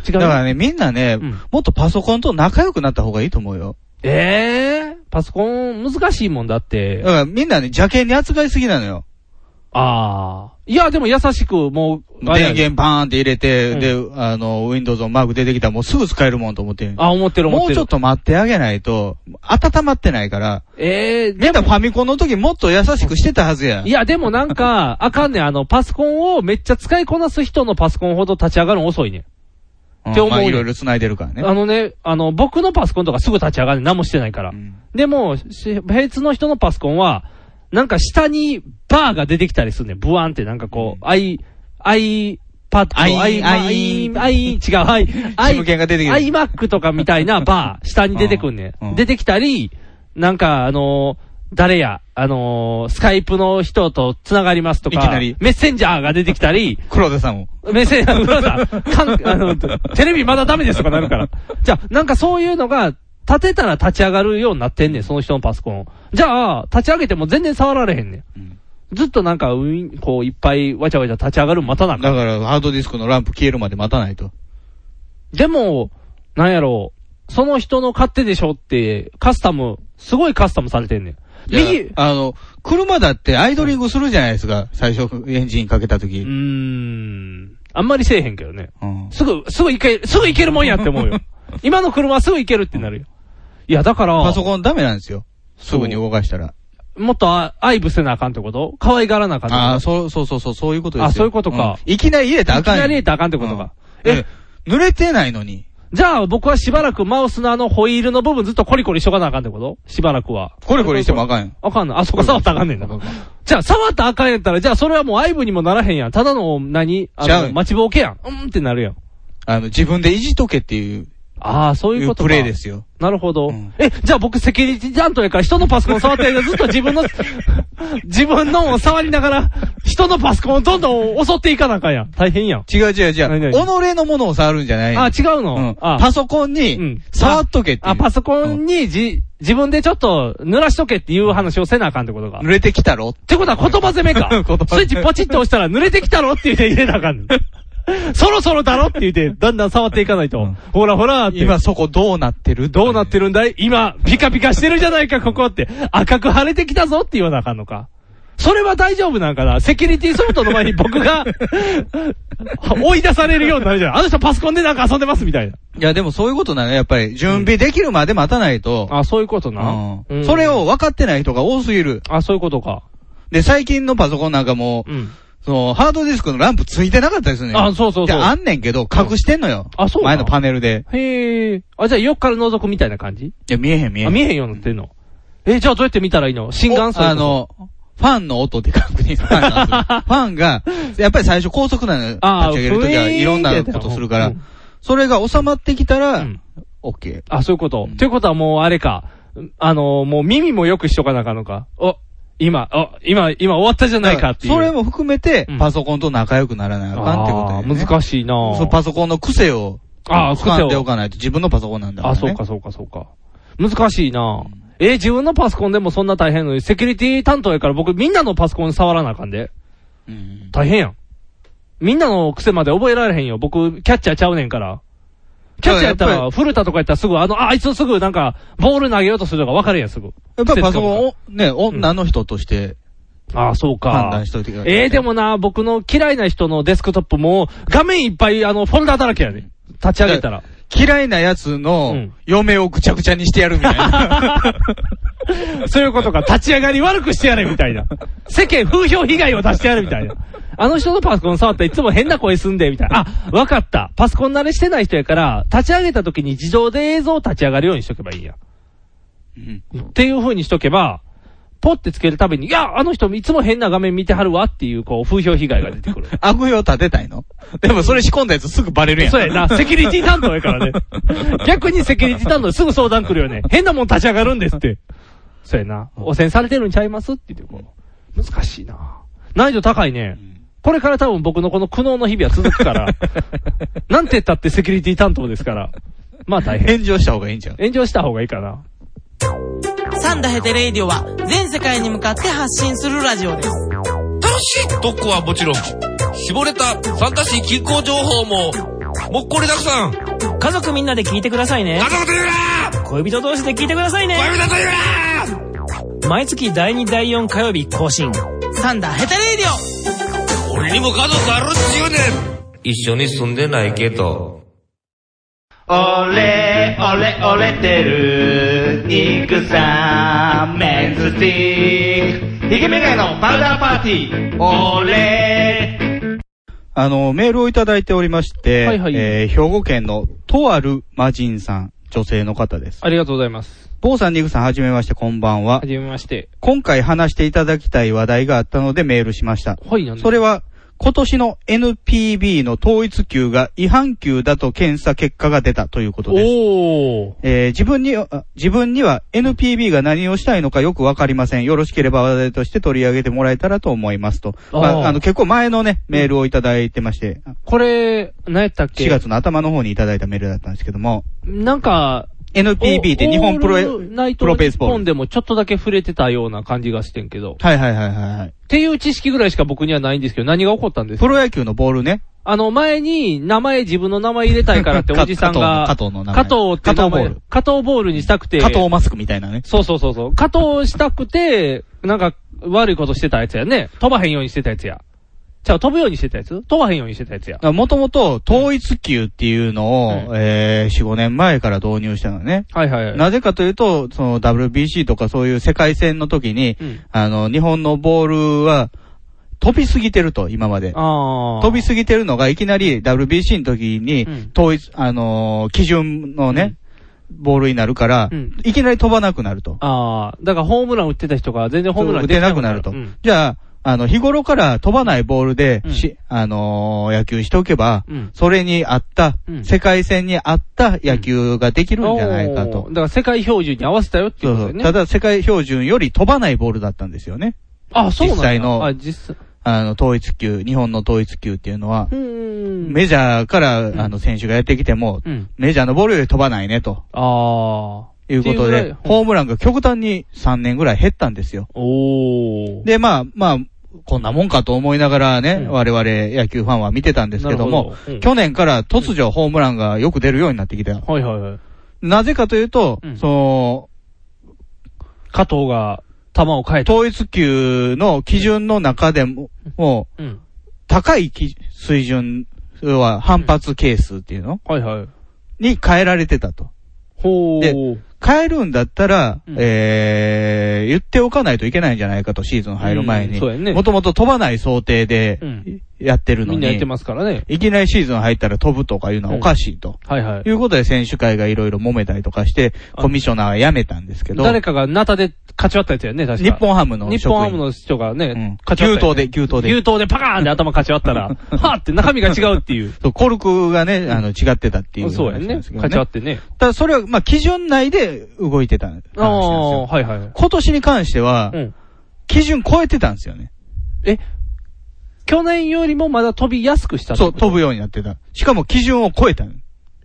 C: 違う。
B: だからね、みんなね、
C: うん
B: もっとパソコンと仲良くなった方がいいと思うよ。
C: えー、パソコン難しいもんだっ
B: だ
C: て
B: か。らみんなね、邪険に扱いすぎなのよ。
C: あー。いや、でも優しく、もう、あれや
B: 電源バーンって入れて、
C: うん
B: で、あの、Windows のマーク出てきたらもうすぐ使えるもんと思ってる
C: あ、思ってる思
B: も
C: って
B: う
C: る。
B: ちょっと待ってあげないと、温まってないから、
C: えー、
B: みんなファミコンの時もっと優しくしてたはずや。
C: いや、でもなん か、あかんねん。あの、パソコンをめっちゃ使いこなす人のパソコンほど立ち上がるの遅いねん。
B: うん
C: って思
B: ま
C: うよ
B: あいろいろ繋いでるからね。
C: あのね、あの、僕のパソコンとかすぐ立ち上がるねん。何もしてないから
B: う。ん
C: でも、し別の人のパソコンは、なんか下にバーが出てきたりするねん。ブワンってなんかこう、アイ、アイパッド、
B: アイ
C: アイ、
B: アイ
C: アイ、アイ、違う、アイ、ア
B: シム券が出て
C: イ、
B: きる
C: アイマックとかみたいなバー、下に出てくんね
B: うんうん
C: ん。出てきたり、なんかあのー誰や、あのースカイプの人と繋がりますと
B: い
C: か、
B: きなり
C: メッセンジャーが出てきたり、
B: 黒田さんも。
C: 目線、あの、かん、あの、テレビまだダメですとかなるから。 じゃあ、なんかそういうのが、立てたら立ち上がるようになってんねん、その人のパソコンを。じゃあ、立ち上げても全然触られへんね
B: うん
C: ん。ずっとなんか、ウィンこう、いっぱいわちゃわちゃ立ち上がるの待たなあかん
B: だから、ハードディスクのランプ消えるまで待たないと。
C: でも、なんやろう、その人の勝手でしょって、カスタム、すごいカスタムされてんねん。右、う
B: あの、車だってアイドリングするじゃないですか、最初エンジンかけた時
C: ーん、あんまりせえへんけどね。
B: うん
C: すぐ、すぐいけ、すぐいけるもんやって思う よ。今の車はすぐいけるってなるよ。いや、だから、
B: パソコンダメなんですよ。すぐに動かしたら。
C: もっとあ愛ぶせなあかんってこと可愛がらなあかんってこと
B: ああ、そうそうそうそう、そういうことですよ。
C: あそういうことか
B: んいきなり入れたらあかんよ。
C: いきなり入れたらあかんってことか
B: うん。
C: え
B: え、濡れてないのに。
C: じゃあ僕はしばらくマウスのあのホイールの部分ずっとコリコリしとかなあかんってことしばらくは。
B: コリコリしてもあかんよ。
C: あかんのあ、そこ触ったらあかんねん
B: あ
C: な
B: かんあかん。
C: じゃあ触ったらあかんやったら、じゃあそれはもう愛部にもならへんやん。ただの何、
B: ちゃ
C: あ
B: う
C: の、待ちぼうけやん。うんってなるやん。
B: あの、自分でいじとけっていう、
C: ああ、そういうことか。
B: プレイですよ。
C: なるほど。
B: うん
C: え、じゃあ僕セキュリティ担当やから人のパソコン触ってるけどずっと自分の、 自分のを触りながら、人のパソコンをどんどん襲っていかなあかんやん。大変やん。
B: 違う違う違
C: 何
B: う。
C: 々
B: 己のものを触るんじゃない
C: あ、違う
B: うん
C: の、あ
B: パソコン
C: う
B: に
C: ん、
B: 触っとけっていう。
C: あ、パソコンにじ、自分でちょっと濡らしとけっていう話をせなあかんってことか。っ
B: 濡れてきたろ
C: てことは 言葉攻めか
B: 言葉攻。め
C: スイッチポチッと押したら濡れてきたろって言って入れなあ かんねん。そろそろだろって言って、だんだん触っていかないと。
B: うん
C: ほらほらって。
B: 今そこどうなってる
C: どうなって
B: る
C: るんだい今、ピカピカしてるじゃないか、ここって。赤く腫れてきたぞって言わなあかんのか。それは大丈夫なんかなセキュリティソフトの前に僕 が追い出されるようになるじゃん。あの人パソコンでなんか遊んでますみたいな。
B: いや、でもそういうことなのよやっぱり、準備できるまで待たないと。
C: あ、そういうことな。
B: うんそれを。分かってない人が多すぎる。
C: あ、そういうことか。
B: で、最近のパソコンなんかもう、
C: うん。
B: その、ハードディスクのランプついてなかったですよね。
C: あ、そうそう
B: で、
C: そう。
B: あんねんけど、隠してんのよ。
C: あそうな
B: 前のパネルで。
C: へえ。あ、じゃあ、横から覗くみたいな感じ
B: いや、見えへん見えへん。
C: あ、見えへんようになってんの。え、じゃあどうやって見たらいいの心眼
B: おあ
C: それこ
B: の、ファンの音で確認す る。ファンなんですよファンが、やっぱり最初高速なのよ立
C: あー
B: ち上げるとき
C: ふ
B: は
C: えー
B: いろんなことするか
C: う
B: ら
C: ん、
B: それが収まってきたら、OK。
C: あ、そういうこと。ということはもうあれか、あの、もう耳もよくしとかなあかんのか。お、今、お、今、今終わったじゃないかっていう。
B: それも含めて、パソコンと仲良くならなあかんってことやね。
C: 難しいな
B: そのパソコンの癖を、
C: あー
B: 掴ん
C: 癖
B: で
C: を
B: おかないと自分のパソコンなんだから
C: あ、
B: ね。
C: そうか、そうか、そうか。難しいなえ自分のパソコンでもそんな大変なのに、セキュリティ担当やから僕みんなのパソコン触らなあかんで。大変やん。みんなの癖まで覚えられへんよ。僕、キャッチャーちゃうねんから。キャッチャーやっ
B: だ
C: た
B: からや
C: ら、
B: っ
C: 古田とかやったらすぐ、あの、ああいつすぐなんか、ボール投げようとするのがわかるやん、すぐ。
B: やっぱりパソコ
C: 癖つかむ
B: ンを、ね、女の人として、
C: ああ、そうか。
B: 判断しといてください。
C: ええでもな、僕の嫌いな人のデスクトップも、画面いっぱい、あの、フォルダだらけやね。立ち上げたら。
B: 嫌いなやつの嫁をぐちゃぐちゃにしてやるみたい な。
C: そういうことか、立ち上がり悪くしてやれみたいな。世間風評被害を出してやれみたいな。あの人のパソコン触ったらいつも変な声すんで、みたいな。あ、わかった。パソコン慣れしてない人やから、立ち上げた時に自動で映像立ち上がるようにしとけばいいや。っていう風にしとけば、ポってつけるたびに、いや、あの人いつも変な画面見てはるわっていう、こう、風評被害が出てくる。
B: 悪評立てたいのでもそれ仕込んだやつすぐバレるやん。
C: そうやな、セキュリティ担当やからね。 逆にセキュリティ担当すぐ相談来るよね。変なもん立ち上がるんですって。そうやな。汚染されてるんちゃいますって言ってこう。難しいな難易度高いね。これから多分僕のこの苦悩の日々は続く から。なんて言ったってセキュリティ担当ですから。まあ大変。
B: 炎上した方がいいんじゃん。
C: 炎上した方がいいかな。
K: サンダヘテレイディオは全世界に向かって発信するラジオです。
L: 楽しい特攻はもちろん、絞れたサンタシー近郊情報も、もっこりたくさん。
K: 家族みんなで聞いてくださいね。恋人同士で聞いてくださいね。毎月第2第4火曜日更新。サンダヘテレイディオ
L: 俺にも家族あるっちゅうねん一緒に住んでないけど。
A: 俺、俺、俺てる、肉さ、メンズティーク。イケメガイのパウダーパーティー。俺、
B: あの、メールをいただいておりまして、
C: はいはい
B: えー兵庫県のとある魔人さん、女性の方です。
C: ありがとうございます。
B: 坊さん、ニグさん、はじめまして、こんばんは
C: は。じめまして。
B: 今回話していただきたい話題があったのでメールしました。
C: はい、なんで
B: それは、今年の NPB の統一級が違反級だと検査結果が出たということです。
C: おー。
B: えー自分には、あ自分には NPB が何をしたいのかよくわかりません。よろしければ話題として取り上げてもらえたらと思いますと。
C: あー
B: まあ、あの、結構前のね、メールをいただいてまして、
C: これ、何やったっけ
B: 4月の頭の方にいただいたメールだったんですけども、
C: なんか、
B: NPB って日本プロ
C: オ
B: エ
C: ールナイト
B: プロベースボール
C: 日本でもちょっとだけ触れてたような感じがしてんけど。
B: はいはいはいはいはい。
C: っていう知識ぐらいしか僕にはないんですけど、何が起こったんです
B: プ
C: か
B: ロ野球のボールね。
C: あの、前に名前、自分の名前入れたいからって
B: か
C: おじさんが、
B: 加藤の加
C: 加
B: 藤の
C: 藤って名
B: 加藤
C: 前
B: ボール。
C: 加藤ボールにしたくて。
B: 加藤マスクみたいなね。
C: そうそうそうそう。加藤したくて、なんか、悪いことしてたやつやね。飛ばへんようにしてたやつや。じゃあ飛ぶようにしてたやつ飛ばへんようにしてたやつや。
B: もともと統一級っていうのを、えー、4、5年前から導入したのね。
C: はいはいはい。
B: なぜかというと、その WBC とかそういう世界戦の時に、
C: うん
B: あの、日本のボールは飛びすぎてると、今まで。
C: あー
B: 飛びすぎてるのが、いきなり WBC の時に、統一、あのー基準のね、ボールになるから、いきなり飛ばなくなると。
C: ああ、だからホームラン打ってた人が全然ホームラン
B: 打てなくなると。じゃあ、あの、日頃から飛ばないボールで、し、あのー野球しておけば、
C: うん
B: それに合った、世界戦に合った野球ができるんじゃないかと。
C: だから世界標準に合わせたよっていうことだよね。
B: ただ、世界標準より飛ばないボールだったんですよね。
C: あ、そうなんだ
B: 実際の
C: あ、実際。
B: あの、統一級、日本の統一級っていうのは、
C: ん
B: メジャーから、あの、選手がやってきても、
C: うん
B: メジャーのボールより飛ばないね、と。
C: ああ。
B: いうこと
C: っていうぐらい
B: で、ホームランが極端に3年ぐらい減ったんですよ。で、まあ、まあ、こんなもんかと思いながらね、我々野球ファンは見てたんですけど
C: なる
B: も
C: ほどうん
B: 去年から突如ホームランがよく出るようになってきた。
C: はいはいはい。
B: なぜかというと、その、
C: 加藤が球を変え
B: た。統一級の基準の中でも、もう、
C: うん
B: 高い基水準は反発係数っていうの、
C: はいはい。
B: に変えられてたと。
C: ほ
B: で、変えるんだったら、えー、言っておかないといけないんじゃないかと、シーズン入る前
C: う
B: に。
C: んそうやね
B: もともと飛ばない想定で
C: うん。
B: やってるの
C: み
B: に。
C: んなやってますからね。
B: いきなりシーズン入ったら飛ぶとかいうのはおかしいと。
C: はいはい。
B: いうことで選手会がいろいろ揉めたりとかして、コミッショナーは辞めたんですけど。
C: 誰かがナタで勝ち割ったやつやね、確か
B: 日本ハムの
C: 日本ハムの人がね、勝ち割
B: 牛
C: ったや
B: 刀
C: つ。
B: で、牛刀で。
C: 牛刀でパカーンって頭勝ち割った ら、はーって中身が違うっていう。
B: そうコルクがね、あの、違ってたっていう。
C: そうやんね勝ち割ってね。
B: ただそれは、まあ、基準内で動いてた話なんです
C: ああ、
B: よ。
C: はいはい。
B: 今年に関しては、基準超えてたんですよね。
C: え去年よりもまだ飛びやすくした
B: そう、飛ぶようになってた。しかも基準を超えたの。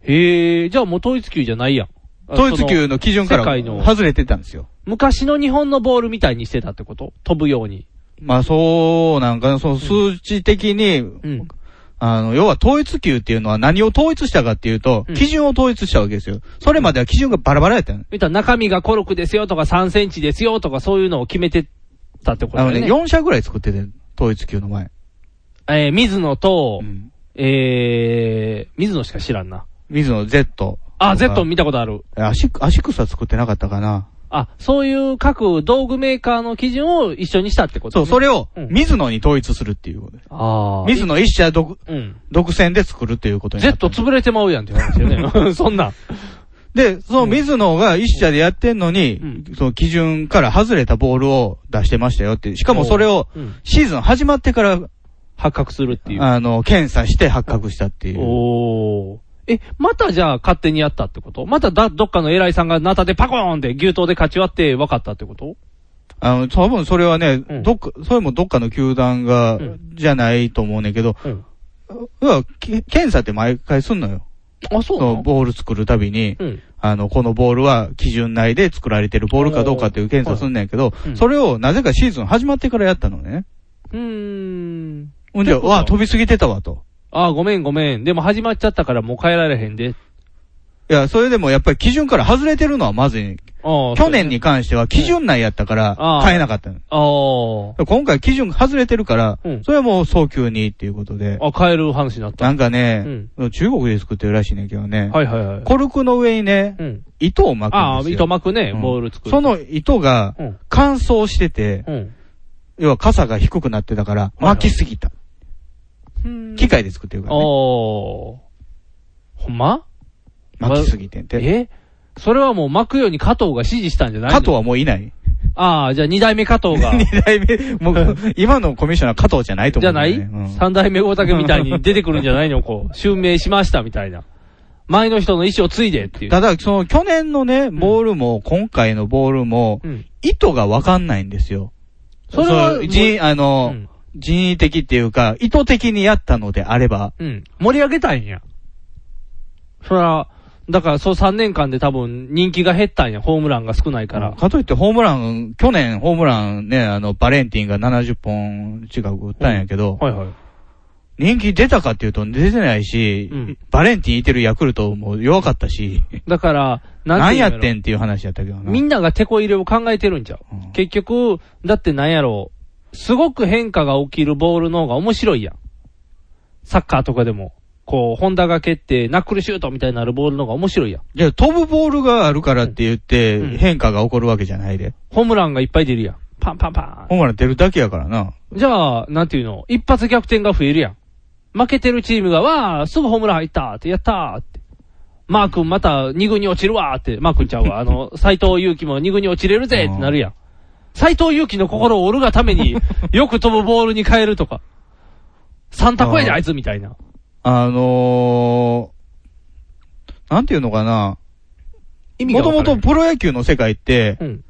C: へえ、じゃあもう統一球じゃないやん。あ
B: 統一球の基準から
C: その世界の
B: 外れてたんですよ。
C: 昔の日本のボールみたいにしてたってこと飛ぶように。
B: まあそうなんかな、その数値的に、あの、要は統一級っていうのは何を統一したかっていうと、基準を統一したわけですよ。それまでは基準がバラバラやったの。
C: 見たら中身がコルクですよとか3センチですよとかそういうのを決めてたってこと
B: あ
C: だ
B: の
C: よ
B: ね、
C: ね。
B: 4社ぐらい作ってて、統一級の前。
C: えー、水野と、えー、水野しか知らんな。
B: 水野 Z。
C: あ、Z 見たことある。
B: アシック、アシックスは作ってなかったかな。
C: あ、そういう各道具メーカーの基準を一緒にしたってこ
B: そう、
C: と、
B: それを
C: うん
B: 水野に統一するっていうことです。
C: ああ。
B: 水野一社独、
C: うん。
B: 独占で作るっていうことになった
C: Z 潰れてまうやんって話よ ね。 そんなん。
B: で、その水野が一社でやってんのに、その基準から外れたボールを出してましたよっていう。しかもそれを
C: うん
B: シーズン始まってから、
C: 発覚するっていう。
B: あの、検査して発覚したっていう。
C: おー。え、またじゃあ勝手にやったってことまただ、どっかの偉いさんがナタでパコーンって牛刀で勝ち割って分かったってこと
B: あの、多分それはね、どっか、それもどっかの球団が、じゃないと思うねんけど、
C: うん。
B: け検査って毎回すんのよ。
C: あ、そう
B: のボール作るたびに、
C: うん。
B: あの、このボールは基準内で作られてるボールかどうかっていう検査すんねんけど、
C: うん
B: それをなぜかシーズン始まってからやったのね。
C: うーん。
B: うんじゃあ、わあ、飛びすぎてたわと。
C: あーごめんごめん。でも始まっちゃったからもう変えられへんで。
B: いや、それでもやっぱり基準から外れてるのはまずいねん。
C: ああ。
B: 去年に関しては基準内やったから
C: あー
B: 変えなかったの。
C: あ
B: 今回基準が外れてるから、それはもう早急にっていうことで。
C: あ。あ、変える話になった。
B: なんかね、中国で作ってるらしいねんけどね。
C: はいはいはい。
B: コルクの上にね、
C: うん。
B: 糸を巻くんですよ。
C: ああ、糸巻くね、ボール作る。
B: その糸が
C: うん
B: 乾燥してて、
C: うん。
B: 要は傘が低くなってたから、巻きすぎた。機械で作ってるからね。
C: おー。ほんま
B: 巻きすぎてんて。
C: えそれはもう巻くように加藤が指示したんじゃないの
B: 加藤はもうい ない。
C: ああ、じゃあ二代目加藤 が。
B: 二代目、もう、今のコミッショナー加藤じゃないと
C: じ
B: 思
C: ゃ
B: う、
C: ない、三代目大竹みたいに出てくるんじゃない のこう、襲名しましたみたいな。前の人の意思を継いでっていう。
B: ただ、その去年のね、ボールも、今回のボールも、糸がわかんないんですよ。
C: それは
B: の人、あの、人為的っていうか、意図的にやったのであれば、
C: うん。盛り上げたいんや。そら、だからそう3年間で多分人気が減ったんや、ホームランが少ないから。
B: かといってホームラン、去年ホームランね、あの、バレンティンが70本近く打ったんやけど、
C: はいはい。
B: 人気出たかっていうと出てないし、バレンティンいてるヤクルトも弱かったし、
C: だから、
B: 何や
C: ろ
B: ってんっていう話やったけどな。
C: みんながテこ入れを考えてるんちゃう、結局、だってなんやろう。すごく変化が起きるボールの方が面白いやん。サッカーとかでも。こう、ホンダが蹴って、ナックルシュートみたいになるボールの方が面白いやん。
B: じゃあ飛ぶボールがあるからって言って、変化が起こるわけじゃないで。
C: ホームランがいっぱい出るやん。パンパンパ
B: ホームラン出るだけやからな。
C: ン。じゃあ、なんていうの一発逆転が増えるやん。負けてるチームが、わー、すぐホームラン入ったって、やったーって。マー君また二軍に落ちるわーって、マー君ち ゃうわ。あの、斎藤祐樹も二軍に落ちれるぜってなるやん。斎藤祐樹の心を折るがた めに、よく飛ぶボールに変えるとか。三択やで、あいつみたいな。
B: あのー、なんていうのかな。
C: 意味
B: も
C: が
B: と
C: わ
B: も
C: から
B: と
C: ん
B: プロ野球の世界って、
C: ん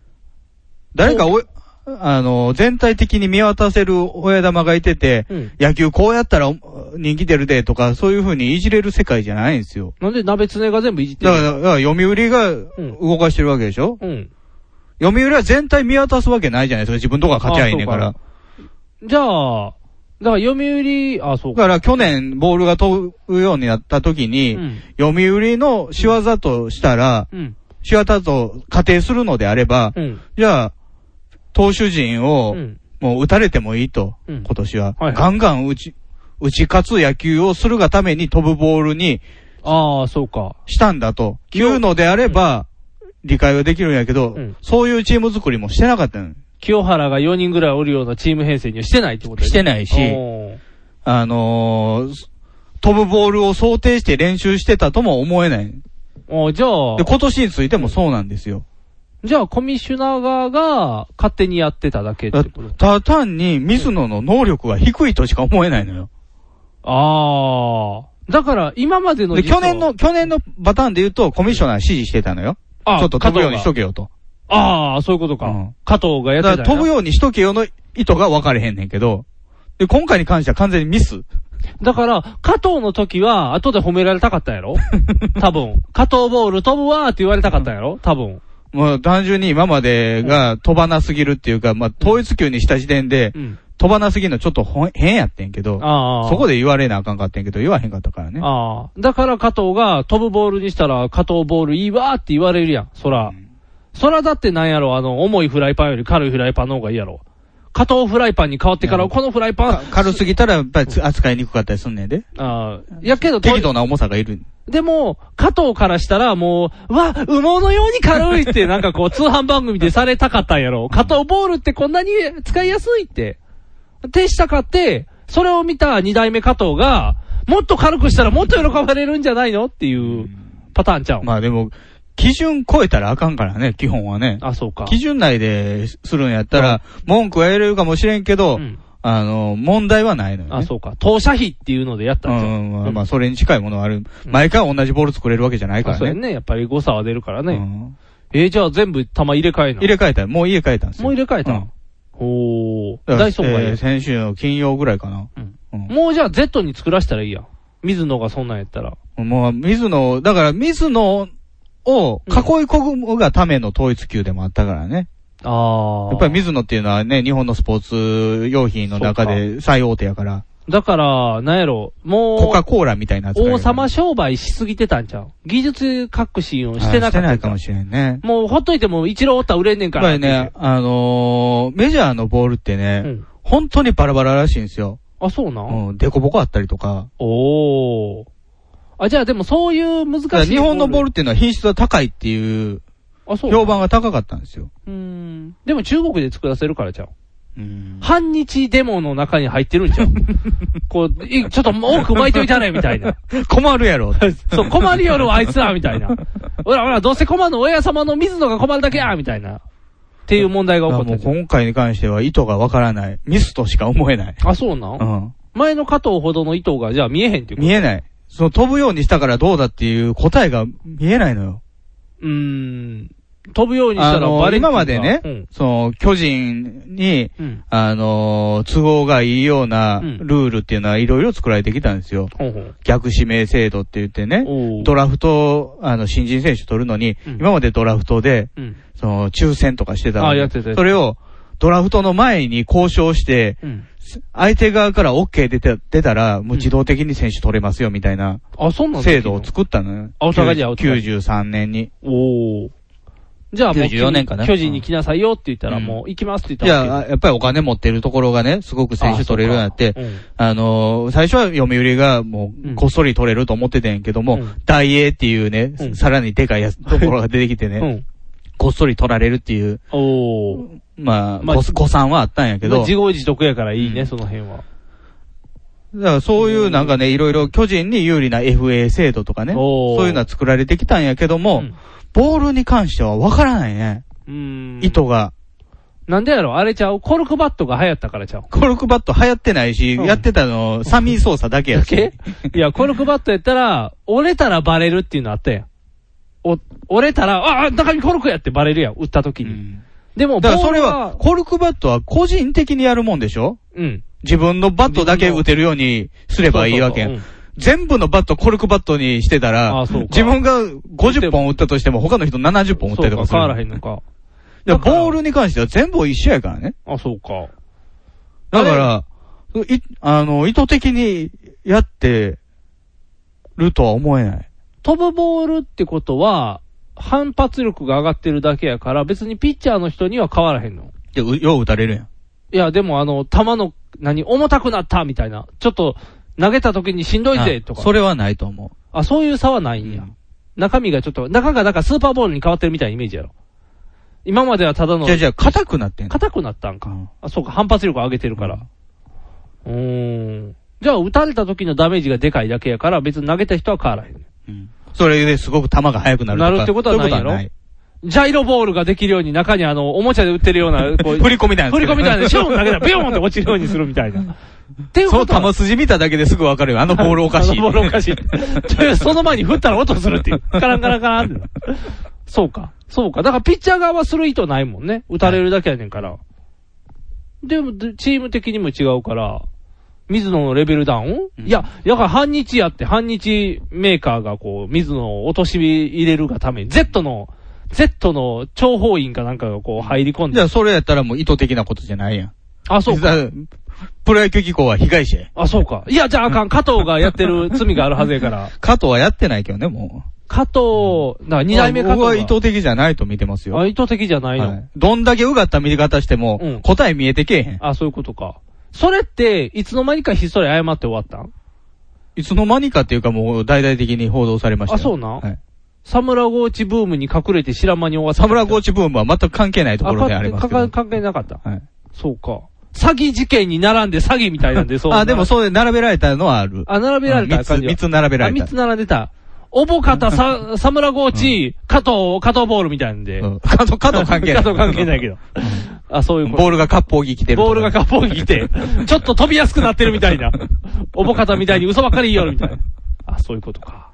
B: 誰かおい、あのー、全体的に見渡せる親玉がいてて、
C: うん
B: 野球こうやったらお人気出るでとか、そういう風にいじれる世界じゃないんですよ。
C: なんで鍋つねが全部いじって
B: だ
C: る
B: から、だから読売が動かしてるわけでしょ、
C: うん。
B: 読売は全体見渡すわけないじゃないですか。自分とこが勝ちゃいいねんから。
C: あじゃあ、だから読売、あ、そう
B: だから去年ボールが飛ぶようになった時に、読売の仕業としたら、
C: うん
B: 仕業と仮定するのであれば、
C: うん
B: じゃあ、投手陣を、もう打たれてもいいと、
C: うん
B: 今年は、
C: はいはい
B: ガンガン打ち、打ち勝つ野球をするがために飛ぶボールに
C: ああ、そうか。
B: したんだと、いうのであれば、理解はできるんやけど、そういうチーム作りもしてなかったの。
C: 清原が4人ぐらいおるようなチーム編成にはしてないってこと
B: してないし
C: おー
B: あのー飛ぶボールを想定して練習してたとも思えない。
C: おーじゃあ
B: で、、今年についてもそうなんですよ。
C: じゃあ、コミッショナー側が勝手にやってただけってこと
B: ただ単に、水野の能力が低いとしか思えないのよ。
C: ああ。だから、今までの
B: で、
C: 実装
B: 去年の、去年のパターンで言うと、コミッショナー指示してたのよ。
C: あ
B: ちょっと飛ぶようにしとけよと。
C: ああ、そういうことか。加藤がや
B: だ
C: っ
B: か
C: てた
B: ら
C: ん
B: 飛
C: や
B: ぶようにしとけよの意図が分かれへんねんけど、で、今回に関しては完全にミス。
C: だから、加藤の時は、後で褒められたかったんやろ多分。加藤ボール飛ぶわーって言われたかったんやろ多分。
B: もう単純に今までが飛ばなすぎるっていうか、まあ、統一級にした時点で、飛ばなすぎるのちょっとほん変やってんけど、
C: ああ
B: そこで言われなあかんかってんけど、言わへんかったからね。
C: ああ。だから加藤が飛ぶボールにしたら、加藤ボールいいわーって言われるやん、そら。そらだってなんやろ、あの、重いフライパンより軽いフライパンの方がいいやろ。加藤フライパンに変わってから、このフライパン、
B: 軽すぎたら、やっぱりつ扱いにくかったりすんねんで。
C: ああ、やけど、
B: 適度な重さがいる。
C: でも、加藤からしたらもう、うわ、羽毛のように軽いって、なんかこう、通販番組でされたかったんやろ。加藤ボールってこんなに使いやすいって。手したかって、それを見た二代目加藤が、もっと軽くしたらもっと喜ばれるんじゃないのっていうパターンちゃう。
B: まあでも、基準超えたらあかんからね、基本はね。
C: あ、そうか。
B: 基準内でするんやったら、文句は言えるかもしれんけど、あの、問題はないのよ、ね。
C: あ、そうか。投射費っていうのでやった
B: うん
C: じゃん。
B: ん、まあ、まあそれに近いものはある。毎回同じボール作れるわけじゃないから
C: そうや
B: ね。
C: ね。やっぱり誤差は出るからね。えーじゃあ全部弾入れ替えな。入
B: れ替えた。もう家替えたんですよ。
C: もう入れ替えたん。おー。
B: だから
C: ダイソンがいい
B: えー先週の金曜ぐらいかな。
C: もうじゃあ Z に作らしたらいいやん。水野がそんなんやったら。
B: もう、水野、だから水野を囲い込むがための統一級でもあったからね。
C: ああ。
B: やっぱり水野っていうのはね、日本のスポーツ用品の中で最大手やから、
C: だから、なんやろ、もう、
B: コカ・コーラみたいな扱い
C: 王様商売しすぎてたんちゃう技術革新をしてな
B: して
C: かっ
B: な
C: た
B: い。かもしれんね。
C: もうほっといても一郎おったら売れんねん
B: や
C: か
B: っ
C: ら。
B: ぱりね、あのーメジャーのボールってね、本当にバラバラらしいんですよ。
C: あ、そうな
B: うん、デコボコあったりとか。
C: おお。あ、じゃあでもそういう難し
B: だ
C: い
B: から日本のボー
C: ル。
B: ルっていうのは品質が高いっていう、
C: あ、そう。
B: 評判が高かったんですよ。
C: でも中国で作らせるからちゃう。反日デモの中に入ってるんちゃうこう、いちょっと多く巻いておいたね、みたいな。
B: 困るやろ。
C: そう、困るよるわあいつら、みたいな。ほらほら、どうせ困るの親様の水野が困るだけや、みたいな。っていう問題が起こった
B: もう今回に関しては意図がわからない。ミスとしか思えない。
C: あ、そうなん、
B: うん。
C: 前の加藤ほどの意図が、じゃあ見えへんっていうこと
B: 見えない。その飛ぶようにしたからどうだっていう答えが見えないのよ。
C: うーん。飛ぶようにした
B: あ
C: ら
B: の
C: バレるっていうか
B: 今までね、
C: うん
B: その巨人に、
C: うん
B: あの都合がいいようなルールっていうのはいろいろ作られてきたんですよ。
C: ほうほう
B: 逆指名制度って言ってね、ドラフト、あの、新人選手取るのに、今までドラフトで、
C: うん
B: その、抽選とかしてたの
C: あやってたやってた
B: それを、ドラフトの前に交渉して、
C: うん
B: 相手側から OK 出て出たら、もう自動的に選手取れますよ、みたいな、
C: あ、そんなん
B: 制度を作ったのよ。
C: あお互いじゃあお互い
B: 93年に。
C: おじゃあもう、
B: 94年かな
C: 巨人に来なさいよって言ったら、もう行きますって言
B: い
C: ったら、
B: や、やっぱりお金持ってるところがね、すごく選手取れるようになって、あ,、のー最初は読売がもう、こっそり取れると思ってたんやけども、大英っていうね、さらにでかいやつところが出てきてね、
C: うん
B: こっそり取られるっていう、
C: おー
B: まあ、
C: まあ
B: 誤誤算はあったんやけ
C: まあ
B: ど、
C: 自業自得やからいいね、その辺は。
B: だからそういうなんかね、いろいろ巨人に有利な FA 制度とかね、そういうのは作られてきたんやけども、ボールに関してはわからないね、意図が。
C: なんでやろあれちゃうコルクバットが流行ったからちゃう
B: コルクバット流行ってないし、やってたの、サミー操作だけやし。
C: いや、コルクバットやったら、折れたらバレるっていうのあったやん。お折れたら、ああ、中身コルクやってバレるやん、打った時に。でも、
B: だから
C: ボー
B: それ
C: ル
B: は、、コルクバットは個人的にやるもんでしょ
C: うん。
B: 自分のバットだけ打てるようにすればいいわけや
C: そうそ
B: ん。全部のバットコルクバットにしてたら、自分が50本打ったとしても他の人70本打ったりと
C: そう
B: か
C: か、
B: する。
C: 変わらへんのか。
B: だからボールに関しては全部一緒やからね。
C: あ、そうか。
B: だから、い、あの、意図的にやってるとは思えない。
C: 飛ぶボールってことは、反発力が上がってるだけやから、別にピッチャーの人には変わらへんの。
B: いやうよう打たれるやん。
C: いや、でもあの、球の、何、重たくなったみたいな。ちょっと、投げた時にしんどいぜ、
B: あ
C: とか。
B: それはないと思う。
C: あ、そういう差はないんや。中身がちょっと、中がだからスーパーボールに変わってるみたいなイメージやろ。今まではただの。
B: じゃあじゃあ硬くなってんの
C: 硬くなったんか。あ、そうか、反発力上げてるから。うーん。じゃあ、打たれた時のダメージがでかいだけやから、別に投げた人は変わらへん。
B: それですごく球が速くなるとか。
C: なるってことはないや
B: そううこ
C: ろ
B: とはない
C: ジャイロボールができるように中にあの、おもちゃで売ってるような、 こう。
B: 振り込みたいな
C: 振り込みたいな。シュン投げたらビヨーンって落ちるようにするみたいな。ってい う
B: そ
C: こ
B: の
C: とは
B: 球筋見ただけですぐわかるよ。あのボールおかしい。
C: あのボールおかしい。というその前に振ったら音するって いう。カランカランカランって。そうか。そうか。だからピッチャー側はする意図ないもんね。打たれるだけやねんから。でも、でチーム的にも違うから、水野のレベルダウン、いや、だから半日やって、半日メーカーがこう、水野を落とし入れるがために、Z の、Z の諜報員かなんかがこう入り込んで。
B: じゃあ、それやったらもう意図的なことじゃないやん。
C: あ、そうか。
B: プロ野球機構は被害者や。
C: あ、そうか。いや、じゃあ あかん。加藤がやってる罪があるはずやから。
B: 加藤はやってないけどね、もう。
C: 加藤、だから二代目加藤
B: 僕は
C: が
B: 意図的じゃないと見てますよ。
C: あ、意図的じゃないの。
B: はいどんだけうがった見方しても、答え見えてけえへん。
C: あ、そういうことか。それって、いつの間にかひっそり謝って終わったん
B: いつの間にかっていうかもう大々的に報道されました
C: あ、
B: よ。
C: そうなん、
B: はい
C: サムラゴーチブームに隠れて知らん間に終わった。
B: サムラゴーチブームは全く関係ないところであります
C: か
B: けど。
C: か関係なかった。
B: はい
C: そうか。詐欺事件に並んで詐欺みたいなんで、そう。
B: あ、でもそうで並べられたのはある。
C: あ、並べられ
B: うん
C: た
B: 三つ
C: 感じは。
B: 三つ並べられた
C: あ、三つ並んでた。おぼか たさ、サムラゴーチ、加藤、加藤ボールみたいなんで。
B: 加藤、加藤関係ない。
C: 加藤関係ないけど。あ、そういうこと
B: ボールが割烹着着てる。
C: ボールがカポギて、ちょっと飛びやすくなってるみた いな。おぼかたみたいに嘘ばっかり言いよるみたいな。あ、そういうことか。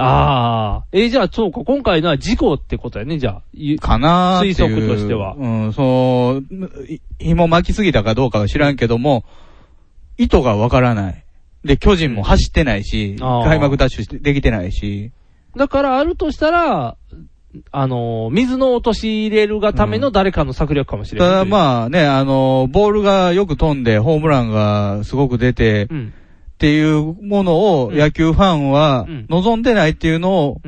C: ああ。えーじゃあ、そうか。今回のは事故ってことやね、じゃあ。ゆ
B: かなーっていう
C: 推測としては。
B: うん、そう、い紐巻きすぎたかどうかは知らんけども、意図がわからない。で、巨人も走ってないし、
C: あー
B: 開幕ダッシュしてできてないし、
C: だから、あるとしたら、あのー水の落とし入れるがための誰かの策略かもしたれない。
B: だまあね、あの、ボールがよく飛んで、ホームランがすごく出て、っていうものを野球ファンは望んでないっていうのを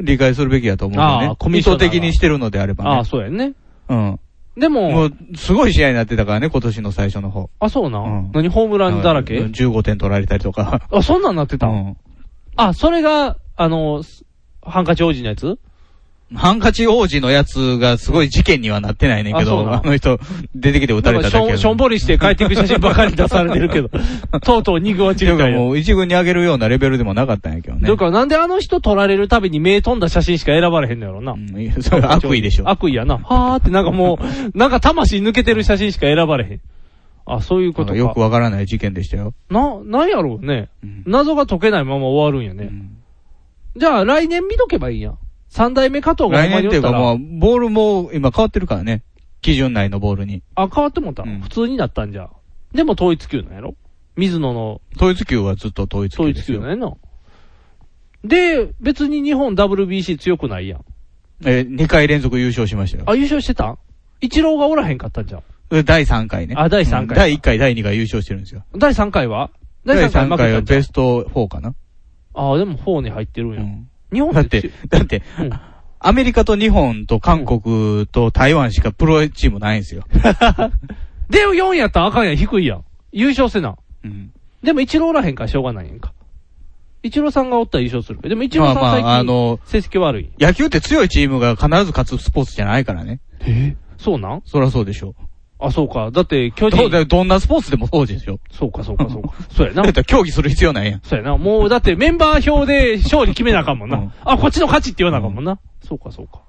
B: 理解するべきやと思うんだ
C: あ
B: よ
C: ーコ
B: ね。
C: ミ
B: 意
C: ッショナ
B: 図
C: ーが
B: 的にしてるのであればね。
C: ああ、そうやんね。
B: うん。
C: でも、
B: もう、すごい試合になってたからね、今年の最初の方。
C: あ、そうな。
B: うん
C: 何ホームランだら
B: うん
C: け
B: ?15 点取られたりと か。
C: あ、そんなんなってた、
B: うん
C: あ、それが、あのーすハンカチ王子のやつ
B: ハンカチ王子のやつがすごい事件にはなってないねんけ
C: あそう
B: ど、
C: な
B: あの人、出てきて撃たれただけ
C: なんかしょ
B: や
C: んしょんぼりして帰っていく写真ばかり出されて るけど、とうとう肉落ち
B: てい
C: る
B: う
C: みた
B: か
C: いな。
B: もう一軍に上げるようなレベルでもなかったんやけどね。
C: だからなんであの人撮られるたびに目飛んだ写真しか選ばれへんのやろな。
B: それは悪意でしょ。
C: 悪意やな。はーってなんかも う、なんか魂抜けてる写真しか選ばれへん。あ、そういうことか。
B: よくわからない事件でしたよ。
C: な、なんやろうね。謎が解けないまま終わるんやね。じゃあ来年見とけばいいやん。三代目加藤が
B: 来
C: ほんま
B: 年
C: に
B: ってい
C: おっ
B: う
C: た
B: からまあ、ボールも今変わってるからね。基準内のボールに。
C: あ、変わってもった、普通になったんじゃ。でも統一級なんやろ水野の
B: 統一級はずっと統一
C: 統
B: 級
C: 一
B: です
C: 級
B: よ。
C: なんやな。で、別に日本 WBC 強くないやん。
B: えー、2回連続優勝しましたよ。
C: あ、優勝してたん一郎がおらへんかったんじゃん。
B: 第3回ね。
C: あ第三回
B: うん第1回、第2回優勝してるんですよ。
C: 第3回は
B: 第
C: 第3回
B: 3
C: 負け
B: 回
C: た
B: は
C: んじゃん
B: ベスト4かな。
C: ああ、でも4に入ってるんや。日本
B: だって、だって、アメリカと日本と韓国と台湾しかプロチームないんですよ。
C: で、4やったらあかんやん、低いやん。優勝せな。
B: うん。
C: でも一郎おらへんからしょうがないやんか。一郎さんがおったら優勝するけど。でも一郎さん
B: まあまあ
C: 最近、
B: あの
C: 成績悪い。
B: 野球って強いチームが必ず勝つスポーツじゃないからね。
C: えそうなん
B: そりゃそうでしょ。
C: あ、そうか。だって、巨
B: どう
C: 人。
B: だどんなスポーツでもそうでしょ。
C: そうか、そうか、そうか。そうやな
B: だったら競技する必要ないやん。
C: そうやな。もう、だってメンバー表で勝利決めなあかんもんな。あ、こっちの勝ちって言わなあかんもんな。そうか、そうか。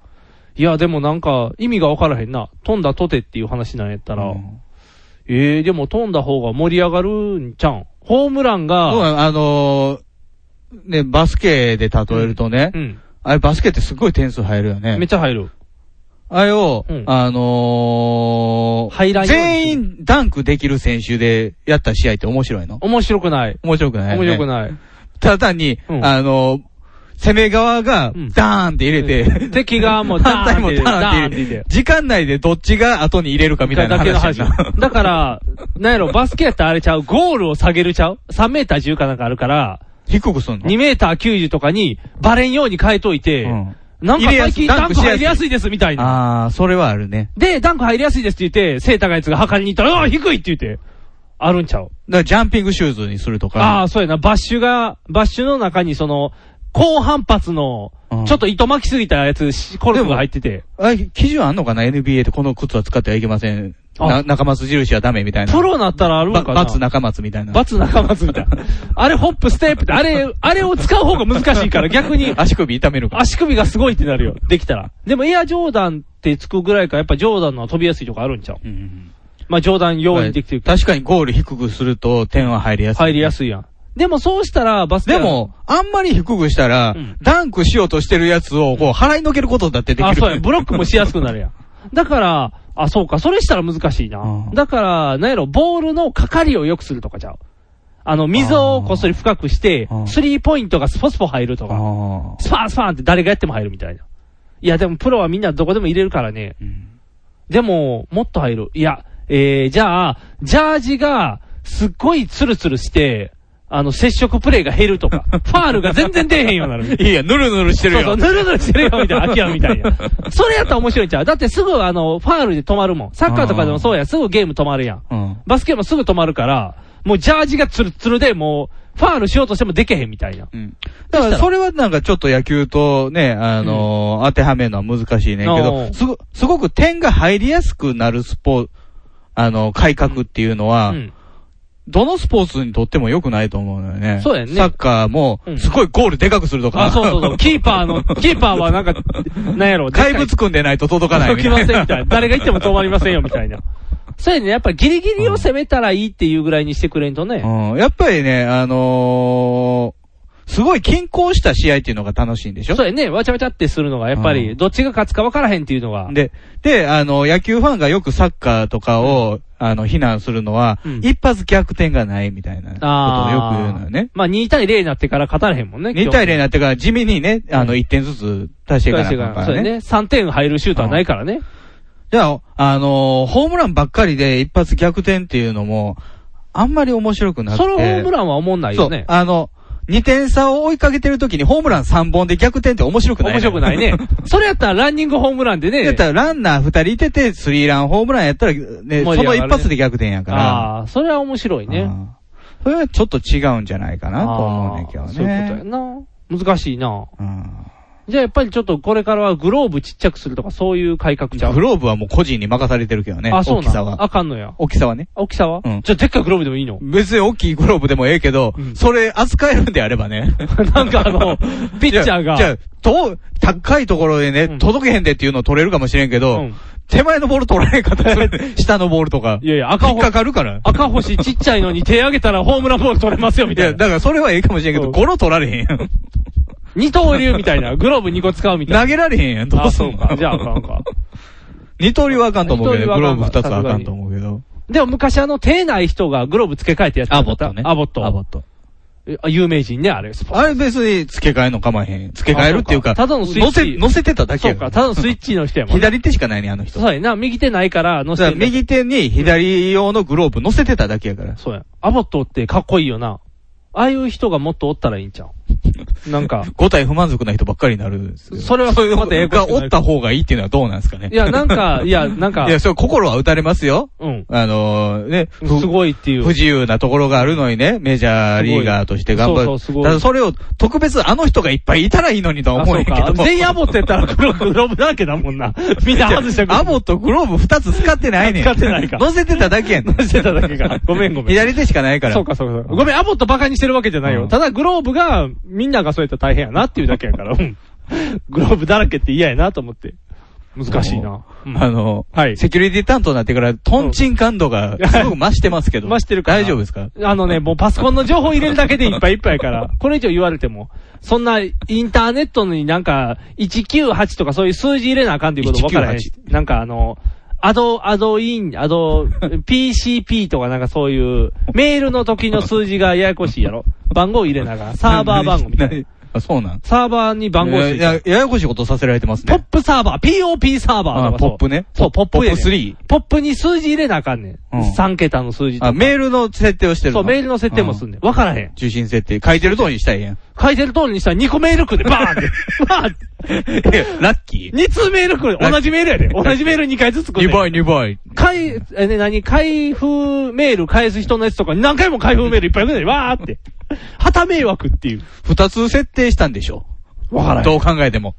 C: いや、でもなんか、意味がわからへんな。飛んだとてっていう話なんやったら。ええでも飛んだ方が盛り上がるんちゃうん。ホームラン
B: そう
C: が、
B: なのあのーね、バスケで例えるとね、あれバスケってすごい点数入るよね。
C: めっちゃ入る。
B: あれを、あのー
C: ライン
B: 全員ダンクできる選手でやった試合って面白いの
C: 面白くない。
B: 面白くない、
C: 面白くない。
B: ただ単に、あのー攻め側が、ダーンって入れて、
C: 敵 側もダ
B: 反対
C: ーンっ
B: も
C: て、
B: ダ
C: ダ
B: ーン
C: ーン
B: っ
C: ってて
B: 入
C: 入
B: れ
C: れ
B: て、時間内でどっちが後に入れるかみたいな話やな。
C: て。だから、なんやろ、バスケやったらあれちゃう、ゴールを下げるちゃう ?3 メーター10かなんかあるから、
B: 低くすんの
C: ?2 メーター90とかに、バレんように変えといて、なんか最近ダンク入りやすいですみたいな。
B: ああ、それはあるね。
C: で、ダンク入りやすいですって言って、背高いやつが測りに行ったら、ああー、低いって言って、あるんちゃう
B: だからジャンピングシューズにするとか。
C: ああ、そうやな。バッシュが、バッシュの中にその、高反発の、ちょっと糸巻きすぎたやつ、しコルクが入ってて。
B: あれ、基準あんのかな ?NBA でこの靴は使ってはいけません。な中松印はダメみたいな。
C: プロになったらあるんかな
B: バツ中松みたいな。
C: バツ中松みたいな。あれ、ホップ、ステップって、あれ、あれを使う方が難しいから、逆に。
B: 足首痛めるから。
C: 足首がすごいってなるよ。できたら。でも、エアジョーダンってつくぐらいから、やっぱジョーダンのは飛びやすいとこあるんちゃう、まあ、ジョーダン用意できてるけど、
B: 確かにゴール低くすると点は入りやすい。
C: 入りやすいやん。でも、そうしたら、バスケ
B: でも、あんまり低くしたら、ダンクしようとしてるやつを、こう、払いのけることだってできる。
C: あ、そうや。ブロックもしやすくな るやん。だから、あ、そうか、それしたら難しいな。だから、なんやろ、ボールのかかりを良くするとかちゃう。あの、溝をこっそり深くして、スリーポイントがスポスポ入るとか、スパンスパンって誰がやっても入るみたいな。いや、でもプロはみんなどこでも入れるからね。でも、もっと入る。いや、えー、じゃあ、ジャージがすっごいツルツルして、あの、接触プレーが減ると か、ファールが全然出えへんようにな る。
B: いや、ぬるぬるしてるよ
C: そうそう、ぬるぬるしてるよ、みたいな、秋山みたいな。 それやったら面白いんちゃうだってすぐあの、ファールで止まるもん。サッカーとかでもそうや、すぐゲーム止まるやん。バスケもすぐ止まるから、もうジャージがツルツルで、もう、ファールしようとしてもでけへんみたいな。
B: だから、それはなんかちょっと野球とね、あのー当てはめるのは難しいねんけ
C: お
B: ど、
C: ー
B: すご、すごく点が入りやすくなるスポーツ、あの、改革っていうのは、どのスポーツにとっても良くないと思うのよね。
C: そうやね
B: サッカーも、すごいゴールでかくするとか。
C: あ、そうそ う そう。キーパーの、キーパーはなんか、なんやろ、
B: 怪物組んでないと届かないみたいな。
C: 届きませんみたいな誰が行っても止まりませんよみ たいな。そうやね、やっぱギリギリを攻めたらいいっていうぐらいにしてくれんとね。
B: うんやっぱりね、あのーすごい均衡した試合っていうのが楽しいんでしょ
C: そうやね、わちゃわちゃってするのが、やっぱり、どっちが勝つか分からへんっていうのが。
B: で、で、あの、野球ファンがよくサッカーとかを、あの、非難するのは、一発逆転がないみたいなことをよく言うのよね。
C: まあ2対0になってから勝たれへんもんね。
B: 2対0
C: に
B: になってから地味にね、あの、1点ずつ足していかなあかんか
C: そう
B: ら
C: やね。
B: ね。
C: 3点入るシュートはないからね。
B: じゃあ、あの、ホームランばっかりで一発逆転っていうのも、あんまり面白くなくて。
C: そのホームランは思んないよね
B: そう。あの、2点差を追いかけてる時にホームラン3本で逆転って面白くない
C: 面白くないね。 それやったらランニングホームランでね。
B: やったらランナー2人いてて、スリーランホームランやったら、ね、
C: 盛り上がるね
B: その一発で逆転やから。
C: ああ、それは面白いね。
B: それはちょっと違うんじゃないかなと思うねんけどね。
C: そういうことやな。難しいな。じゃあやっぱりちょっとこれからはグローブちっちゃくするとかそういう改革ちゃう
B: グローブはもう個人に任されてるけどね。
C: あ、そう
B: 大き
C: な
B: さ
C: のあ
B: は。
C: かんのや。
B: 大きさはね。
C: 大きさは
B: うん。
C: じゃあでっかいグローブでもいいの
B: 別に大きいグローブでもええけど、それ扱えるんであればね。
C: なんか あの、ピッチャーが
B: じゃあ、と、高いところでね、届けへんでっていうのを取れるかもしれんけど、手前のボール取られへんかったら、下のボールとか。い
C: やいや、赤
B: 引っかかるから。
C: 赤星ちっちゃいのに手上げたらホームランボール取れますよみたいな。
B: だからそれはええかもしれんけど、ゴロ取られへんや ん。
C: 二刀流みたいな。グローブ2個使うみたいな。
B: 投げられへんやん、どうすんの
C: あそうかじゃああかんか。
B: 二刀流はあかんと思うけ
C: 二
B: ど、
C: 刀
B: グ
C: 流は
B: ロ
C: あ
B: ー
C: かん
B: ブ二
C: か
B: つはあかんと思うけど。
C: でも昔あの、手ない人がグローブ付け替えてやつアボットね。アボット。アボッ
B: ト。
C: 有名人ね、あれ。スポ
B: あれ別に付け替えの構えへん。付け替えるっていうか、
C: あそうかただのスイッチ
B: 乗せ、乗せてただけや
C: そうか、ただのスイッチの人やもんね。
B: 左手しかないね、あの人。
C: そうやな、右手ないから、乗
B: だか
C: せ
B: ら
C: てんだ。
B: 右手に左用のグローブ乗せてただけやから。
C: そうや。アボットってかっこいいよな。ああいう人がもっとおったらいいんちゃうなん か。
B: 五体不満足な人ばっかりになるんですよ。
C: それは
B: そういう
C: ま
B: こ
C: たええ
B: と
C: こと
B: が
C: にな
B: お
C: る
B: った方がいいっていうのはどうなんですかね。
C: いやなんかいやなん か
B: いや、それ心は打たれますよ。
C: うん。
B: あのーね。ふ
C: すごいっていう。
B: 不自由なところがあるのにね、メジャーリーガーとして頑張る。
C: そうそうすごい
B: だからそれを特別あの人がいっぱいいたらいいのにとは
C: あ
B: 思うん
C: そ
B: や
C: う
B: け
C: か
B: ど。。
C: 全員アボットやったらグログローブだらけだもんな。みんな外してくる
B: アボットグローブ二つ使ってないねん。
C: 使ってないか
B: 乗せてただけやん。乗
C: せただけか。ご めんごめん。
B: 左手しかないから。
C: そうかそうか。ごめん、アボットバカにしてるわけじゃないよ。ただグローブが、みんながそうやったら大変やなっていうだけやから。うんグローブだらけって嫌やなと思って。難しいな。
B: あの、セキュリティ担当になってから、トンチン感度がすごく増してますけ ど。増してるから。大丈夫ですか
C: あのね、もうパソコンの情報入れるだけでいっぱいいっぱいやから、これ以上言われても、そんなインターネットになんか、198とかそういう数字入れなあかんっていうこと分からへんし。なんかあの、アド、アドイン、ア ド、PCP とかなんかそういう、メールの時の数字がややこしいやろ。番号入れなあか ん。サーバー番号みたいな。
B: あ、そうなん
C: サーバーに番号
B: いや
C: して
B: ややこしいことさせられてますね。
C: ポップサーバー、POP サーバーとか
B: あ
C: そう
B: ポップね
C: そう、ポップやね
B: ポ
C: ん
B: ップ3。
C: ポップに数字入れなあかんねん。3桁の数字とか
B: あ、メールの設定をしてるの
C: そうメールの設定もすんねんわからへん。
B: 受信設定。書いてる通りにしたい やん。
C: 書いてる通りにしたら2個メール来るで、バーン って。バーンって。
B: ラッキ
C: 2通メール来る。同じメールやで。同じメール2回ずつ来
B: ー。
C: る。
B: 2倍、。2倍。
C: 開、え、ね、何開封メール返す人のやつとか何回も開封メールいっぱい来るで、わーって。旗迷惑っていう。
B: 2つ設定したんでしょ
C: わからへん
B: どう考えても。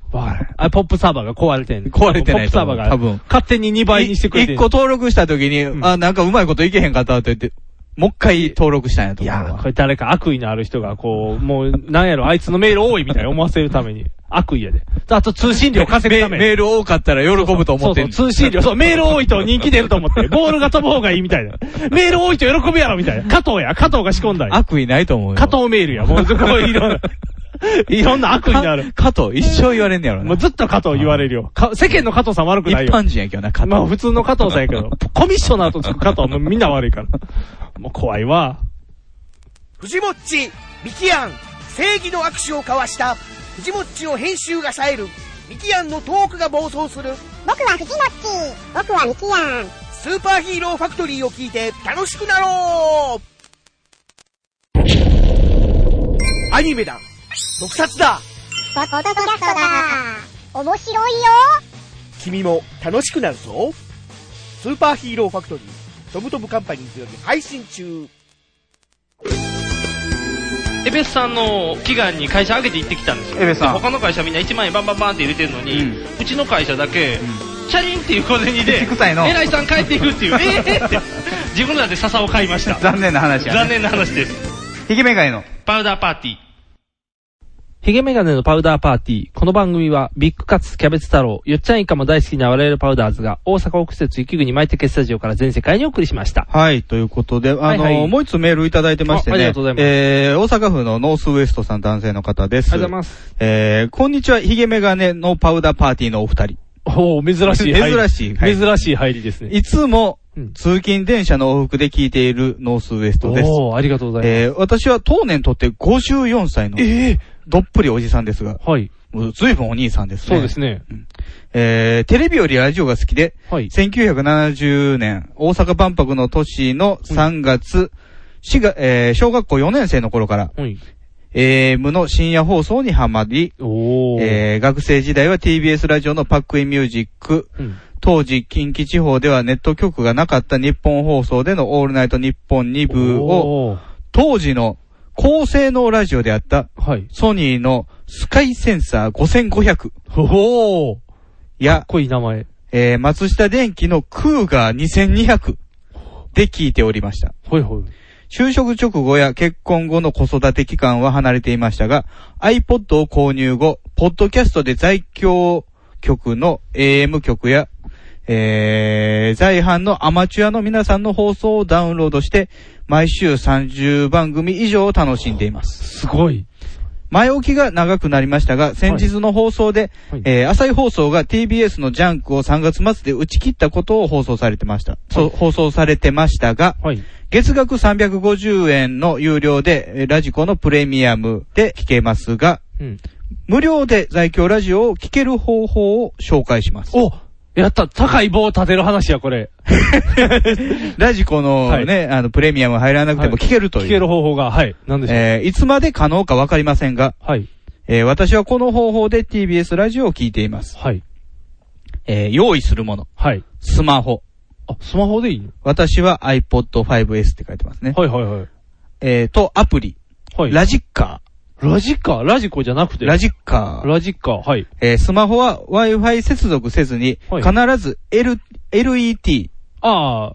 C: あ、ポップサーバーが壊れてんねん
B: 壊れてない
C: ポップ
B: と
C: サー
B: 思
C: バ
B: う
C: ーが。
B: 多分。
C: 勝手に2倍にしてくれて
B: 1個登録した時に、あ、なんかうまいこといけへんかったって言って、もう一回登録したんやと思うわ。
C: これ誰か悪意のある人が、こう、もう、なんやろ、あいつのメール多いみたいに思わせるために。悪意やで。あと通信料稼ぐために。
B: メール多かったら喜ぶと思ってん
C: そうそう、通信料。 そう、メール多いと人気出ると思って。ボールが飛ぶ方がいいみたいな。メール多いと喜ぶやろみたいな。加藤や、加藤が仕込んだんや。
B: 悪意ないと思うよ。
C: 加藤メールや。もうすごいい ろんな。いろんな悪意のある。
B: 加藤、一生言われんねやろな。
C: もうずっと加藤言われるよ。か世間の加藤さん悪くないよ。
B: 一般人やけどな、加藤
C: まあ普通の加藤さんやけど、コミッショナーとつく加藤はもうみんな悪いから。もう怖いわ。
M: 藤もっち、ミキアン、正義の握手を交わした、藤もっちを編集が冴える、ミキアンのトークが暴走する。僕は藤もっち、僕はミキアン。スーパーヒーローファクトリーを聞いて楽しくなろうアニメだ特撮だ
N: ポッドキャストだ面白いよ
M: 君も楽しくなるぞスーパーヒーローファクトリー、トムトムカンパニーズより配信中
C: エベスさんの祈願に会社上げて行ってきたんですよ。
O: エベスさん
C: で他の会社みんな1万円バンバンバンって入れてるのに、うちの会社だけ、チャリンっていう小銭で、
O: 臭いの
C: 偉いさん帰っていくっていう、えーって、自分らで笹を買 いました。
O: 残念な話や、
C: 残念な話です。
O: ヒゲメガイの。
C: パウダーパーティー。ヒゲメガネのパウダーパーティー。この番組は、ビッグカツ、キャベツ太郎、よっちゃんイカも大好きな我々パウダーズが、大阪奥施設雪国マイテケスタジオから全世界にお送りしました。
B: はい、ということで、あの、
C: はいはい
B: もう一つメールいただいてましてね。
C: あありがとうございます
B: えー、大阪府のノースウエストさん男性の方です。。
C: ありがとうございます
B: えー、こんにちは、ヒゲメガネのパウダーパーティーのお二人。
C: おー、珍しい入り。
B: 珍しい。はい
C: 珍しい入りですね。
B: いつも、通勤電車の往復で聞いているノースウエストです。
C: おー、ありがとうございます。
B: えー、私は当年とって54歳の、どっぷりおじさんですが、
C: はい。
B: ずいぶんお兄さんですね。
C: そうですね。
B: えー、テレビよりラジオが好きで、1970年、大阪万博の年の3月、四月えー小学校4年生の頃から、AM の深夜放送にハマり、えー学生時代は TBS ラジオのパックインミュージック、当時近畿地方ではネット局がなかった日本放送でのオールナイト日本2部を、当時の高性能ラジオであった、ソニーのスカイセンサー5500。
C: おー
B: や、かっ
C: こいい名前。
B: えー、松下電機のクーガー2200で聞いておりました。
C: ほいほい。
B: 就職直後や結婚後の子育て期間は離れていましたが、iPod を購入後、ポッドキャストで在京局の AM 局や、えー、在阪のアマチュアの皆さんの放送をダウンロードして、毎週30番組以上を楽しんでいます。
C: すごい。
B: 前置きが長くなりましたが、先日の放送で、えー朝日放送が TBS のジャンクを3月末で打ち切ったことを放送されてました。そう、放送されてましたが、月額350円の有料で、えーラジコのプレミアムで聞けますが、
C: うん
B: 無料で在京ラジオを聞ける方法を紹介します。
C: おやった、高い棒を立てる話や、これ。
B: ラジコのね、あの、プレミアム入らなくても聞けるという。
C: 聞ける方法が、はい。何でしょう。
B: えーいつまで可能かわかりませんが、えー私はこの方法で TBS ラジオを聞いています。えー用意するもの。スマホ。
C: あ、スマホでいいの
B: 私は iPod 5S って書いてますね。
C: はいはいはい。
B: えーと、アプリ。ラジッカ
C: ー。ラジッカーラジコじゃなくて
B: ラジッカー。
C: ラジッカー、はい。
B: えースマホは Wi-Fi 接続せずに、
C: はい
B: 必ず L、LET。
C: ああ、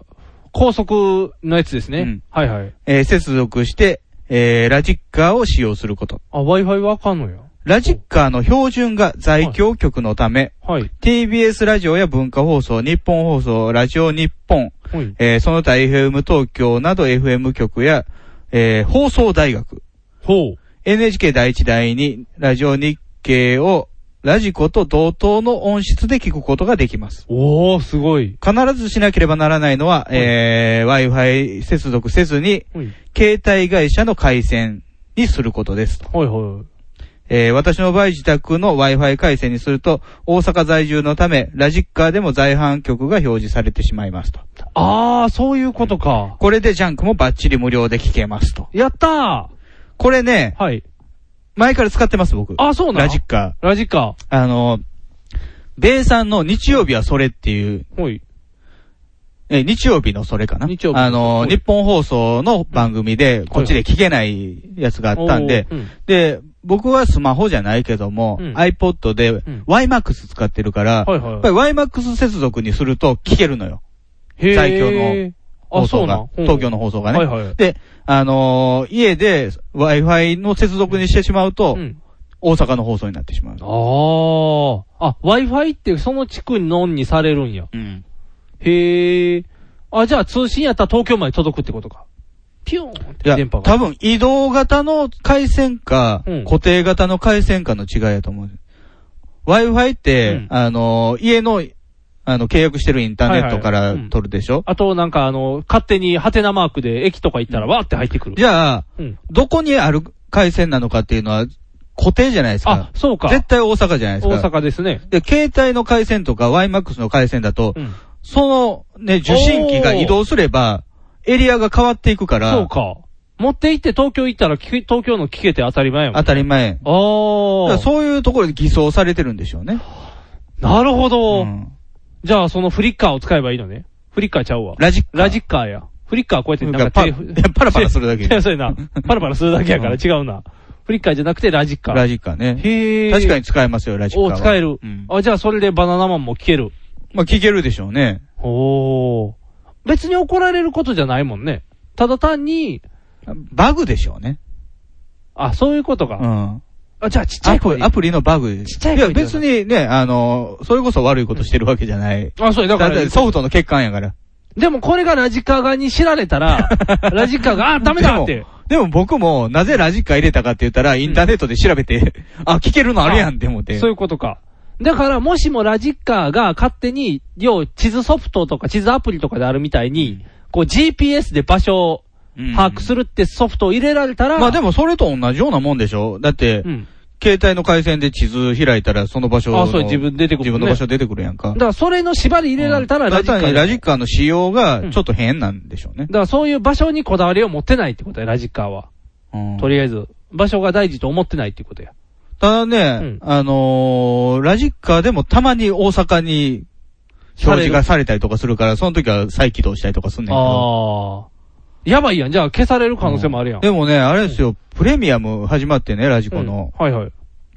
C: 高速のやつですね。はいはい。
B: えー接続して、えーラジッカーを使用すること。
C: あ、Wi-Fi わかんのよ。
B: ラジッカーの標準が在京局のため、TBS ラジオや文化放送、日本放送、ラジオ日本、
C: はい
B: えーその他 FM 東京など FM 局や、えー放送大学、NHK 第一第二ラジオ日経をラジコと同等の音質で聞くことができます。
C: おー、すごい。
B: 必ずしなければならないのは、えー Wi-Fi 接続せずに、携帯会社の回線にすることです。
C: はいはい。
B: えー私の場合自宅の Wi-Fi 回線にすると、大阪在住のため、ラジッカーでも在阪局が表示されてしまいますと。
C: あー、そういうことか。
B: これでジャンクもバッチリ無料で聞けますと。
C: やったー
B: これね、
C: はい。
B: 前から使ってます僕。
C: あ、そうなの
B: ラジッカ
C: ー。ラジッカ
B: ー。あの、米さんの日曜日はそれっていう、
C: はい。
B: え、日曜日のそれかな。
C: 日曜日
B: あの、日本放送の番組で、こっちで聞けないやつがあったんで、
C: おーうん
B: で、僕はスマホじゃないけども、
C: うん
B: iPod で YMAX 使ってるから、
C: はいはい
B: やっぱり YMAX 接続にすると聞けるのよ。
C: へー
B: 最強の放送
C: あそうな
B: が
C: ん、うん
B: 東京の放送がね。
C: はいはい
B: で、あのー家で Wi-Fi の接続にしてしまうと、大阪の放送になってしまう。
C: ああ。あ、Wi-Fi ってその地区のんにされるんや。
B: うん。
C: へえ。あ、じゃあ通信やったら東京まで届くってことか。ピューン
B: いや、多分移動型の回線か、固定型の回線かの違いやと思う。Wi-Fi って、あの、家の、あの、契約してるインターネットから取るでしょ、
C: あと、なんか、あの、勝手にハテナマークで駅とか行ったらわーって入ってくる。
B: じゃあ、
C: うん
B: どこにある回線なのかっていうのは、固定じゃないですか。
C: あそうか
B: 絶対大阪じゃないですか。
C: 大阪ですね。
B: で、携帯の回線とか YMAX の回線だと、そのね、受信機が移動すれば、エリアが変わっていくから、
C: そうか。持って行って東京行ったら聞け、東京の聞けて当たり前やもん。
B: 当たり前。
C: あー
B: だからそういうところで偽装されてるんでしょうね。
C: なるほど。じゃあ、そのフリッカーを使えばいいのね。フリッカーちゃうわ。
B: ラジッ
C: カー。ラジッカーや。フリッカーこうやってなんか
B: パラ
C: 手
B: パラパラするだけ
C: いや そうやな。パラパラするだけやから違うな。フリッカーじゃなくてラジッカー。
B: ラジッカーね。
C: へー
B: 確かに使えますよ、ラジッカーは。
C: お使える、
B: うん
C: あ、じゃあそれでバナナマンも聞ける。
B: まあ、聞けるでしょうね。
C: おー。別に怒られることじゃないもんね。ただ単に、
B: バグでしょうね。
C: あ、そういうことか。
B: うん。
C: あ、じゃあちっちゃ
B: ア
C: い声
B: プ
C: で
B: リ、アプリのバグちっ
C: ちゃい声で
B: や、別にね、あの、それこそ悪いことしてるわけじゃない。
C: あそうやだから
B: ってソフトの欠陥やから。
C: でもこれがラジカー側に知られ たら、ラジカーが、あ、ダメだって。
B: でも僕も、なぜラジッカー入れたかって言ったら、インターネットで調べて、 あ、聞けるのあるやんって思って。
C: そういうことか。だから、もしもラジッカーが勝手に、要、地図ソフトとか地図アプリとかであるみたいに、こう GPS で場所を把握するってソフトを入れられたら、
B: まあでもそれと同じようなもんでしょだって、携帯の回線で地図開いたら、その場所の
C: あそう自分出てくるね
B: 自分の場所出てくるやんか
C: だ。からそれの縛り入れられたらラ
B: 確
C: ジッカー
B: か
C: で、
B: に
C: だ
B: ラジッカーの仕様がちょっと変なんでしょうね。
C: からそういう場所にこだわりを持ってないってことや、ラジッカーは。とりあえず、場所が大事と思ってないってことや。
B: ただね、あのー、ラジッカーでもたまに大阪に表示がされたりとかするから、その時は再起動したりとかすんねんけど。
C: ああ。やばいやん。じゃあ消される可能性もあるやん。
B: でもね、あれですよ、プレミアム始まってね、ラジコの。
C: はいはい。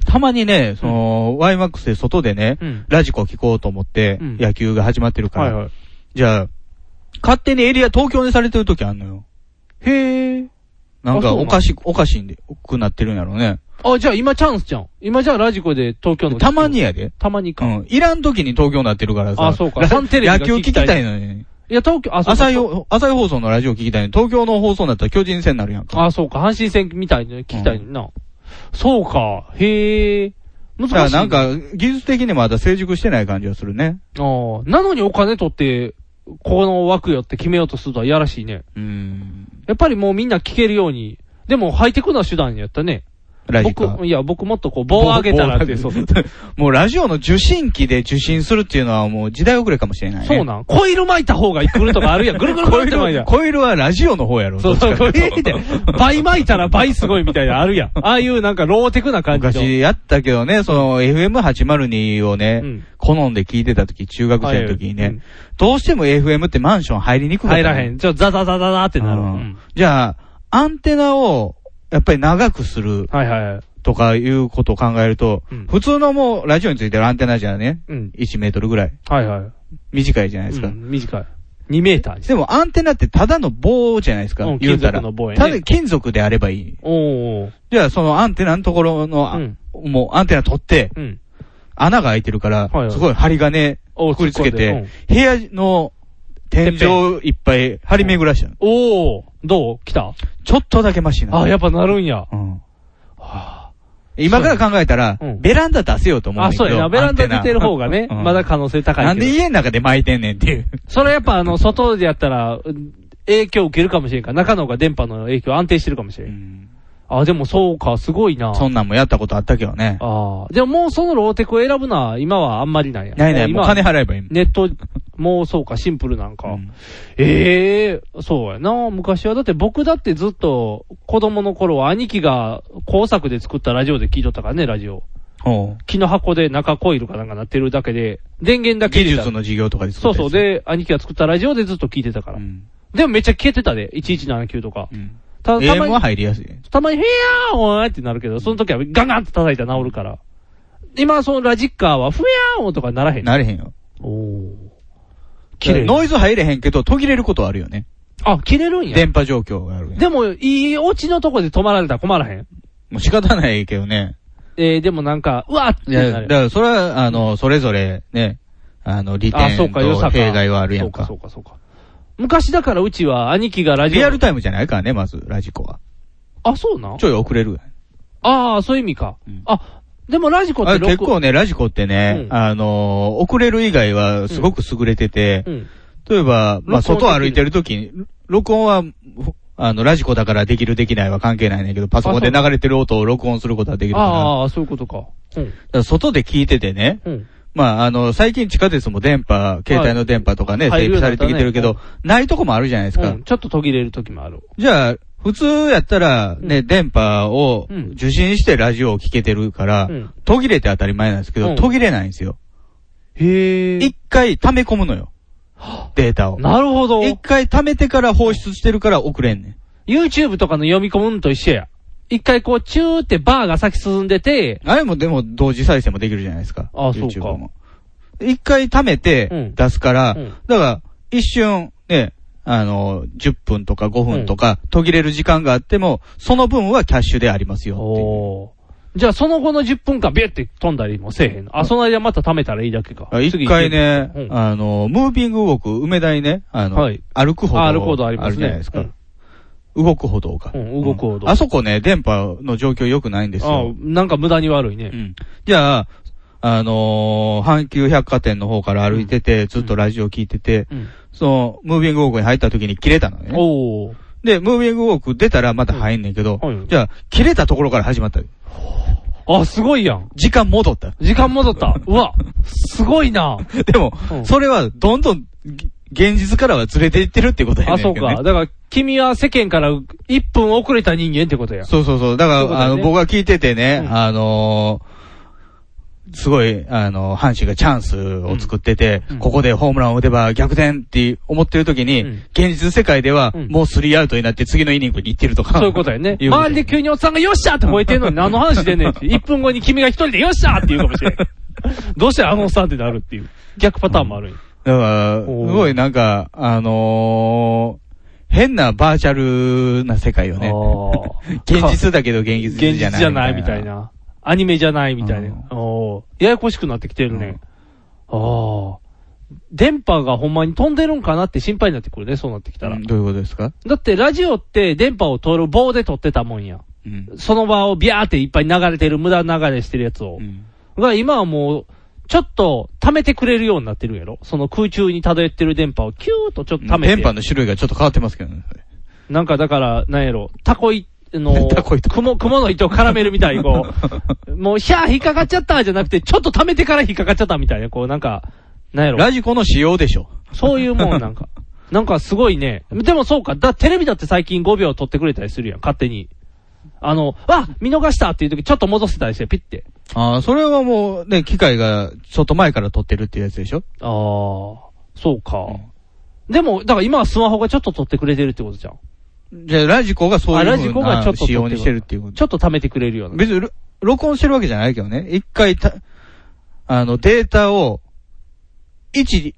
B: たまにね、その、YMAX で外でね、ラジコ聞こうと思って、野球が始まってるから。じゃあ、勝手にエリア東京にされてる時あんのよ。
C: へえ。
B: なん
C: あ
B: か
C: そうなの
B: おかし、おかしいんで、くなってるんやろうね。
C: あ、じゃあ今チャンスじゃん。今じゃあラジコで東京の。
B: たまにやで。
C: たまにか。
B: うん。いらん時に東京になってるからさ。
C: あそうか
B: ラ
C: サンテレビが
B: 野
C: 聞き
B: 球聞
C: たい
B: きたいのに。
C: いや、東京、あ、そうか
B: 朝日、朝日放送のラジオ聞きたいのに、東京の放送になったら巨人戦になるやんか。
C: あ、そうか。阪神戦みたいに聞きたいな。そうか。へえ。難
B: だ
C: しい。
B: からなん、か、技術的にまだ成熟してない感じがするね。
C: あーなのにお金取って、この枠よって決めようとするとはやらしいね。
B: うん。
C: やっぱりもうみんな聞けるように。でも、ハイテクな手段やったね。
B: ラジカー
C: 僕、いや、僕もっとこう、棒を上げたらって、
B: 棒
C: そ
B: を
C: う
B: 上げたらもうラジオの受信機で受信するっていうのはもう時代遅れかもしれないね。
C: そうなん。コイル巻いた方が来るとかあるやん。ぐるぐるぐるって巻いたら。
B: コイルはラジオの方やろ。
C: そう
B: ど
C: そ
B: っ
C: う、
B: ちか
C: こ
B: っていうと
C: れで、倍巻いたら倍すごいみたいなある やん。ああいうなんかローテクな感じの。
B: 昔やったけどね、その FM802 をね、好んで聞いてた時、中学生の時にね、どうしても FM ってマンション入りにくかった、
C: 入らへん。ちょ、ザザザザザってなる。うん
B: じゃあ、アンテナを、やっぱり長くする。
C: はいはい。
B: とかいうことを考えると、普通のもう、ラジオについてるアンテナじゃね、
C: うん
B: 1メートルぐらい。
C: はいはい。
B: 短いじゃないですか。
C: 短い。2メーターです。
B: でも、アンテナってただの棒じゃないですか。
C: うん
B: 言うたら。
C: 金属の棒やね
B: ただ金属であればいい。
C: おー。
B: じゃあ、そのアンテナのところの、あもうアンテナ取って、
C: うん
B: 穴が開いてるから、すごい針金
C: お
B: くりつけ
C: 突っ込ん
B: て
C: で、
B: 部屋の天井いっぱい張り巡らしたの。
C: おー。どう来た
B: ちょっとだけマシな。
C: あ、やっぱなるんや。
B: 今から考えたら、ベランダ出せようと思う
C: あ、
B: んだけど
C: そうやな。ベランダ出てる方が
B: ア
C: ね、
B: ンテナうん
C: まだ可能性高いけど。
B: なんで家の中で巻いてんねんっていう。
C: それやっぱあの、外でやったら、うん影響受けるかもしれんから、中の方が電波の影響安定してるかもしれん。あ、でもそうか、すごいな。
B: そんなんもやったことあったけどね。
C: ああ。でももうそのローテクを選ぶのは今はあんまりないや。
B: ないない
C: 今
B: もう金払えばいい
C: ネット、もうそうか、シンプルなんか。ええそうやな。昔はだって僕だってずっと子供の頃は兄貴が工作で作ったラジオで聞いとったからね、ラジオ。木の箱で中コイルかなんかなってるだけで、電源だけ
B: 技
C: 入れたら
B: 術の授業とかで作
C: そ
B: っ
C: う
B: た
C: そ
B: や
C: う。
B: つ
C: で、兄貴が作ったラジオでずっと聞いてたから。でもめっちゃ消えてたで、1179とか。たたま
B: AM は
C: に、
B: 入りやすい。
C: たまに、へやーおーいってなるけど、その時はガンガンって叩いたら治るから。今、そのラジッカーは、ふやーおーとかならへん。
B: なれへんよ。
C: おお。綺麗
B: ノイズ入れへんけど、途切れることはあるよね。
C: あ、切れるんや。
B: 電波状況がある。
C: でも、いいオチのとこで止まられたら困らへん。
B: もう仕方ないけどね。
C: えー、でもなんか、うわーって
B: い
C: なる
B: や、
C: やん
B: だからそれは、あの、それぞれね、あの、利
C: あ
B: 点
C: そうか良さ
B: と
C: か
B: 弊害はあるやんか。
C: そうか、そうか、昔だからうちは兄貴がラジオ。
B: リアルタイムじゃないからね、まず、ラジコは。
C: あ、そうなん
B: ちょい遅れる。
C: ああ、そういう意味か。あ、でもラジコっ
B: あ
C: て録
B: 結構ね、ラジコってね、あの、遅れる以外はすごく優れてて、
C: ん
B: 例えば、まあ、
C: 録音できる
B: 外歩いてる時に、録音は、ふあの、ラジコだからできるできないは関係ないねんだけど、パソコンで流れてる音を録音することはできるから、
C: ああ、そういうことか。うん。
B: だから外で聞いててね、
C: うん
B: まあ、あの、最近地下鉄も電波、携帯の電波とかね、
C: はい
B: 整備されてきてるけど、
C: 入るよ
B: ないとこもあるじゃないですか。
C: うんちょっと途切れる時もある。
B: じゃあ、普通やったら、ね、電波を受信してラジオを聞けてるから、
C: うん
B: 途切れて当たり前なんですけど、
C: うん
B: 途切れないんですよ。
C: へ
B: 一回溜め込むのよ。データを。
C: なるほど。
B: 一回溜めてから放出してるから遅れんね
C: YouTube とかの読み込むんと一緒や。一回こう、チューってバーが先進んでて、
B: ん。あれもでも同時再生もできるじゃないですか。
C: ああそう
B: YouTube
C: か
B: も。一回溜めて出すから、だから、一瞬、ね、あの、10分とか5分とか、途切れる時間があっても、その分はキャッシュでありますよっていう。
C: じゃあその後の10分間ビュって飛んだりもせえへんの。あ、その間また貯めたらいいだけか。
B: あ一回ね、あの、ムービング動く、梅田にね、あの、
C: はい
B: 歩く歩道
C: あ歩く歩道あります
B: る
C: ね
B: じゃないですか。動く歩道か、
C: 動くほど。
B: あそこね、電波の状況良くないんです
C: あ
B: よ。
C: なんか無駄に悪いね。
B: じゃあ、あのー阪急百貨店の方から歩いてて、ずっとラジオ聞いてて、その、ムービングウォークに入った時に切れたのね。で、ムービングウォーク出たらまた入んねんけど、じゃあ、切れたところから始まった。
C: あ、すごいやん。
B: 時間戻った。
C: 時間戻った。うわ、すごいな。
B: でも、それはどんどんぎ現実からはずれていってるってことやね
C: あ、
B: んけど
C: そ
B: ね
C: うか。だから、君は世間から1分遅れた人間ってことや。
B: そうそうそう。だから、
C: そういうことだ
B: あ
C: ね
B: の、僕が聞いててね、あのーすごい、あのー阪神がチャンスを作ってて、ここでホームランを打てば逆転って思ってる時に、現実世界では、もうスリーアウトになって次のイニングに行ってるとか。
C: そういうことやね。
B: いうこと
C: 周りで急におっさんがよっしゃーって吠えてんのに何の話でんねんって。1 分後に君が一人でよっしゃーって言うかもしれん。どうしてあのおっさんってなるっていう。逆パターンもあるんや
B: だから、すごいなんか、あのー変なバーチャルな世界よね。現実だけど現実
C: 現
B: じゃな
C: 実
B: い。
C: じゃないみたい。な。アニメじゃないみたいな。おーややこしくなってきてるね。ああ。電波がほんまに飛んでるんかなって心配になってくるね、そうなってきたら。
B: どういうことですか
C: だってラジオって電波を通る棒で撮ってたもんや。その場をビャーっていっぱい流れてる、無駄流れしてるやつを。が今はもう、ちょっと溜めてくれるようになってるんやろその空中に漂ってる電波をキューッとちょっと溜めて。
B: 電波の種類がちょっと変わってますけどね。
C: なんかだから、なんやろ、タコイ、あの、タコ雲、雲の糸を絡めるみたいにこう、もう、ひゃー引っかかっちゃったじゃなくて、ちょっと溜めてから引っかかっちゃったみたいな、こうなんか、なんやろ。
B: ラジコの仕様でしょ。
C: そういうもんな んか。なんかすごいね。でもそうか。だ、テレビだって最近5秒撮ってくれたりするやん、勝手に。あの、わ見逃したっていう時ちょっと戻せたりして、ピッて。
B: ああ、それはもうね、機械がちょっと前から撮ってるっていうやつでしょ
C: ああ、そうか。でも、だから今はスマホがちょっと撮ってくれてるってことじゃん。
B: じゃあラジコがそう
C: あ
B: いう
C: ラ
B: ふ
C: ジ
B: う
C: コがちょ
B: な
C: っと撮ってくれる
B: 仕様にしてるっていうこと。
C: ちょっと貯めてくれるような。
B: 別にろ録音してるわけじゃないけどね。一回た、あの、データを、一、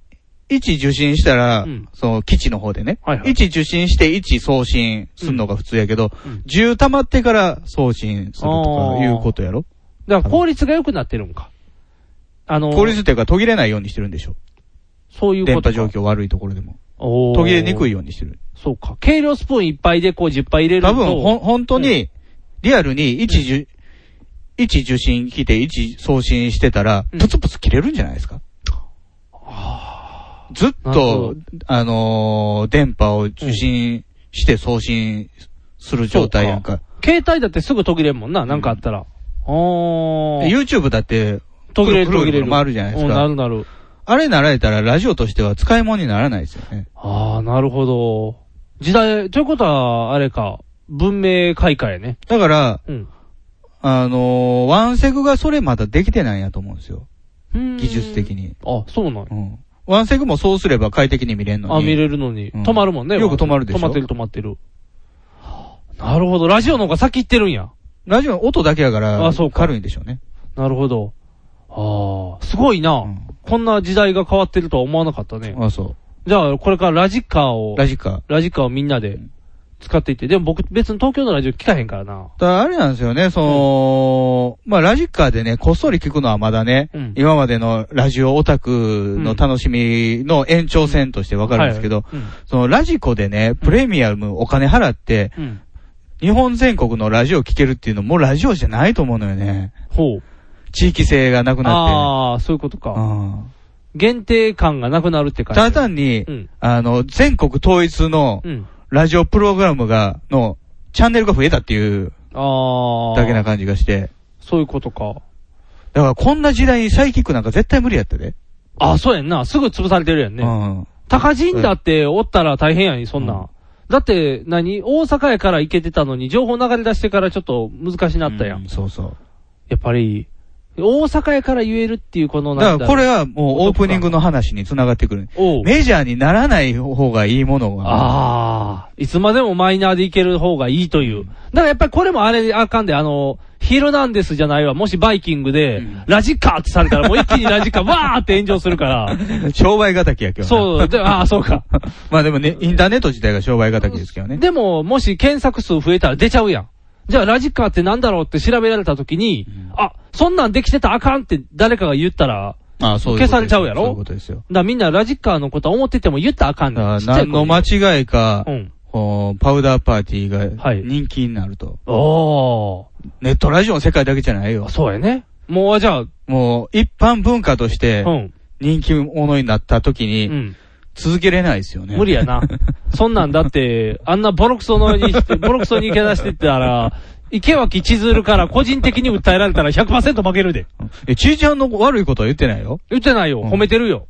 B: 一受信したら、その基地の方でね。一、受信して一送信するのが普通やけど、十、溜まってから送信するとかいうことやろ
C: だから効率が良くなってるんか。あの、
B: 効率っていうか途切れないようにしてるんでしょ
C: そういう
B: 電
C: こと
B: 波
C: か。
B: 状況悪いところでも。
C: おー
B: 途切れにくいようにしてる。
C: そうか。計量スプーンいっぱいでこう10杯入れると。
B: 多分、ほん、本当に、リアルに1受、一受信来て1送信してたら、プツプツ切れるんじゃないですか、ずっ
C: なるほ
B: と、あのー電波を受信して送信する状態やんか。
C: 携帯だってすぐ途切れんもんな、なんかあったら。おー。
B: YouTube だって、
C: 途切れる
B: くく
C: 途切れ
B: く
C: る。
B: る回るじゃないですか。
C: うんなるなる。
B: あれ習えたらラジオとしては使い物にならないですよね。
C: ああ、なるほど。時代、ということは、あれか、文明開化やね。
B: だから、
C: うん。
B: あのーワンセグがそれまだできてないんやと思うんですよ。技術的に。
C: あ、そうなん
B: うん。ワンセグもそうすれば快適に見れるのに。
C: あ、見れるのに。
B: うん
C: 止まるもんね。
B: よく止まるでしょ
C: 止まってる止まってる。なるほど。ラジオの方が先行ってるんや。
B: ラジオの音だけやから、
C: あそうか
B: 軽いんでしょうね。
C: なるほど。ああ、すごいな、こんな時代が変わってるとは思わなかったね。
B: あ、そう。
C: じゃあ、これからラジカーを。
B: ラジカー。
C: ラジカーをみんなで使っていって。でも僕別に東京のラジオ聞かへんからな。
B: だからあれなんですよね、その、まあ、ラジカでね、こっそり聞くのはまだね、今までのラジオオタクの楽しみの延長線としてわかるんですけど、そのラジコでね、プレミアムお金払って、
C: うん
B: 日本全国のラジオ聞けるっていうのもうラジオじゃないと思うのよね。
C: ほう。
B: 地域性がなくなっ
C: ああ、そういうことか。
B: うん
C: 限定感がなくなるっ
B: て。
C: て感じ。
B: ただ単に、あの、全国統一の
C: うん
B: ラジオプログラムが、の、チャンネルが増えたっていう
C: ああ。
B: だけな感じがして。
C: そういうことか。
B: だからこんな時代にサイキックなんか絶対無理やったで。
C: あ、そうやんな。すぐ潰されてるやんね。
B: うん。
C: 高人だっておったら大変やん、そんなん。だって何、大阪やから行けてたのに、情報流れ出してからちょっと難しなったやん。
B: そうそう。
C: やっぱり、大阪やから言えるっていうこの
B: だからこれ
C: は、
B: はもうオープニングの話に繋がってくる。
C: おう
B: メジャーにならない方がいいものが。あ。
C: ああ、いつまでもマイナーで行ける方がいいという。だからやっぱりこれもあれ、あかんで、あの、ヒルナンデスじゃないわ。もしバイキングで、ラジカーってされたら、もう一気にラジカー、わーって炎上す るから。
B: 商売敵やけどな
C: そうであーそうか。
B: まあでもね、インターネット自体が商売敵ですけどね。
C: でも、もし検索数増えたら出ちゃうやん。じゃあラジカーってなんだろうって調べられた時に、あ、そんなんできてたらあかんって誰かが言ったら、
B: ああ、そういうことです
C: 消されちゃうやろ
B: そういうことですよ。
C: だからみんなラジカーのことは思ってても言ったらあかんねん
B: あ
C: ちっちゃい
B: 何
C: 子
B: の
C: に
B: 間違いか、
C: うん
B: こうパウダーパーティーが人気になると。
C: お
B: ネットラジオの世界だけじゃないよ。
C: そうやね。もうじゃあ。
B: もう一般文化として
C: ん、
B: 人気者になった時に、続けれないですよね。
C: 無理や な。そんなんだって、あんなボロクソのに して、ボロクソに行け出してったら、池脇千鶴から個人的に訴えられたら100%負けるで。
B: え、ちいちゃんの悪いことは言ってないよ。
C: 言ってないよ。褒めてるよ。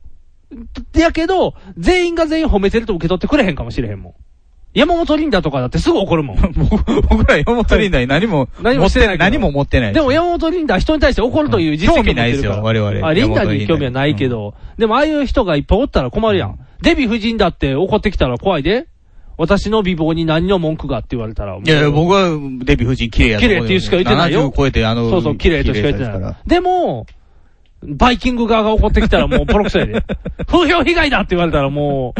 C: やけど、全員が全員褒めてると受け取ってくれへんかもしれへんもん。山本リンダとかだってすぐ怒るもん。
B: 僕ら山本リンダに何も、
C: 何もしてないけど
B: 何も持ってない。
C: でも、山本リンダは人に対して怒るという実績を持ってるか
B: 興味な
C: ら
B: いですよ我々
C: あ、リンダ
B: 山本リ
C: に
B: ンダ
C: 興味はないけど、でもああいう人がいっぱいおったら困るやん。デヴィ夫人だって怒ってきたら怖いで。私の美貌に何の文句がって言われたら。
B: いやいや、僕はデヴィ夫人綺麗やと
C: 綺
B: 思
C: 麗っていうしか言ってないよ。
B: 70超えて、あの、
C: そうそう、綺麗としか言っ
B: 綺
C: て
B: 麗さです
C: ない
B: か。
C: でも、バイキング側が怒ってきたらもうボロクソ やで。風評被害だって言われたらも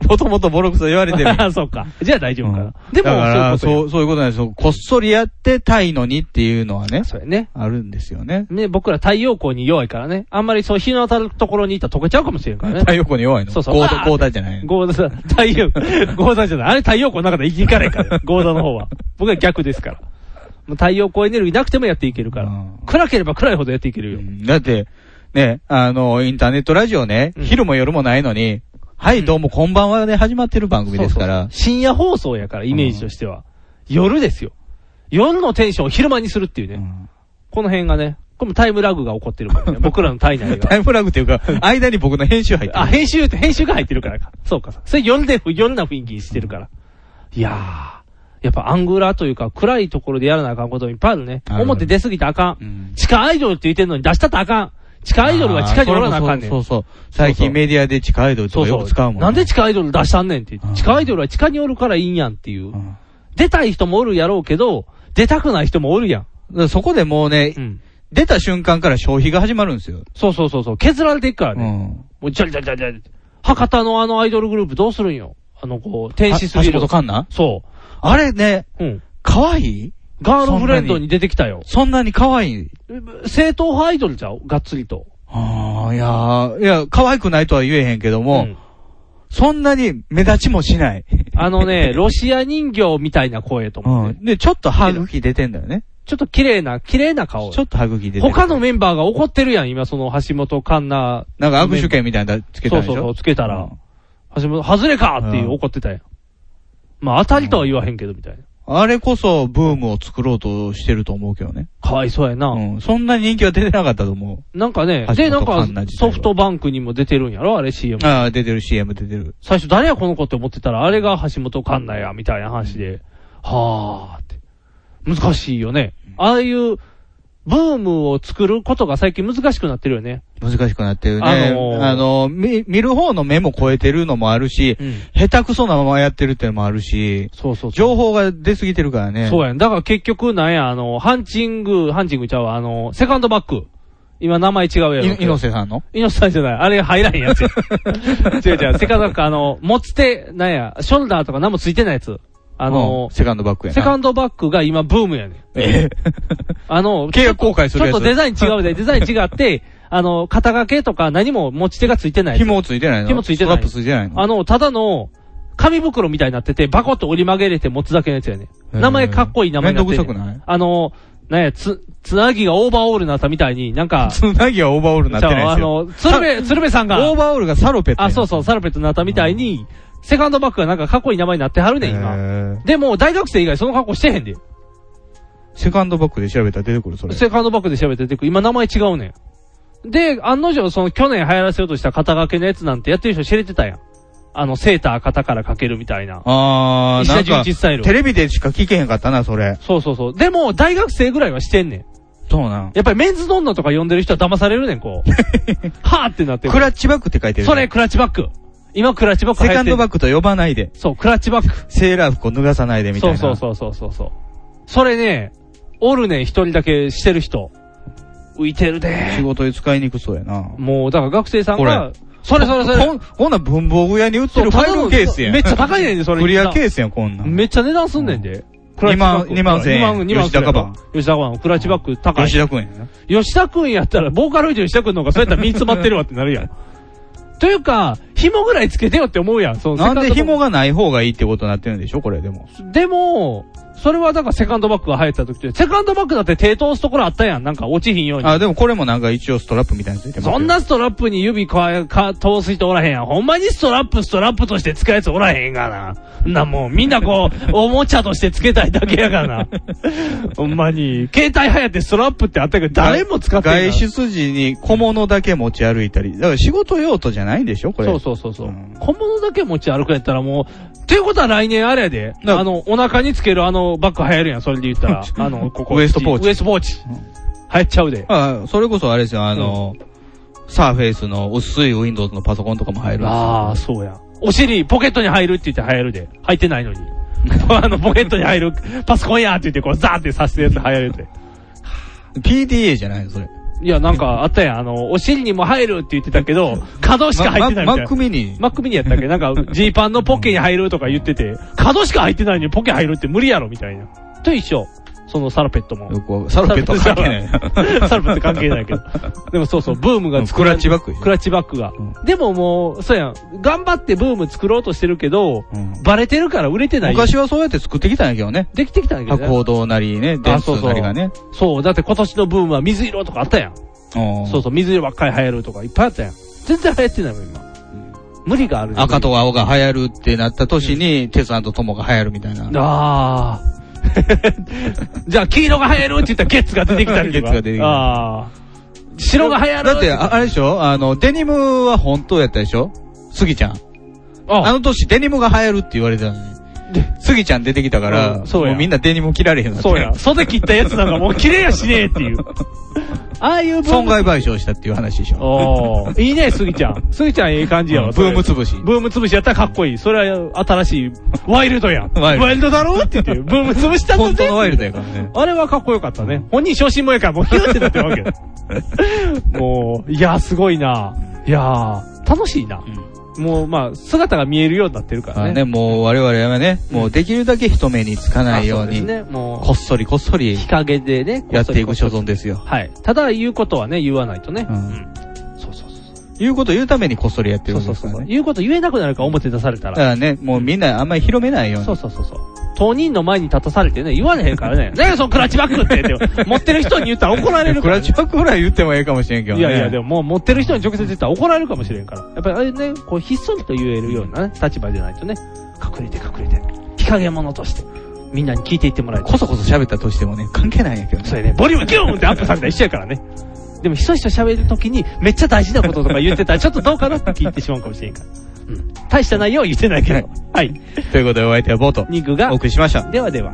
B: う。もともとボロクソ言わ れてる。
C: そうか。じゃあ大丈夫かな。
B: ら。
C: でも
B: だから、
C: そうい
B: そ
C: うことや
B: う、そういうことなんですよ。こっそりやってたいのにっていうのはね。
C: そうやね。
B: あるんですよね。
C: ね、僕ら太陽光に弱いからね。あんまりそう日の当たるところにいたら溶けちゃうかもしれんからね。
B: 太陽光に弱いの
C: そうそう。
B: ゴーダ、ゴー
C: ダ
B: ダじゃない。
C: ゴーダ、太陽、 ゴーダじゃない。あれ太陽光の中で生きいかない から。ゴーダの方は。僕は逆ですから。もう太陽光エネルギーなくてもやっていけるから。暗ければ暗いほどやっていけるよ。
B: だって、ね、あの、インターネットラジオね、昼も夜もないのに、はい、どうもこんばんはで始まってる番組ですから。
C: 深夜放送やから、イメージとしては。夜ですよ。夜のテンションを昼間にするっていうね。この辺がね、これもタイムラグが起こってる からね。僕らの体内が。
B: タイムラグっていうか、間に僕の編集入ってる。
C: あ、編集、編集が入ってるからか。そうか。それ夜で、夜な雰囲気にしてるから。いやー。やっぱアングラというか、暗いところでやらなあかんこともいっぱいあるね。表出すぎてあかん。地下アイドルって言ってんのに出したってあかん。地下アイドルは地下におらなあかんねん。
B: そうそう。最近メディアで地下アイドルと
C: そう
B: かよ
C: そ
B: く
C: う。
B: 使うもんね。
C: なんで地下アイドル出したんねんって。地下アイドルは地下におるからいいんやんっていう。出たい人もおるやろうけど、出たくない人もおるやん。
B: だからそこでもうね、出た瞬間から消費が始まるんですよ。
C: そうそうそうそう。削られていくからね。もうジャリジャリジャリジャリ。博多のあのアイドルグループどうするんよ。あの子、天使す
B: は
C: ぎる。
B: 橋本環奈
C: そう。
B: あれね、可愛い
C: ガールフレンドに出てきたよ。
B: そんなに可愛い
C: 正統派アイドルちゃうがっつりと。
B: ああ、いやー、いや、可愛くないとは言えへんけども、そんなに目立ちもしない。
C: あのね、ロシア人形みたいな声と思って。
B: で、ちょっと歯茎出てんだよね。
C: ちょっと綺麗な、綺麗な顔。
B: ちょっと歯茎出てる。
C: 他のメンバーが怒ってるやん、今その橋本環奈。
B: なんか握手券みたいなのつけたでしょ
C: そうそうそう、つけたら。橋本、外れかっていう怒ってたやん。まあ当たりとは言わへんけど、みたいな。
B: あれこそブームを作ろうとしてると思うけどね。
C: かわいそうやな。
B: うん。そんなに人気は出てなかったと思
C: なんかね
B: 橋、本
C: で、なん
B: 環
C: か
B: 奈自体
C: ソ
B: は
C: フトバンクにも出てるんやろあれ CM
B: う。。ああ、出てる CM 出てる。
C: 最初誰やこの子って思ってたら、あれが橋本環奈や、みたいな話で、はぁーって。難しいよね。ああいう、ブームを作ることが最近難しくなってるよね。
B: 難しくなってるね。
C: あ
B: あの
C: のー
B: み見る方の目も超えてるのもあるし、下手くそなままやってるっていうのもあるし、情報が出すぎてるからね。
C: そうやん。だから結局、なんや、あの、ハンチング、ハンチングちゃうわ、あの、セカンドバック。今名前違うやろ。
B: い猪瀬さんの
C: 猪瀬さんじゃない。あれ入らへんやつや。違う違う。セカンドバック、あの、持つ手、なんや、ショルダーとか何もついてないやつ。あの、
B: うんセカンドバックやな。
C: セカンドバッグが今ブームやねん。
B: え
C: あの、
B: 契約更改するやつ
C: ちょっとデザイン違うで、デザイン 違って、あの、肩掛けとか何も持ち手がつい てないやつ。
B: 紐ついてないの
C: 紐ついてな
B: ス
C: い。
B: トラップついてないの
C: あの、ただの、紙袋みたいになってて、バコッと折り曲げれて持つだけのやつやね。
B: へー
C: 名前かっこいい名前になってんねん
B: めんどくさくない
C: あの、なんや、つ、つなぎがオーバーオールになったみたいに、なんか、
B: つなぎはオーバーオ ールになってないですよ。
C: じゃああの、鶴瓶、鶴瓶さんが。
B: オーバーオールがサロペットや
C: あ、そうそう、サロペットになったみたいに、セカンドバッグがなんかかっこいい名前になってはるねん、今。でも、大学生以外その格好してへんで。
B: セカンドバックで調べたら出てくる、それ。
C: セカンドバッグで調べてて、今名前違うねん。で、案の定、その去年流行らせようとした肩掛けのやつなんてやってる人知れてたやん。あの、セーター肩からかけるみたいな。
B: あー、なん
C: 石田
B: か、
C: 純一スタイル
B: テレビでしか聞けへんかったな、それ。
C: そうそうそう。でも、大学生ぐらいはしてんねん。
B: そうなん。
C: やっぱりメンズノンノとか呼んでる人は騙されるね ん、こう。はーってなってる
B: クラッチバックって書いてる。
C: それ、クラッチバック。今、クラッチバック
B: セカンドバッ
C: ク。
B: クと呼ばないで。
C: そう、クラッチバック。
B: セーラー服を脱がさないでみたい
C: そう
B: な。
C: そうそうそうそうそう。それね、おるねん、一人だけしてる人。浮いてるで。
B: 仕事で使いにくそうやな。
C: もう、だから学生さん
B: これ
C: が、それそれそれ
B: こん、こんなん文房具屋に売って
C: そう
B: るファイルケースやん。
C: めっちゃ高いねんで、それ。
B: クリアケースやん、こんなん。
C: めっちゃ値段すんねんで。
B: 2万、2万千円。
C: 2万
B: 吉高版。。
C: 吉田バン。クラッチバック高い。
B: 吉田君やな。
C: 吉田君やったら、ボーカロイド吉田君の方がそうやったら身詰まってるわってなるやん。というか、紐ぐらいつけてよって思うやん。その
B: なんで
C: セカンド
B: 紐がない方がいいってことになってるんでしょこれでも。
C: でも、それはだからセカンドバッグが流行った時で、セカンドバッグだって手通すところあったやん。なんか落ちひんように。
B: あ、でもこれもなんか一応ストラップみたいについてますよ
C: そんなストラップに指かえ、か、通す人おらへんやん。ほんまにストラップ、ストラップとして使うやつおらへんがな。な、もうみんなこう、おもちゃとして付けたいだけやがな。ほんまに。携帯流行ってストラップってあったけど、誰も使ってへ
B: 外
C: ん
B: 出時に小物だけ持ち歩いたり。だから仕事用途じゃないんでしょこれ。
C: そうそうそうそう。小物だけ持ち歩くやったらもう、ということは来年あれやで、あの、お腹につけるあのバッグ流行るやん、それで言った ら。あの、ここ。
B: ウエストポーチ
C: ウエストポーチ。流行っちゃうで。
B: あそれこそあれですよ、あの、サーフェイスの薄い Windows のパソコンとかも入るんですよ
C: ああ、そうや。お尻、ポケットに入るって言って流行るで。入って ないのに。あの、ポケットに入る、パソコンやって言って、こう、ザーってさせるやつ流行るで。
B: PDA じゃないのそれ。
C: いや、なんか、あったやん。あの、お尻にも入るって言ってたけ ど、角しか入ってないみたいな。
B: ママックミニ。
C: マックミニやったっけなんか、ジーパンのポケに入るとか言ってて、角しか入ってないのにポケ入るって無理やろ、みたいな。と一緒。そのサラペットも。
B: サロペット関係ないな。
C: サルプって関係ないけど。でもそうそう、ブームが作ら
B: うんクラッチバックでしょ
C: クラッチバックが。でももう、そうやん。頑張ってブーム作ろうとしてるけど、バレてるから売れてない。
B: 昔はそうやって作ってきたんやけどね。
C: できてきたんやけどね
B: 博報堂なりね、
C: あ
B: 電
C: そう
B: 通
C: そ
B: な
C: う
B: りがね。。
C: そう、だって今年のブームは水色とかあったや
B: う
C: ん。
B: ん
C: そうそう、水色ばっかり流行るとかいっぱいあったやん。全然流行ってないもん、今。無理がある。
B: 赤と青が流行るってなった年に、鉄腕と友が流行るみたいな。
C: ああ。 じゃあ、黄色が流行るって言ったらゲッツが出てきたりとか。
B: ゲッツが出てきた
C: ああ。白が流行る
B: だって、ああれでしょあの、デニムは本当やったでしょスギちゃん。
C: あ
B: の年、デニムが流行るって言われてたのに。スギちゃん出てきたから、
C: うんそうや
B: もうみんなデニム着られへんよ
C: そう
B: にな
C: や
B: っ。
C: 袖切ったやつなんかもう切れやしねえっていう。ああいう
B: て。損害賠償したっていう話でしょ。
C: おーいいね、スギちゃん。スギちゃんええ感じやわ。
B: うんブーム潰し。
C: ブーム潰しやったらかっこいい。それは新しい。ワイルドやん。
B: ワイルド
C: ワイルドだろって言って、ブーム潰したんだぜ
B: 本当のワイルドやからね。
C: あれはかっこよかったね。本人昇進もええから、もうヒューってなってるわけよ。 もう、いやーすごいないやー楽しいな。もう、まあ、姿が見えるようになってるか
B: ま
C: ら
B: あ
C: ね。
B: ね、もう我々はね、もうできるだけ人目につかないよう
C: あそ
B: に、
C: うですねもう
B: こっ所りこっそり
C: 日陰でね、
B: やっていく所存ですよ。
C: はい。ただ言うことはね、言わないとね。
B: 言うこと言うためにこっそりやってるんですからね。
C: 言うこと言えなくなるから表出された
B: だ
C: ら。
B: からね、もうみんなあんまり広めないように。
C: そうそうそうそう。当人の前に立たされてね、言われへんからね。 何やそのクラッチバッグってって、持ってる人に言ったら怒られる
B: ク
C: から
B: ラッ。チバックぐらい言ってもええかもしれんけど
C: い
B: ね。
C: やいや、でももう持ってる人に直接言ったら怒られるかもしれんから。やっぱりあれね、こうひっそりと言えるようなね、立場じゃないとね、隠れて隠れて、日陰者として、みんなに聞いていってもらえる。
B: こそこそ喋ったとしてもね、関係ないんやけどね。
C: それね、ボリュームギューンってアップされたら一緒やからね。でもひそひそ喋るときに、めっちゃ大事なこととか言ってたら、ちょっとどうかなって聞いてしまうかもしれんから。うん。大した内容は言ってないけど。はい。
B: ということでお相手はボート。
C: ニグが。
B: お送りしました。
C: ではでは。